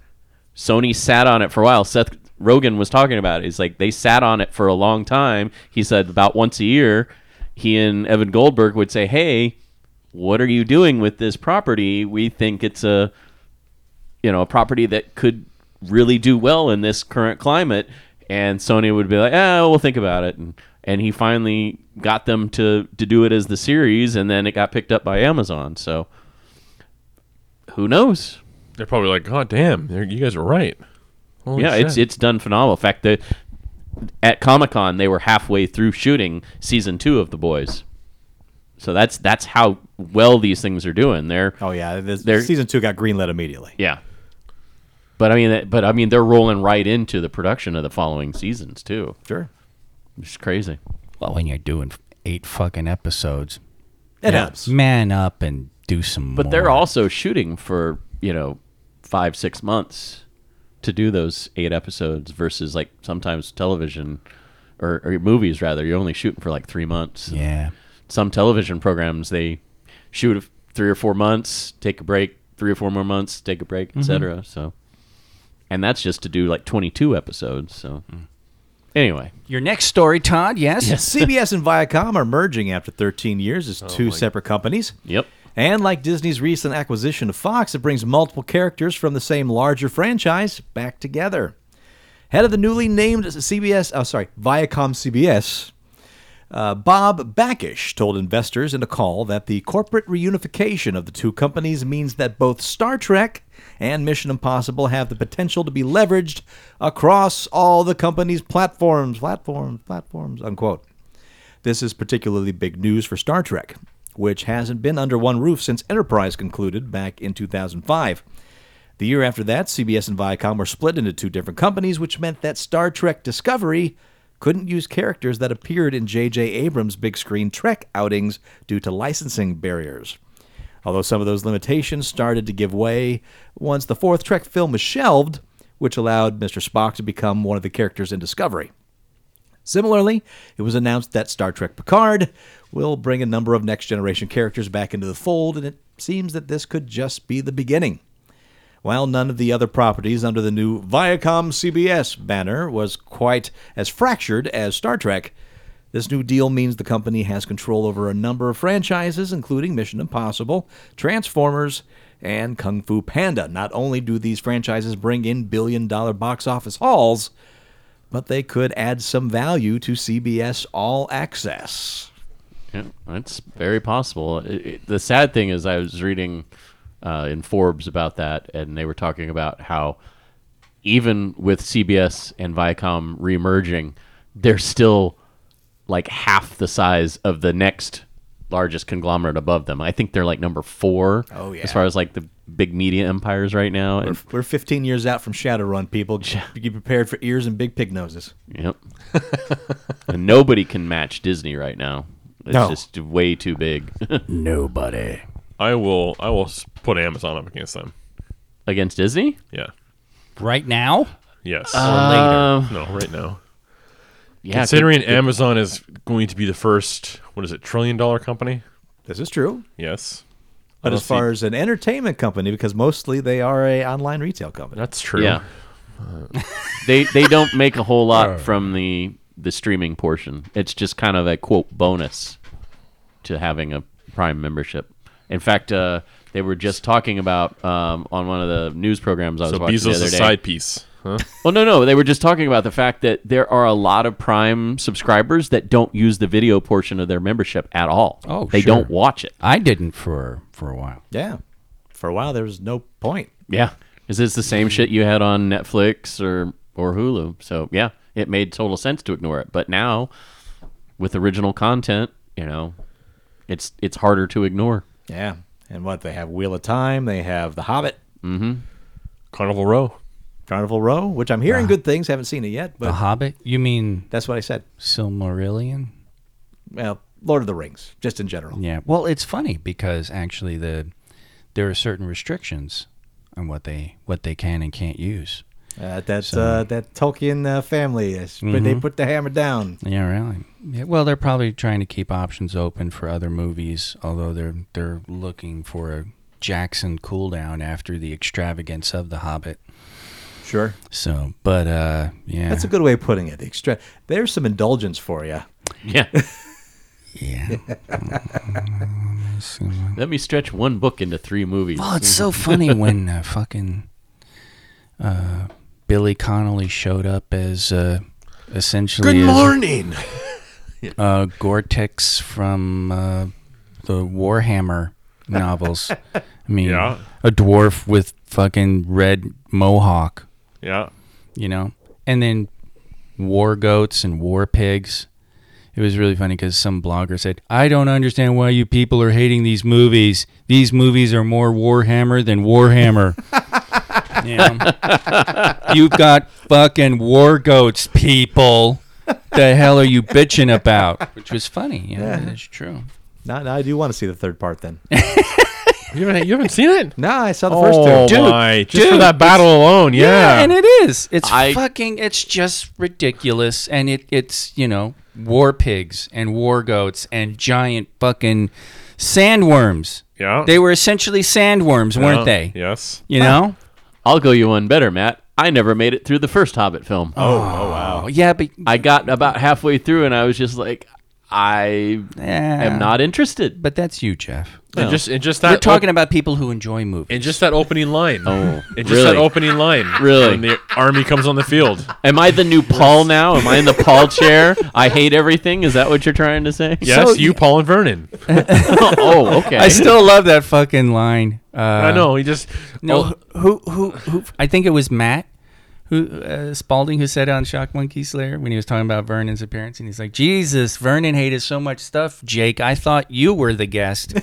Speaker 3: Sony sat on it for a while. Seth Rogan was talking about. Is like they sat on it for a long time. He said about once a year, he and Evan Goldberg would say, "Hey, what are you doing with this property? We think it's a, you know, a property that could really do well in this current climate." And Sony would be like, "Ah, we'll think about it." And and he finally got them to to do it as the series, and then it got picked up by Amazon. So who knows?
Speaker 5: They're probably like, God damn, they're- you guys are right. Holy
Speaker 3: yeah, it's
Speaker 5: shit."
Speaker 3: it's done phenomenal. In fact, the, at Comic Con they were halfway through shooting season two of The Boys, so that's that's how well these things are doing. They're
Speaker 4: Oh yeah, this,
Speaker 3: They're-
Speaker 4: season two got greenlit immediately.
Speaker 3: yeah, but I mean, that- but I mean, they're rolling right into the production of the following seasons too.
Speaker 4: Sure,
Speaker 3: Which is crazy.
Speaker 2: Well, when you're doing eight fucking episodes,
Speaker 4: it helps. [LAUGHS]
Speaker 2: man up and do some.
Speaker 3: But
Speaker 2: more.
Speaker 3: they're also shooting for you know five six months to do those eight episodes versus like sometimes television or, or movies rather you're only shooting for like three months.
Speaker 2: yeah.
Speaker 3: some television programs they shoot f- three or four months, take a break, three or four more months, take a break,
Speaker 2: Mm-hmm.
Speaker 3: etc. So, and that's just to do like twenty-two episodes. So,
Speaker 2: Mm.
Speaker 3: anyway,
Speaker 2: Your next story, Todd. Yes.
Speaker 4: CBS and Viacom are merging after 13 years as two separate companies.
Speaker 3: yep,
Speaker 4: And like Disney's recent acquisition of Fox, it brings multiple characters from the same larger franchise back together. Head of the newly named CBS, oh sorry, Viacom CBS, uh, Bob Bakish told investors in a call that the corporate reunification of the two companies means that both Star Trek and Mission Impossible have the potential to be leveraged across all the company's platforms, platforms, platforms, unquote. This is particularly big news for Star Trek, which hasn't been under one roof since Enterprise concluded back in 2005. The year after that, CBS and Viacom were split into two different companies, which meant that Star Trek Discovery couldn't use characters that appeared in J.J. Abrams' big screen Trek outings due to licensing barriers. Although some of those limitations started to give way once the fourth Trek film was shelved, which allowed Mr. Spock to become one of the characters in Discovery. Similarly, it was announced that Star Trek Picard will bring a number of next generation characters back into the fold, and it seems that this could just be the beginning. While none of the other properties under the new Viacom CBS banner was quite as fractured as Star Trek, this new deal means the company has control over a number of franchises, including Mission Impossible, Transformers, and Kung Fu Panda. Not only do these franchises bring in billion dollar box office hauls, but they could add some value to CBS All Access.
Speaker 3: yeah, that's very possible. It- it- the sad thing is, I was reading uh, in Forbes about that, and they were talking about how even with CBS and Viacom remerging, they're still like half the size of the next largest conglomerate above them. I think they're like number four.
Speaker 4: Oh, yeah.
Speaker 3: As far as like the big media empires right now. And,
Speaker 4: We're 15 years out from Shadowrun, people. Be prepared for ears and big pig noses. [LAUGHS]
Speaker 3: yep. and nobody can match Disney right now. It's
Speaker 4: No.
Speaker 3: just way too big [LAUGHS]
Speaker 2: Nobody.
Speaker 5: I will I will s- put Amazon up against them.
Speaker 3: against Disney.
Speaker 5: Yeah.
Speaker 2: Right now.
Speaker 5: Yes.
Speaker 3: Um,
Speaker 5: no, right now.
Speaker 3: yeah,
Speaker 5: Considering Amazon is going to be the first, what is it, trillion dollar company?
Speaker 4: This is true.
Speaker 5: Yes. I
Speaker 4: But
Speaker 5: don't
Speaker 4: as far
Speaker 5: see-
Speaker 4: as an entertainment company, because mostly they are a online retail company.
Speaker 5: that's true.
Speaker 3: Yeah. Uh, they they don't make a whole lot from the the streaming portion. It's just kind of a quote bonus to having a Prime membership. In fact, uh, they were just talking about um, on one of the news programs I was
Speaker 5: So
Speaker 3: watching
Speaker 5: Bezos'
Speaker 3: the
Speaker 5: a
Speaker 3: other day.
Speaker 5: side piece. Huh?
Speaker 3: Well, no, no, they were just talking about the fact that there are a lot of Prime subscribers that don't use the video portion of their membership at all.
Speaker 2: Oh,
Speaker 3: they
Speaker 2: sure.
Speaker 3: don't watch it.
Speaker 2: I didn't for for a while.
Speaker 4: Yeah. For a while, there was no point.
Speaker 3: Yeah. Is this the same shit you had on Netflix or or Hulu? So yeah, it made total sense to ignore it. But now with original content, you know, it's it's harder to ignore. [LAUGHS]
Speaker 4: Yeah. And what? They have Wheel of Time, they have The Hobbit,
Speaker 5: Carnival Row.
Speaker 4: Carnival Row, which I'm hearing good things. Haven't seen it yet, but
Speaker 2: The Hobbit. You mean
Speaker 4: that's what I said.
Speaker 2: Silmarillion?
Speaker 4: Well, Lord of the Rings, just in general.
Speaker 2: Yeah. Well, it's funny because actually the there are certain restrictions on what they what they can and can't use.
Speaker 4: Uh, that, uh, that Tolkien uh, family, is, when they put the hammer down.
Speaker 2: Yeah, really. Yeah, well, they're probably trying to keep options open for other movies, although they're they're looking for a Jackson cooldown after the extravagance of The Hobbit.
Speaker 4: Sure.
Speaker 2: So, but uh, yeah,
Speaker 4: That's a good way of putting it. Extra- There's some indulgence for you.
Speaker 3: Yeah.
Speaker 2: yeah.
Speaker 3: Let me stretch one book into three movies.
Speaker 4: [LAUGHS]
Speaker 2: Oh, it's so funny when uh, fucking uh, Billy Connolly showed up as uh, essentially as
Speaker 5: morning.
Speaker 2: uh, Gore-Tex from uh, the Warhammer
Speaker 4: [LAUGHS]
Speaker 2: novels. I mean,
Speaker 5: Yeah.
Speaker 2: a dwarf with fucking red mohawk,
Speaker 5: Yeah.
Speaker 2: you know, and then war goats and war pigs. It was really funny because some blogger said, "I don't understand why you people are hating these movies. These movies are more Warhammer than Warhammer." you know? You've got fucking war goats, people. The hell are you bitching about? Which was funny. You know, yeah, it's true.
Speaker 4: No, no, I do want to see the third part then.
Speaker 5: You haven't, you haven't seen [LAUGHS] it?
Speaker 4: no, I saw the first
Speaker 5: oh
Speaker 4: two.
Speaker 5: my! Just for
Speaker 2: dude,
Speaker 5: that battle alone, yeah.
Speaker 2: and it is. It's
Speaker 3: I-
Speaker 2: fucking. It's just ridiculous, and it it's you know war pigs and war goats and giant fucking sandworms.
Speaker 5: Yeah.
Speaker 2: they were essentially sandworms,
Speaker 5: Yeah.
Speaker 2: weren't they?
Speaker 5: Yes.
Speaker 2: You know.
Speaker 3: I'll go you one better, Matt. I never made it through the first Hobbit film.
Speaker 2: Oh yeah, but
Speaker 3: I got about halfway through and I was just like, I am not
Speaker 2: [LAUGHS]
Speaker 3: interested.
Speaker 2: But that's you, Jeff.
Speaker 5: And just and just that
Speaker 2: We're talking about people who enjoy movies.
Speaker 5: and just that opening line.
Speaker 3: Oh,
Speaker 5: and just that
Speaker 3: really?
Speaker 5: opening line.
Speaker 3: Really?
Speaker 5: When the army comes on the field.
Speaker 3: Am I the new Paul now? Am I in the Paul chair? I hate everything. Is that what you're trying to say?
Speaker 5: Yes, you, Paul and Vernon.
Speaker 3: [LAUGHS] oh, okay.
Speaker 2: I still love that fucking line. Uh,
Speaker 5: I know. He just oh,
Speaker 2: No, who, who, who? Oh. I think it was Matt, who uh, Spalding, who said on Shock Monkey Slayer when he was talking about Vernon's appearance, and he's like, "Jesus, Vernon hated so much stuff, Jake. I thought you were the
Speaker 5: [LAUGHS]
Speaker 2: guest."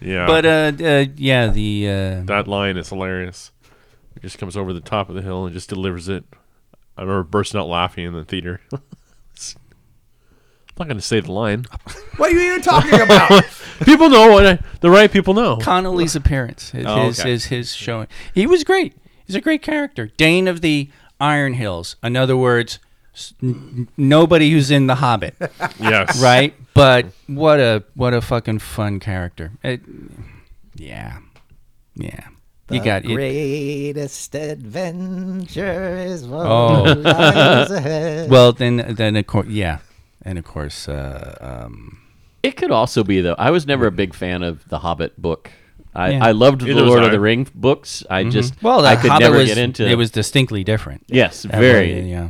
Speaker 5: yeah.
Speaker 2: but uh, uh yeah, the uh,
Speaker 5: that line is hilarious. He just comes over the top of the hill and just delivers it. I remember bursting out laughing in the theater. [LAUGHS] I'm not going to say the line.
Speaker 4: What are you even talking about?
Speaker 5: people know what I, the right people know. [LAUGHS]
Speaker 2: Connolly's appearance is
Speaker 5: Oh,
Speaker 2: his,
Speaker 5: okay.
Speaker 2: is his showing. He was great. He's a great character. Dane of the Iron Hills. In other words, s- n- nobody who's in The Hobbit. [LAUGHS]
Speaker 5: Yes.
Speaker 2: right? But what a what a fucking fun character. It, yeah, [LAUGHS] yeah. you got it.
Speaker 6: greatest adventure is what
Speaker 2: Oh. [LAUGHS]
Speaker 6: lies ahead.
Speaker 2: Well, then then of course yeah, and of course uh, um,
Speaker 3: It could also be though. I was never a big fan of the Hobbit book. I,
Speaker 2: Yeah.
Speaker 3: I loved
Speaker 5: Neither
Speaker 3: the
Speaker 5: was
Speaker 3: Lord
Speaker 5: I. Mm-hmm.
Speaker 3: of the Ring books. I just
Speaker 2: well, the
Speaker 3: I could
Speaker 2: Hobbit
Speaker 3: never
Speaker 2: was,
Speaker 3: get into
Speaker 2: it was distinctly different.
Speaker 3: yes,
Speaker 2: That
Speaker 3: very.
Speaker 2: way, yeah.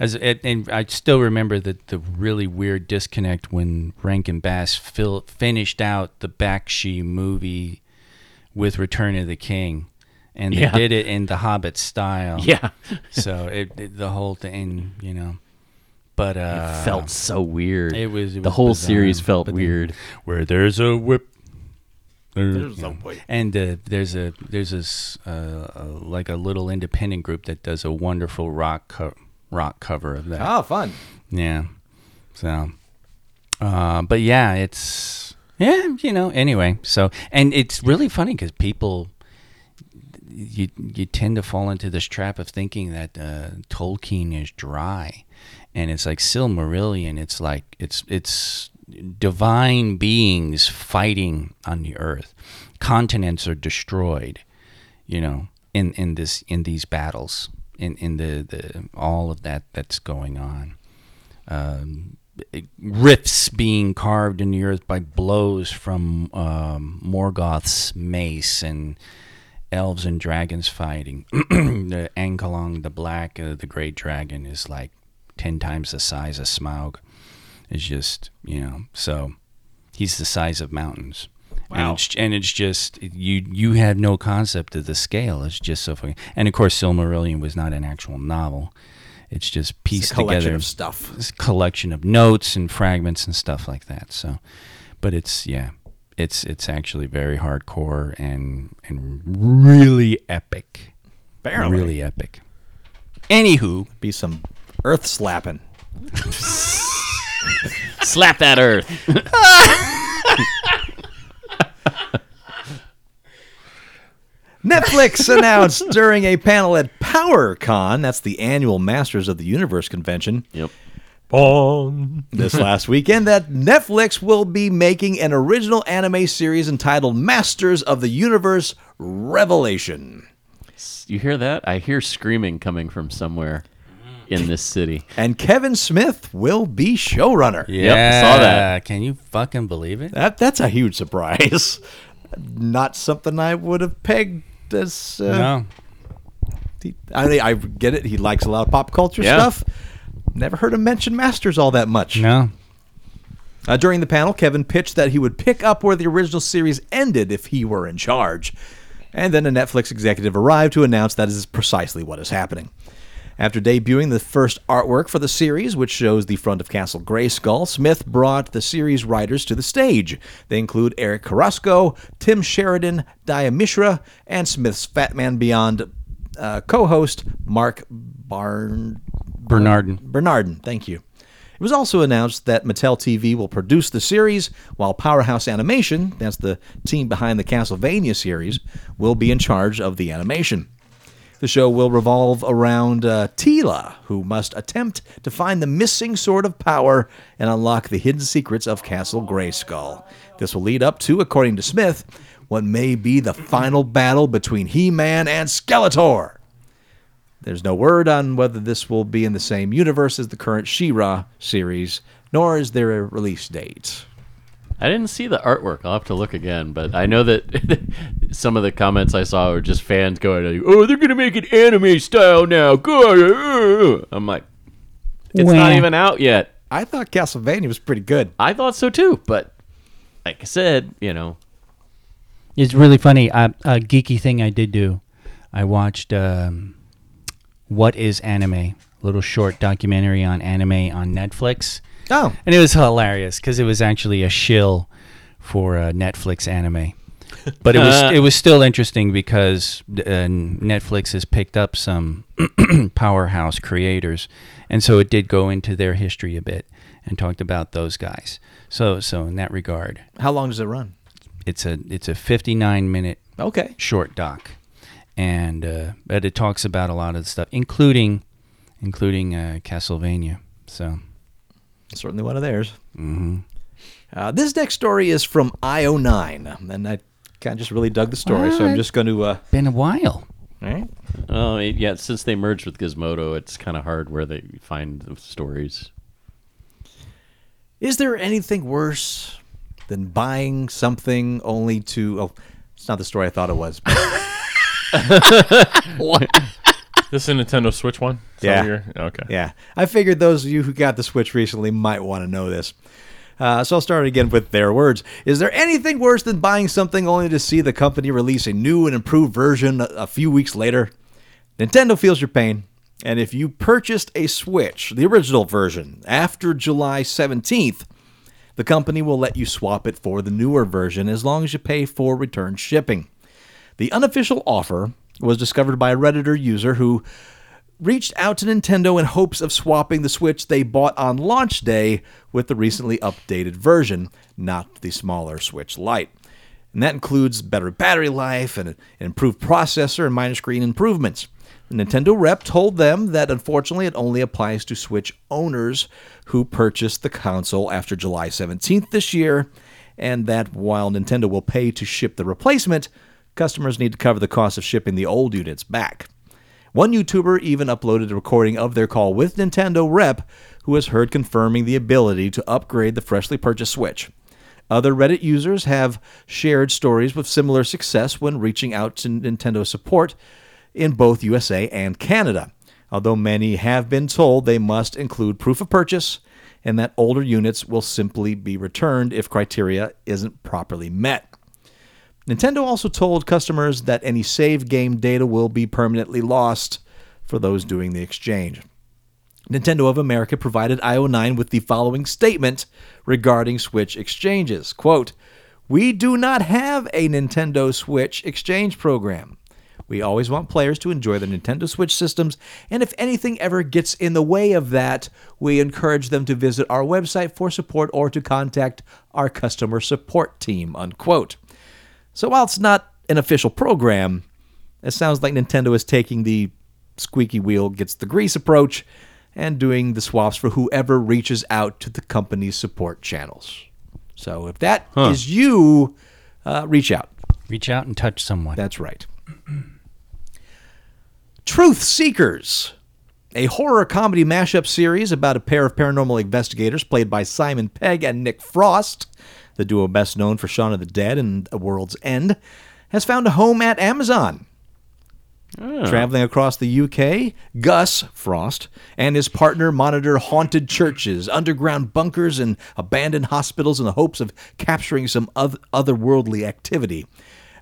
Speaker 2: As it, and I still remember the the really weird disconnect when Rankin Bass fil- finished out the Bakshi movie with Return of the King, and they
Speaker 3: Yeah.
Speaker 2: did it in the Hobbit [LAUGHS] style.
Speaker 3: [LAUGHS] Yeah,
Speaker 2: so it, it- the whole thing, you know. But uh,
Speaker 3: felt so weird.
Speaker 2: it was it
Speaker 3: the
Speaker 2: was
Speaker 3: whole
Speaker 2: bizarre,
Speaker 3: series felt
Speaker 2: but then- [LAUGHS]
Speaker 3: weird.
Speaker 2: Where there's a whip, there's a whip, and uh, there's a there's this uh, uh, like a little independent group that does a wonderful rock co- rock cover of that.
Speaker 4: oh, fun.
Speaker 2: Yeah, so, uh, but yeah, it's yeah, you know. Anyway, so and it's really funny because people. You, you tend to fall into this trap of thinking that uh, Tolkien is dry, and it's like Silmarillion. It's like it's it's divine beings fighting on the earth. Continents are destroyed, you know, in, in this in these battles, in in the, the all of that that's going on rifts being carved in the earth by blows from um, Morgoth's mace and elves and dragons fighting. [CLEARS THROAT] the Ankalong the Black, uh, the great dragon, is like 10 times the size of Smaug. It's just, you know, so he's the size of mountains. And it's, and it's just you you have no concept of the scale. It's just so fucking. And of course, Silmarillion was not an actual novel. It's just pieced
Speaker 4: It's a collection
Speaker 2: together
Speaker 4: of stuff.
Speaker 2: this collection of notes and fragments and stuff like that. So, but it's yeah, it's it's actually very hardcore and and really epic,
Speaker 4: Apparently.
Speaker 2: really epic. Anywho,
Speaker 4: Be some earth slapping.
Speaker 3: Slap that earth.
Speaker 4: Netflix [LAUGHS] announced during a panel at PowerCon, that's the annual Masters of the Universe convention,
Speaker 3: Yep. [LAUGHS]
Speaker 5: on.
Speaker 4: this last weekend that Netflix will be making an original anime series entitled Masters of the Universe Revelation.
Speaker 3: You hear that? I hear screaming coming from somewhere in this city.
Speaker 4: And Kevin Smith will be showrunner.
Speaker 3: Yep, saw that.
Speaker 2: Yeah, Can you fucking believe it?
Speaker 4: That that's a huge surprise. Not something I would have pegged as uh,
Speaker 2: No.
Speaker 4: He- I mean, I get it. He likes a lot of pop culture
Speaker 3: Yeah.
Speaker 4: stuff. Never heard him mention Masters all that much.
Speaker 2: No.
Speaker 4: Uh, during the panel, Kevin pitched that he would pick up where the original series ended if he were in charge. And then a Netflix executive arrived to announce that is precisely what is happening. After debuting the first artwork for the series, which shows the front of Castle Grayskull, Smith brought the series writers to the stage. They include Eric Carrasco, Tim Sheridan, Daya Mishra, and Smith's Fat Man Beyond uh, co-host Mark Barn
Speaker 2: Bernardin.
Speaker 4: Bernardin, thank you. It was also announced that Mattel TV will produce the series, while Powerhouse Animation, that's the team behind the Castlevania series, will be in charge of the animation. The show will revolve around uh, Tila, who must attempt to find the missing sword of power and unlock the hidden secrets of Castle Grayskull. This will lead up to, according to Smith, what may be the final battle between He Man and Skeletor. There's no word on whether this will be in the same universe as the current She-Ra series, nor is there a release date.
Speaker 3: I didn't see the artwork. I'll have to look again, but I know that [LAUGHS] some of the comments I saw were just fans going, "Oh, they're gonna make it anime style now." Good. I'm like, it's not even out yet.
Speaker 4: I thought Castlevania was pretty good.
Speaker 3: I thought so too, but like I said, you know,
Speaker 2: It's really funny. Uh, a geeky thing I did do. I watched um, What is Anime? Little short documentary on anime on Netflix.
Speaker 4: Oh,
Speaker 2: And it was hilarious because it was actually a shill for a Netflix anime. But it was it was still interesting because uh, Netflix has picked up some [CLEARS THROAT] powerhouse creators, and so it did go into their history a bit and talked about those guys. So so in that regard,
Speaker 4: how long does it run?
Speaker 2: it's a it's a 59 minute
Speaker 4: Okay.
Speaker 2: short doc, and uh, but it talks about a lot of the stuff, including including uh, Castlevania. So
Speaker 4: Certainly one of theirs. Mm-hmm. Uh, this next story is from IO9, and I kind of just really dug the story, so I'm just going to. Uh,
Speaker 2: been a while.
Speaker 3: oh it- yeah, since they merged with Gizmodo, it's kind of hard where they find the stories.
Speaker 4: Is there anything worse than buying something only to? Oh, it's not the story I thought it was. but-
Speaker 5: This is a Nintendo Switch one? Is that
Speaker 4: Yeah.
Speaker 5: what you're- Okay.
Speaker 4: Yeah. I figured those of you who got the Switch recently might want to know this. Uh, so I'll start again with their words. Is there anything worse than buying something only to see the company release a new and improved version a, a few weeks later? Nintendo feels your pain. And if you purchased a Switch, the original version, after July 17th, the company will let you swap it for the newer version as long as you pay for return shipping. The unofficial offer was discovered by a Redditor user who reached out to Nintendo in hopes of swapping the Switch they bought on launch day with the recently updated version, not the smaller Switch Lite. And that includes better battery life and an improved processor and minor screen improvements. The Nintendo rep told them that unfortunately it only applies to Switch owners who purchased the console after July 17th this year, and that while Nintendo will pay to ship the replacement, customers need to cover the cost of shipping the old units back. One YouTuber even uploaded a recording of their call with Nintendo rep, who was heard confirming the ability to upgrade the freshly purchased Switch. Other Reddit users have shared stories with similar success when reaching out to Nintendo support in both USA and Canada, although many have been told they must include proof of purchase and that older units will simply be returned if criteria isn't properly met. Nintendo also told customers that any save game data will be permanently lost for those doing the exchange. Nintendo of America provided IO9 with the following statement regarding Switch exchanges. Quote, We do not have a Nintendo Switch exchange program. We always want players to enjoy the Nintendo Switch systems, and if anything ever gets in the way of that, we encourage them to visit our website for support or to contact our customer support team. Unquote. So while it's not an official program, it sounds like Nintendo is taking the squeaky wheel gets the grease approach and doing the swaps for whoever reaches out to the company's support channels. So if that is you, uh, reach out.
Speaker 2: Reach out and touch someone.
Speaker 4: That's right. Truth Seekers, a horror comedy mashup series about a pair of paranormal investigators played by Simon Pegg and Nick Frost, the duo best known for Shaun of the Dead and A World's End, has found a home at Amazon. Traveling across the UK, Gus Frost and his partner monitor haunted churches, underground bunkers, and abandoned hospitals in the hopes of capturing some oth- otherworldly activity.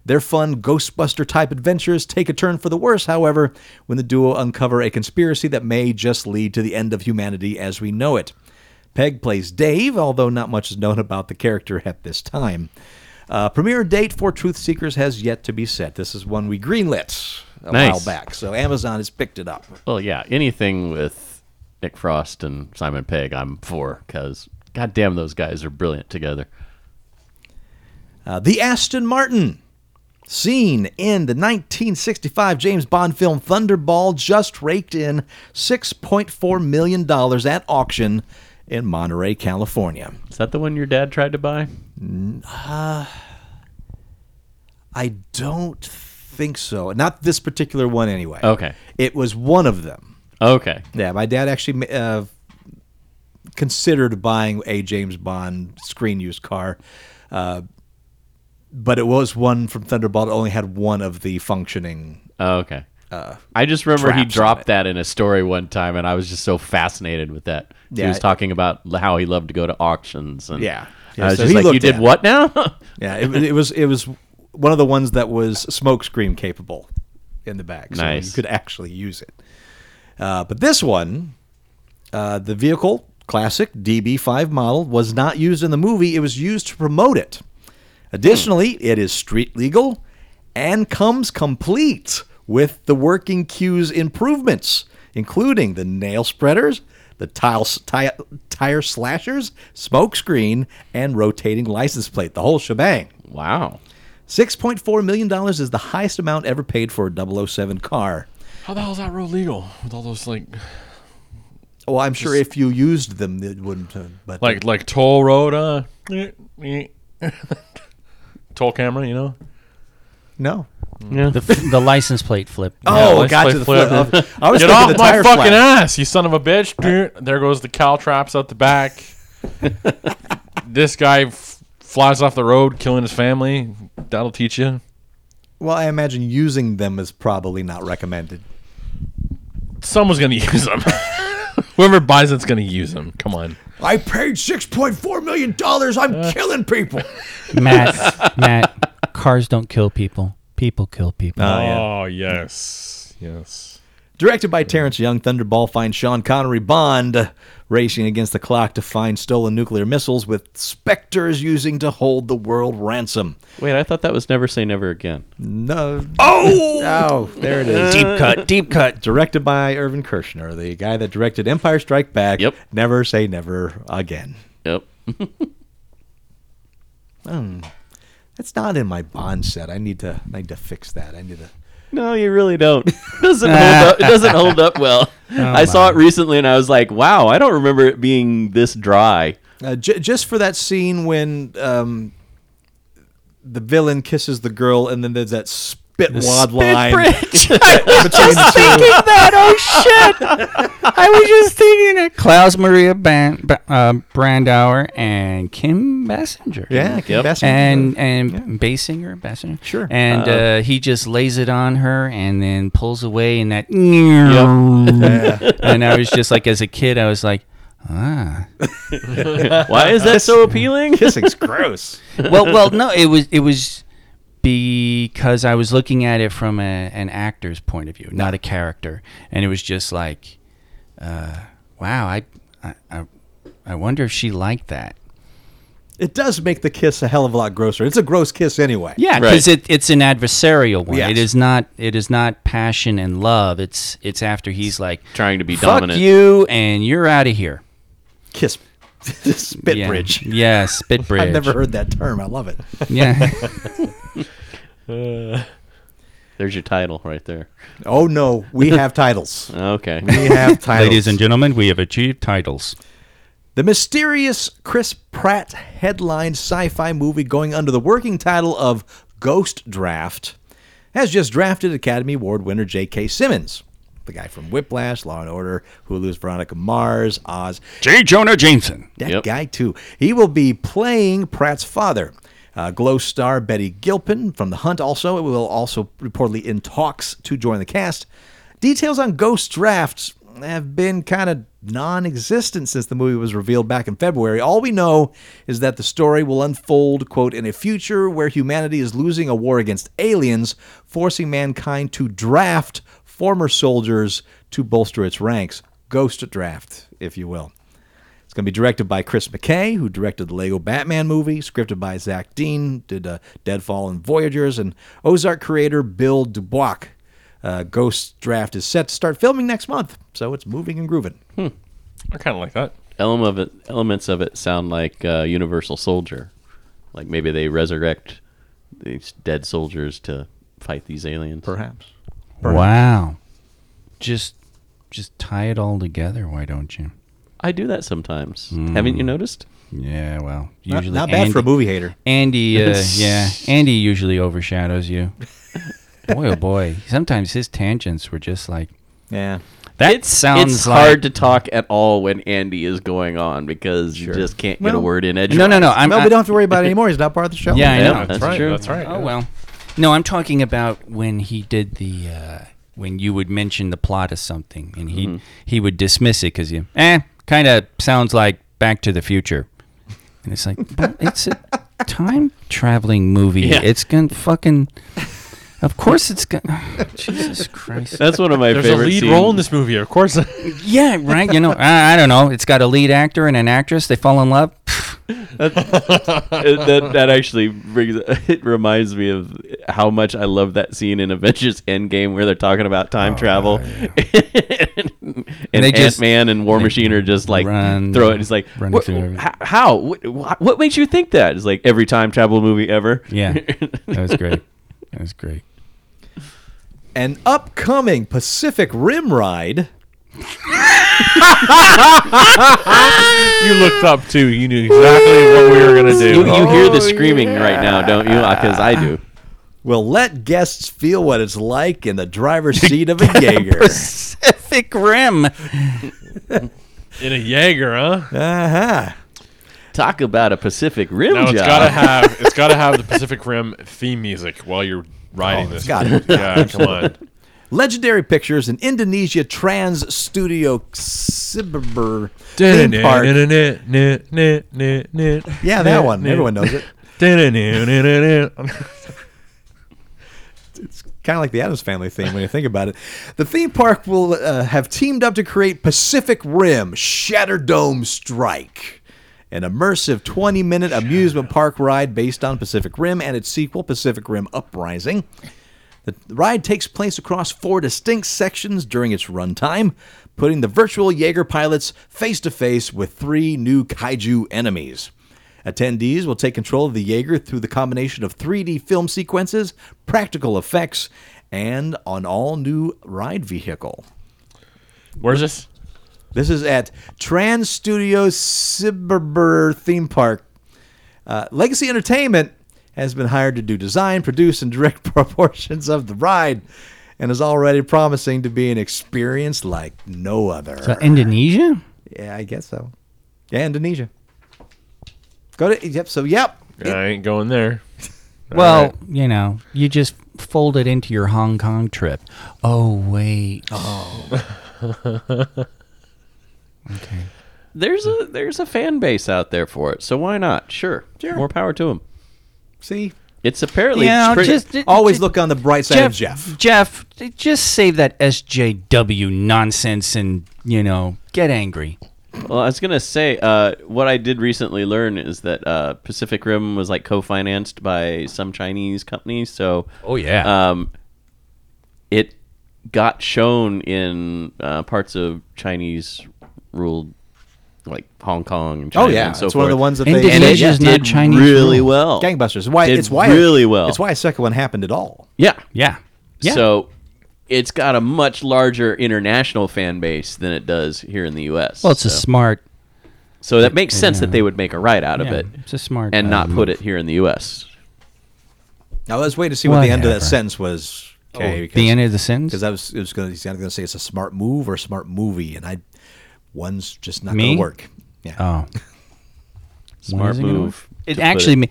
Speaker 4: Their fun Ghostbuster type adventures take a turn for the worse, however, when the duo uncover a conspiracy that may just lead to the end of humanity as we know it. Peg plays Dave, although not much is known about the character at this time. Uh, premiere date for Truth Seekers has yet to be set. This is one we greenlit a while
Speaker 3: Nice.
Speaker 4: back, so Amazon has picked it up.
Speaker 3: Well, yeah, anything with Nick Frost and Simon Pegg, I'm for because goddamn, those guys are brilliant together.
Speaker 4: Uh, the Aston Martin, seen in the 1965 James Bond film Thunderball, just raked in $6.4 million at auction in Monterey, California.
Speaker 3: Is that the one your dad tried to buy?
Speaker 4: I don't think so. Not this particular one, anyway.
Speaker 3: Okay.
Speaker 4: It was one of them.
Speaker 3: Okay.
Speaker 4: Yeah, my dad actually uh, considered buying a James Bond screen used car, uh, but it was one from Thunderball that only had one of the functioning.
Speaker 3: Oh, okay. I just remember he
Speaker 4: Uh, traps on it.
Speaker 3: dropped that in a story one time, and I was just so fascinated with that.
Speaker 4: Yeah,
Speaker 3: he was
Speaker 4: it-
Speaker 3: talking about l- how he loved to go to auctions, and
Speaker 4: Yeah. Yeah,
Speaker 3: I was
Speaker 4: so
Speaker 3: just
Speaker 4: he
Speaker 3: like, "You
Speaker 4: looked
Speaker 3: did
Speaker 4: at
Speaker 3: what now?" [LAUGHS]
Speaker 4: Yeah, it, it was it was one of the ones that was smoke screen capable in the back, so you
Speaker 3: Nice.
Speaker 4: could actually use it. Uh, but this one, uh, the vehicle classic DB5 model was not used in the movie. It was used to promote it. Additionally, it is street legal and comes complete with the working cues improvements, including the nail spreaders, the tile, tire, tire slashers, smoke screen, and rotating license plate. The whole shebang.
Speaker 3: wow.
Speaker 4: $6.4 million is the highest amount ever paid for a 007 car.
Speaker 5: How the hell is that road legal with all those like
Speaker 4: Well, Oh, I'm sure if you used them, it wouldn't have. But
Speaker 5: like like toll road uh [LAUGHS] toll camera? You know,
Speaker 4: no.
Speaker 2: The, f- the license plate flip.
Speaker 4: [LAUGHS] Oh,
Speaker 5: let's
Speaker 4: gotcha.
Speaker 5: play
Speaker 4: The flip.
Speaker 5: flip.
Speaker 4: of- I was
Speaker 5: get
Speaker 4: thinking
Speaker 5: off
Speaker 4: the
Speaker 5: my
Speaker 4: tire
Speaker 5: fucking
Speaker 4: flap.
Speaker 5: ass, you son of a bitch! Dude, there goes the cow traps out
Speaker 3: [LAUGHS]
Speaker 5: the back. this guy f- flies off the road, killing his family. That'll teach you.
Speaker 4: Well, I imagine using them is probably not recommended.
Speaker 5: Someone's gonna [LAUGHS] use them. Whoever buys it's gonna use them. Come on.
Speaker 4: I paid six point four million dollars. I'm killing people.
Speaker 2: Matt, Matt, cars don't kill people. People kill people. [LAUGHS]
Speaker 5: oh yes, yes.
Speaker 4: [LAUGHS] Directed by Terrence Young, Thunderball finds Sean Connery Bond racing against the clock to find stolen nuclear missiles with specters using to hold the world ransom.
Speaker 3: Wait, I thought that was "Never Say Never Again."
Speaker 4: No. Oh. [LAUGHS] oh, there it is.
Speaker 2: deep cut, deep cut.
Speaker 4: Directed by Irvin Kershner, the guy that directed Empire Strike Back.
Speaker 3: Yep.
Speaker 4: Never say never again.
Speaker 3: Yep. [LAUGHS]
Speaker 4: That's not in my Bond set. I need to. I need to fix that. I need to.
Speaker 3: No, you really don't. [LAUGHS] It doesn't hold up. It doesn't hold up
Speaker 4: [LAUGHS]
Speaker 3: well.
Speaker 4: Oh,
Speaker 3: I saw it recently, and I was like, "Wow, I don't remember it being this dry."
Speaker 4: Uh, j- just for that scene when um, the villain kisses the girl, and then there's that spit wad line. [LAUGHS]
Speaker 2: [LAUGHS]
Speaker 4: between the two.
Speaker 2: that. Oh shit! I was just thinking it. Klaus Maria Ban- Ba- uh, Brandauer and Kim Basinger.
Speaker 4: Yeah,
Speaker 3: Yep.
Speaker 4: Kim Basinger.
Speaker 2: And and Basinger, Basinger,
Speaker 4: Sure.
Speaker 2: And uh, he just lays it on her, and then pulls away, and that. [LAUGHS] And I was just like, as a kid, I was like, ah.
Speaker 3: Why is that so appealing?
Speaker 4: kissing's gross.
Speaker 2: well, well, no, it was it was because I was looking at it from a, an actor's point of view, not a character, and it was just like, uh, wow, I, I, I, I wonder if she liked that.
Speaker 4: It does make the kiss a hell of a lot grosser. It's a gross kiss anyway.
Speaker 2: Yeah, because it, it's an adversarial one.
Speaker 4: Yes.
Speaker 2: It is not it is not passion and love. It's it's after he's like
Speaker 3: Trying to be
Speaker 2: fuck
Speaker 3: dominant.
Speaker 2: you and you're out of here.
Speaker 4: Kiss. [LAUGHS] spit
Speaker 2: yeah.
Speaker 4: bridge.
Speaker 2: Yeah, spit
Speaker 4: [LAUGHS]
Speaker 2: bridge.
Speaker 4: I've never heard that term. I love it.
Speaker 2: Yeah.
Speaker 3: There's your title right there.
Speaker 4: Oh no,
Speaker 2: [LAUGHS]
Speaker 4: we have titles.
Speaker 3: Okay.
Speaker 4: [LAUGHS] We have titles.
Speaker 2: Ladies and gentlemen, we have achieved titles.
Speaker 4: The mysterious Chris Pratt headlined sci fi movie going under the working title of Ghost Draft has just drafted Academy Award winner J.K. Simmons, the guy from Whiplash, Law and Order, Hulu's Veronica Mars, Oz.
Speaker 2: J. Jonah Jameson.
Speaker 4: That
Speaker 3: Yep.
Speaker 4: guy, too. He will be playing Pratt's father. Uh, Glow star Betty Gilpin from The Hunt also will also reportedly in talks to join the cast. Details on Ghost Drafts have been kind of non existent since the movie was revealed back in February. All we know is that the story will unfold, quote, in a future where humanity is losing a war against aliens, forcing mankind to draft former soldiers to bolster its ranks. Ghost Draft, if you will. It's going to be directed by Chris McKay, who directed the Lego Batman movie, scripted by Zach Dean, did uh, Deadfall and Voyagers, and Ozark creator Bill Dubois. Uh, Ghost Draft is set to start filming next month, so it's moving and grooving.
Speaker 5: I kind of like that.
Speaker 3: Element of it, elements of it sound like uh, Universal Soldier. Like maybe they resurrect these dead soldiers to fight these aliens.
Speaker 4: Perhaps.
Speaker 2: Wow. Just just tie it all together, why don't you?
Speaker 3: I do that sometimes.
Speaker 2: Mm.
Speaker 3: Haven't you noticed?
Speaker 2: Yeah, well,
Speaker 4: Not,
Speaker 2: usually
Speaker 4: not bad for a
Speaker 2: Andy-
Speaker 4: movie hater.
Speaker 2: Andy, [LAUGHS] uh, yeah, Andy usually overshadows [LAUGHS] you. boy, oh boy. Sometimes his tangents were just like
Speaker 4: Yeah.
Speaker 2: that sounds
Speaker 3: it's
Speaker 2: like
Speaker 3: hard to talk at all when Andy is going on because you just can't get a
Speaker 4: Well,
Speaker 3: word in edge.
Speaker 2: no, no, no. I'm,
Speaker 4: well,
Speaker 2: I-
Speaker 4: we don't have to worry about it anymore. He's not part of the show.
Speaker 2: Yeah, I
Speaker 3: Yeah,
Speaker 2: know.
Speaker 3: that's,
Speaker 5: That's right,
Speaker 3: true.
Speaker 5: that's right.
Speaker 2: Oh well. No, I'm talking about when he did the uh, when you would mention the plot of something and he
Speaker 5: Mm-hmm.
Speaker 2: he would dismiss it because you eh kind of sounds like Back to the Future, and it's like but it's
Speaker 5: [LAUGHS]
Speaker 2: a time traveling movie.
Speaker 3: Yeah.
Speaker 2: It's gonna fucking. Of course, it's gonna. [SIGHS] Jesus Christ.
Speaker 3: That's one of my
Speaker 5: There's a
Speaker 3: favorite.
Speaker 5: lead
Speaker 3: scenes.
Speaker 5: role in this movie, of course. [LAUGHS]
Speaker 2: Yeah, right. You know, I, I don't know. It's got a lead actor and an actress. They fall in love.
Speaker 3: Uh, that that actually brings [LAUGHS] it reminds me of how much I love that scene in Avengers Endgame where they're talking about time
Speaker 2: Oh,
Speaker 3: travel, [LAUGHS] and,
Speaker 2: they just-
Speaker 3: Ant Man and War Machine are just like
Speaker 2: run-
Speaker 3: throw it. It's like
Speaker 2: running
Speaker 3: "What-
Speaker 2: through everything."
Speaker 3: how, how what, what makes you think that? It's like every time travel movie ever.
Speaker 2: Yeah, that was great. That was
Speaker 5: [LAUGHS]
Speaker 2: great.
Speaker 4: An upcoming Pacific Rim ride.
Speaker 5: you looked up too. You knew exactly what we were
Speaker 3: [LAUGHS]
Speaker 5: gonna do.
Speaker 3: You,
Speaker 2: Oh,
Speaker 3: you hear the screaming right now, don't you? Because I do.
Speaker 4: Will let guests feel what it's like in the driver's seat of a Jaeger.
Speaker 2: Pacific Rim.
Speaker 5: in a Jaeger, huh?
Speaker 4: Uh-huh.
Speaker 3: Talk about a Pacific Rim
Speaker 5: No, it's
Speaker 3: job.
Speaker 4: [LAUGHS]
Speaker 5: gotta have it's gotta have the Pacific Rim theme music while you're riding this.
Speaker 4: got it.
Speaker 5: Yeah, come on.
Speaker 4: Legendary Pictures and Indonesia Trans Studio Cyber [LAUGHS] theme park. Yeah, that one. Everyone knows it. Kind of like the Adams Family theme when you think about it. The theme park will uh, have teamed up to create Pacific Rim Shatter Dome Strike, an immersive 20 minute amusement park ride based on Pacific Rim and its sequel, Pacific Rim Uprising. The ride takes place across four distinct sections during its runtime, putting the virtual Jaeger pilots face to face with three new kaiju enemies. Attendees will take control of the Jaeger through the combination of 3D film sequences, practical effects, and an all new ride vehicle.
Speaker 5: [LAUGHS] Where's this?
Speaker 4: This is at Trans Studio Cyberber Theme Park. Uh, Legacy Entertainment has been hired to do design, produce, and direct [LAUGHS] proportions of the ride, and is already promising to be an experience like no other.
Speaker 2: Indonesia?
Speaker 4: yeah, I guess so. Yeah, Indonesia. Go to yep. So yep.
Speaker 5: I ain't going there.
Speaker 2: Well, you know, you just fold it into your Hong Kong trip. Oh wait.
Speaker 3: There's a there's a fan base out there for it, so why not? Sure,
Speaker 4: Sure.
Speaker 3: more power to them.
Speaker 4: See,
Speaker 3: It's apparently
Speaker 2: Yeah,
Speaker 3: pretty-
Speaker 2: just- Did-
Speaker 4: always
Speaker 2: did-
Speaker 4: look on the bright side of Jeff.
Speaker 2: Jeff, j- just save that SJW nonsense and you know get angry.
Speaker 3: Well, I was gonna say uh, what I did recently learn is that uh, Pacific Rim was like co-financed by some Chinese company, so
Speaker 2: Oh, yeah.
Speaker 3: um, it got shown in uh, parts of Chinese ruled, like Hong Kong. And China
Speaker 4: Oh yeah,
Speaker 3: and
Speaker 4: it's
Speaker 3: so
Speaker 4: one of
Speaker 3: forth.
Speaker 4: the ones that they
Speaker 2: Indonesia is
Speaker 3: did
Speaker 2: not Chinese.
Speaker 3: really
Speaker 2: rule.
Speaker 3: well.
Speaker 4: Gangbusters. Why?
Speaker 3: Did
Speaker 4: It's why
Speaker 3: really well.
Speaker 4: It's why a second one happened at all.
Speaker 3: Yeah,
Speaker 2: Yeah. Yeah.
Speaker 3: So it's got a much larger international fan base than it does here in the U.S.
Speaker 2: Well, it's a
Speaker 3: so,
Speaker 2: smart
Speaker 3: so that makes sense
Speaker 2: yeah.
Speaker 3: that they would make a ride out of
Speaker 2: Yeah,
Speaker 3: it.
Speaker 2: it's a smart,
Speaker 3: and
Speaker 2: uh,
Speaker 3: not put
Speaker 2: move.
Speaker 3: it here in the U.S.
Speaker 4: Now let's wait to see what the end of that
Speaker 2: Whatever. Oh,
Speaker 4: sentence was.
Speaker 3: Oh,
Speaker 4: Okay, because,
Speaker 2: the end of the sentence.
Speaker 4: because I was, it was going to going to say it's a smart move or a smart movie, and I one's just not
Speaker 2: Me?
Speaker 4: going to work. Yeah.
Speaker 3: [LAUGHS]
Speaker 2: oh, Where
Speaker 3: Smart
Speaker 2: is it gonna
Speaker 3: move.
Speaker 2: work? It
Speaker 3: to
Speaker 2: actually
Speaker 3: put
Speaker 2: me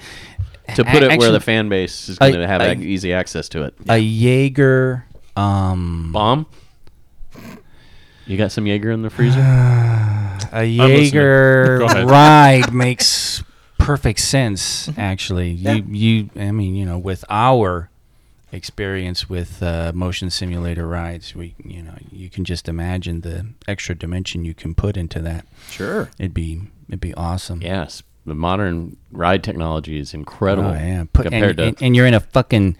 Speaker 3: it, to put it where
Speaker 2: actually-
Speaker 3: the fan base is
Speaker 2: I-
Speaker 3: going to have
Speaker 2: I-
Speaker 3: ac- easy access to it.
Speaker 2: a Jaeger. Um,
Speaker 3: Bomb. You got some Jaeger in the
Speaker 2: [SIGHS]
Speaker 3: freezer?
Speaker 2: a
Speaker 5: listening.
Speaker 2: Jaeger
Speaker 5: Go ahead.
Speaker 2: ride makes perfect sense. Actually, you you I mean you know with our experience with uh, motion simulator rides, we you know you can just imagine the extra dimension you can put into that.
Speaker 4: Sure.
Speaker 2: It'd be it'd be awesome.
Speaker 3: yes. The modern ride technology is incredible.
Speaker 2: Oh yeah, Put,
Speaker 3: compared
Speaker 2: and,
Speaker 3: to
Speaker 2: and, and you're in a fucking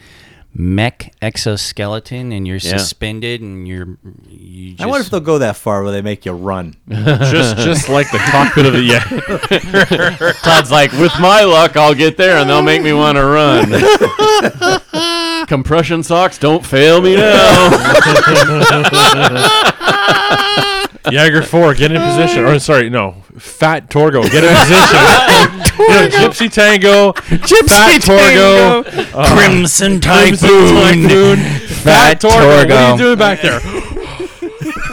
Speaker 2: mech exoskeleton, and you're
Speaker 3: Yeah.
Speaker 2: suspended, and you're. You just,
Speaker 4: I wonder if they'll go that far where they make
Speaker 2: [LAUGHS]
Speaker 4: you run.
Speaker 5: just just like the cockpit of the yeah.
Speaker 3: [LAUGHS] Todd's like, with my luck, I'll get there and they'll make me want to
Speaker 2: [LAUGHS]
Speaker 3: run. Compression socks don't fail me now.
Speaker 2: [LAUGHS]
Speaker 5: Jaeger four, get in position. Or sorry, no, Fat Torgo, get in
Speaker 4: [LAUGHS]
Speaker 5: position. You know, Gypsy Tango, Gypsy Fat Torgo,
Speaker 2: Crimson [LAUGHS]
Speaker 5: Crimson Typhoon, Fat Torgo. What are you doing back [LAUGHS] there?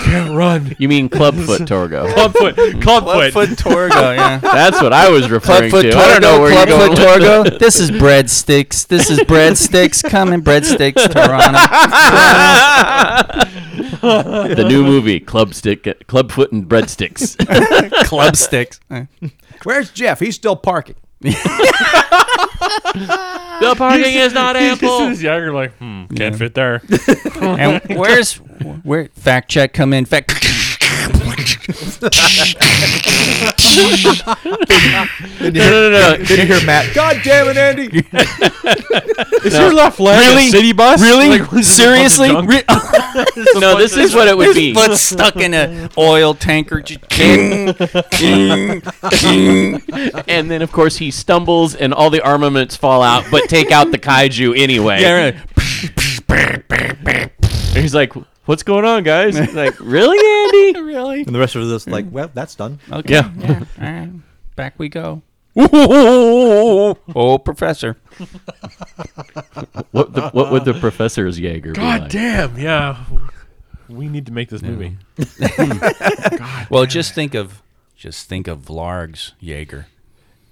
Speaker 5: Can't run.
Speaker 3: you mean clubfoot Torgo?
Speaker 5: Clubfoot, clubfoot. [LAUGHS]
Speaker 2: Torgo, yeah.
Speaker 3: That's what I was referring
Speaker 7: Clubfoot
Speaker 3: to. I don't know
Speaker 7: Torgo,
Speaker 3: where you're going.
Speaker 7: Clubfoot
Speaker 3: with
Speaker 7: Torgo. This is breadsticks. This is breadsticks. Coming breadsticks,
Speaker 3: [LAUGHS]
Speaker 7: Toronto.
Speaker 3: the new movie, Club Stick, Clubfoot and Breadsticks.
Speaker 2: Club sticks.
Speaker 4: Where's Jeff? He's
Speaker 2: [LAUGHS]
Speaker 4: still parking.
Speaker 3: the parking is not ample.
Speaker 5: Jaeger like, hmm, can't fit there. [LAUGHS]
Speaker 2: And where's where fact check come in? Fact.
Speaker 4: Did you,
Speaker 3: No,
Speaker 4: hear,
Speaker 3: no, no.
Speaker 4: did you hear
Speaker 5: [LAUGHS]
Speaker 4: Matt? God damn it, Andy!
Speaker 5: Is your left leg
Speaker 2: Really?
Speaker 5: a city bus?
Speaker 2: Really?
Speaker 5: Like, this is a bunch of
Speaker 2: Seriously?
Speaker 5: junk? [LAUGHS]
Speaker 2: Re-
Speaker 3: No, this is what it would be.
Speaker 2: [LAUGHS] Foot stuck in an oil tanker. Just ding, ding, ding.
Speaker 3: [LAUGHS] And then, of course, he stumbles and all the armaments fall out, but take out the kaiju anyway.
Speaker 2: Yeah, right.
Speaker 3: And he's like, what's going on, guys? He's like, really, Andy? really?
Speaker 4: And the rest of us like, well, that's done.
Speaker 2: Okay.
Speaker 3: Yeah.
Speaker 2: All right. Back we go.
Speaker 3: what,
Speaker 2: Oh, professor.
Speaker 3: the, what would the professor's Jaeger be
Speaker 5: God
Speaker 3: like?
Speaker 5: damn, yeah. We need to make this movie.
Speaker 2: Well, just think of just think of Vlarg's Jaeger.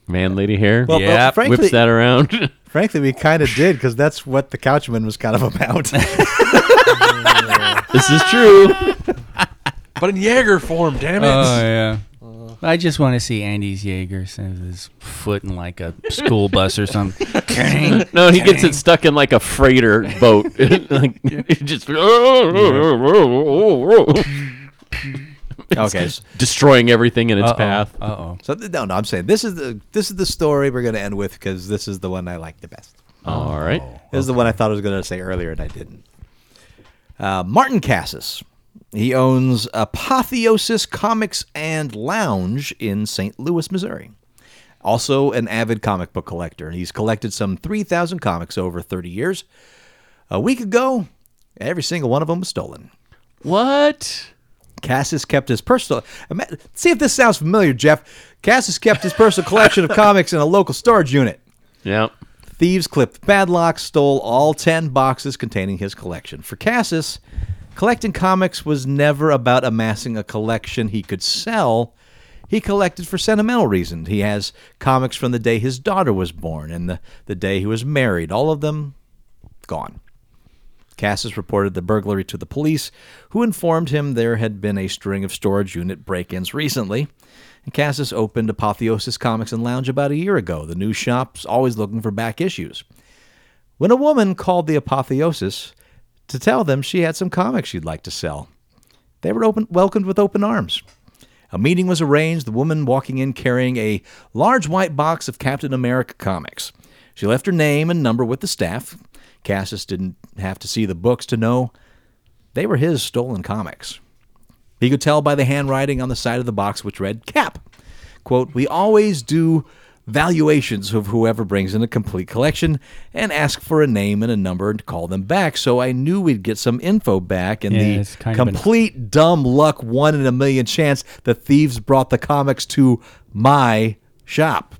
Speaker 3: Man, lady hair.
Speaker 4: Well,
Speaker 2: Yeah,
Speaker 4: well
Speaker 2: whips
Speaker 4: frankly,
Speaker 3: whips that around. [LAUGHS]
Speaker 4: frankly, we kind of did because that's what the Couchman was kind
Speaker 2: [LAUGHS]
Speaker 4: of about.
Speaker 3: this is true.
Speaker 5: But in Jaeger form, damn it.
Speaker 2: yeah. Uh, I just want to see Andy's Jaeger send his foot in like a school bus or something. Kang.
Speaker 3: No, he gets it stuck in like a freighter boat. [LAUGHS] like, it just [LAUGHS]
Speaker 4: okay, [LAUGHS] so
Speaker 3: destroying everything in its
Speaker 2: Uh-oh.
Speaker 3: path.
Speaker 2: Uh-oh.
Speaker 4: So th- no, no, I'm saying this is the this is the story we're going to end with because this is the one I like the best.
Speaker 3: All right.
Speaker 4: This is the one I thought I was going to say earlier and I didn't. Uh, Martin Cassis, he owns Apotheosis Comics and Lounge in St. Louis, Missouri. Also an avid comic book collector, and he's collected some 3,000 comics over 30 years. A week ago, every single one of them was stolen.
Speaker 3: What?
Speaker 4: Cassis kept his personal. Ima- See if this sounds familiar, Jeff. Cassis kept his personal collection of comics in a local storage unit.
Speaker 3: Yeah.
Speaker 4: Thieves clipped padlocks, stole all 10 boxes containing his collection. For Cassis, collecting comics was never about amassing a collection he could sell. He collected for sentimental reasons. He has comics from the day his daughter was born and the, the day he was married. All of them gone. Cassis reported the burglary to the police, who informed him there had been a string of storage unit break ins recently. And Cassis opened Apotheosis Comics and Lounge about a year ago. The new shop's always looking for back issues. When a woman called the Apotheosis to tell them she had some comics she'd like to sell, they were open, welcomed with open arms. A meeting was arranged, the woman walking in carrying a large white box of Captain America comics. She left her name and number with the staff. Cassis didn't have to see the books to know they were his stolen comics. He could tell by the handwriting on the side of the box, which read Cap. Quote, We always do valuations of whoever brings in a complete collection and ask for a name and a number and call them back. So I knew we'd get some info back and
Speaker 2: Yeah,
Speaker 4: the
Speaker 2: it's kind of an-
Speaker 4: complete dumb luck one in a million chance the thieves brought the comics to my shop.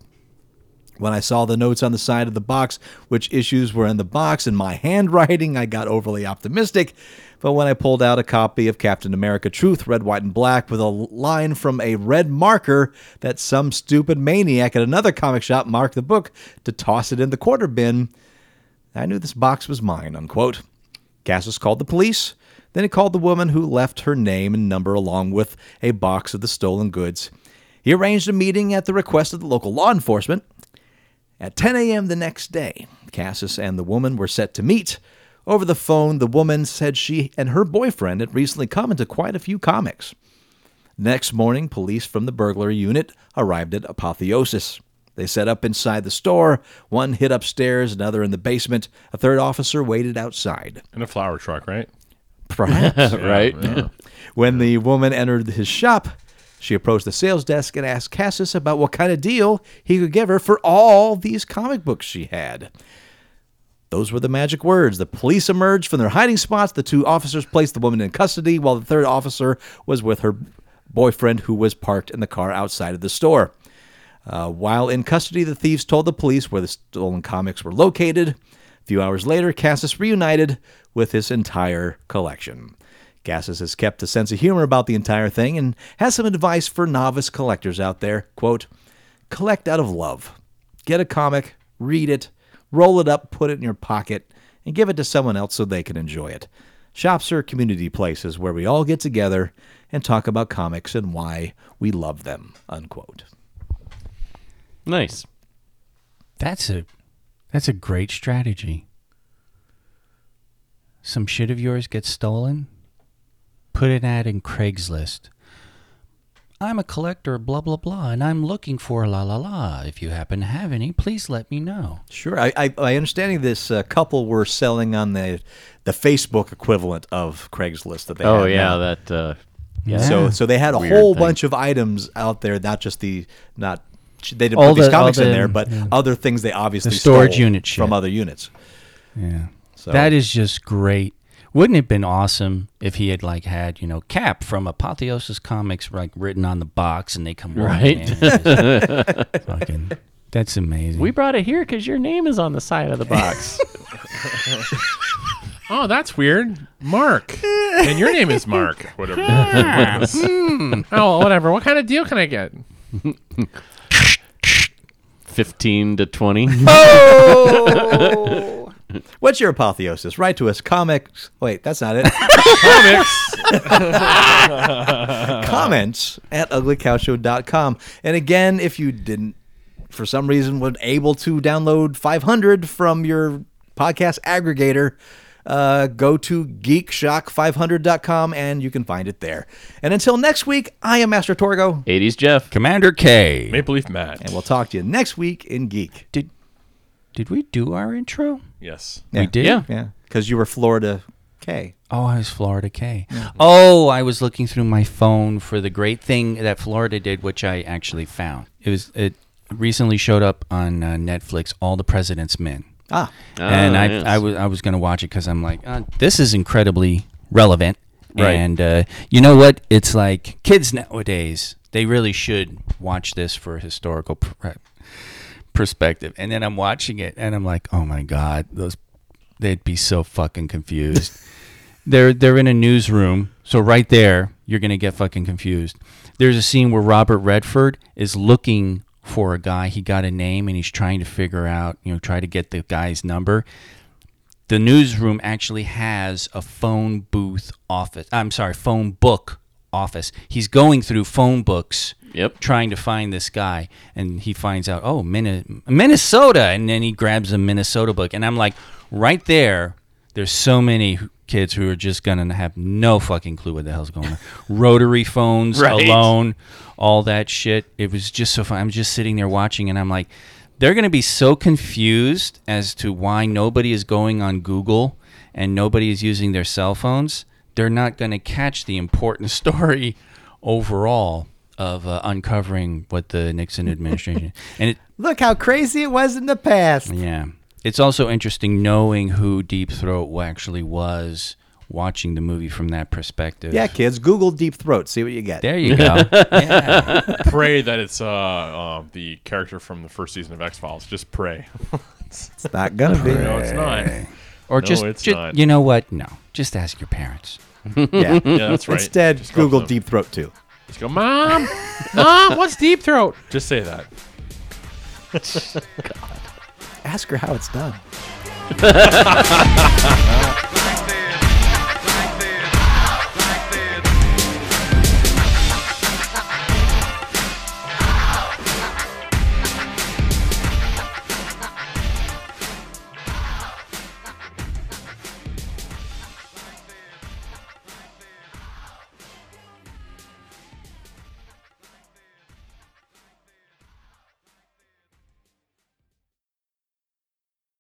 Speaker 4: When I saw the notes on the side of the box, which issues were in the box in my [LAUGHS] handwriting, I got overly optimistic. But when I pulled out a copy of Captain America Truth, Red, White, and Black, with a line from a red marker that some stupid maniac at another comic shop marked the book to toss it in the quarter bin, I knew this box was mine, unquote. Cassis called the police. Then he called the woman who left her name and number along with a box of the stolen goods. He arranged a meeting at the request of the local law enforcement. At 10 a.m. the next day, Cassis and the woman were set to meet. Over the phone, the woman said she and her boyfriend had recently come into quite a few comics. Next morning, police from the burglary unit arrived at Apotheosis. They set up inside the store, one hid upstairs, another in the basement. A third officer waited outside.
Speaker 5: In a flower truck, right?
Speaker 4: Perhaps.
Speaker 3: right?
Speaker 4: [LAUGHS] when the woman entered his shop, she approached the sales desk and asked Cassis about what kind of deal he could give her for all these comic books she had. Those were the magic words. The police emerged from their hiding spots. The two officers placed the woman in custody while the third officer was with her boyfriend, who was parked in the car outside of the store. Uh, while in custody, the thieves told the police where the stolen comics were located. A few hours later, Cassis reunited with his entire collection. Cassis has kept a sense of humor about the entire thing and has some advice for novice collectors out there. Quote, collect out of love. Get a comic, read it, roll it up, put it in your pocket, and give it to someone else so they can enjoy it. Shops are community places where we all get together and talk about comics and why we love them. Unquote.
Speaker 3: Nice.
Speaker 2: That's a that's a great strategy. Some shit of yours gets stolen. Put an ad in Craigslist. I'm a collector, blah blah blah, and I'm looking for la la la. If you happen to have any, please let me know.
Speaker 4: Sure, I, I, I understanding this uh, couple were selling on the the Facebook equivalent of Craigslist that they.
Speaker 3: Oh
Speaker 4: have
Speaker 3: yeah,
Speaker 4: now.
Speaker 3: that. Uh,
Speaker 4: So so they had a
Speaker 3: Weird
Speaker 4: whole
Speaker 3: thing.
Speaker 4: bunch of items out there, not just the not they didn't
Speaker 7: All
Speaker 4: put these
Speaker 7: the- all
Speaker 4: comics in
Speaker 7: the-
Speaker 4: there, but
Speaker 7: yeah.
Speaker 4: other things they obviously
Speaker 2: The storage
Speaker 4: stole
Speaker 2: unit shit.
Speaker 4: from other units.
Speaker 2: Yeah.
Speaker 4: So
Speaker 2: That is just great. Wouldn't it have been awesome if he had like had, you know, Cap from Apotheosis Comics like written on the box and they come
Speaker 3: Right.
Speaker 2: walking in and
Speaker 3: [LAUGHS]
Speaker 2: just fucking that's amazing.
Speaker 3: we brought it here because your name is on the side of the box.
Speaker 5: Oh, that's weird. Mark. and your name is Mark. [LAUGHS] Whatever. Oh, whatever. What kind of deal can I get?
Speaker 3: [LAUGHS] Fifteen to [LAUGHS] twenty.
Speaker 4: what's your apotheosis? Write to us comics. Wait, that's not it. [LAUGHS] comments at uglycowshow.com. And again, if you didn't, for some reason, were able to download 500 from your podcast aggregator, uh, go to geekshock500.com and you can find it there. And until next week, I am Master Torgo,
Speaker 3: Eighties Jeff.
Speaker 2: Commander K.
Speaker 5: Maple Leaf Matt.
Speaker 4: and we'll talk to you next week in Geek.
Speaker 2: Did did we do our intro?
Speaker 5: Yes.
Speaker 4: Yeah.
Speaker 2: We did.
Speaker 3: Yeah.
Speaker 4: Yeah, because you were Florida K.
Speaker 2: Oh, I was Florida K.
Speaker 3: Mm-hmm.
Speaker 2: Oh, I was looking through my phone for the great thing that Florida did, which I actually found. It was it recently showed up on uh, Netflix. All the President's Men.
Speaker 4: Ah,
Speaker 2: and
Speaker 3: Ah,
Speaker 2: I,
Speaker 3: yes.
Speaker 2: I was I was gonna watch it because I'm like, uh, this is incredibly relevant,
Speaker 3: Right.
Speaker 2: and uh, you know what? It's like kids nowadays they really should watch this for historical pr- uh, perspective. And then I'm watching it, and I'm like, oh my god, those they'd be so fucking confused. they're they're in a newsroom, so right there you're gonna get fucking confused. There's a scene where Robert Redford is looking for a guy. He got a name and he's trying to figure out, you know, try to get the guy's number. The newsroom actually has a phone booth office. I'm sorry, phone book office. He's going through phone books
Speaker 3: Yep.
Speaker 2: trying to find this guy and he finds out oh Min- minnesota and then he grabs a minnesota book and i'm like right there there's so many who- kids who are just gonna have no fucking clue what the hell's going on rotary phones
Speaker 3: Right.
Speaker 2: alone all that shit it was just so fun i'm just sitting there watching and i'm like they're gonna be so confused as to why nobody is going on google and nobody is using [LAUGHS] their cell phones they're not gonna catch the important story overall of uh, uncovering what the Nixon administration [LAUGHS] and it,
Speaker 6: Look how crazy it was in the past.
Speaker 2: yeah, it's also interesting knowing who Deep Throat actually was, watching the movie from that perspective.
Speaker 4: Yeah, kids, Google deep throat. See what you get.
Speaker 2: there you go. yeah.
Speaker 5: Pray that it's uh, uh the character from the first season of X Files. Just pray.
Speaker 4: It's not gonna be.
Speaker 5: no, it's not.
Speaker 2: Or
Speaker 5: No,
Speaker 2: just,
Speaker 5: it's
Speaker 2: ju-
Speaker 5: not.
Speaker 2: you know what? No, just ask your parents.
Speaker 4: Yeah.
Speaker 5: Yeah, that's [LAUGHS]
Speaker 4: [LAUGHS]
Speaker 5: right.
Speaker 4: Instead,
Speaker 5: Just go
Speaker 4: Google
Speaker 5: for them.
Speaker 4: deep throat too.
Speaker 5: Just go, mom, mom, what's deep throat? Just say that.
Speaker 4: Ask her how it's done.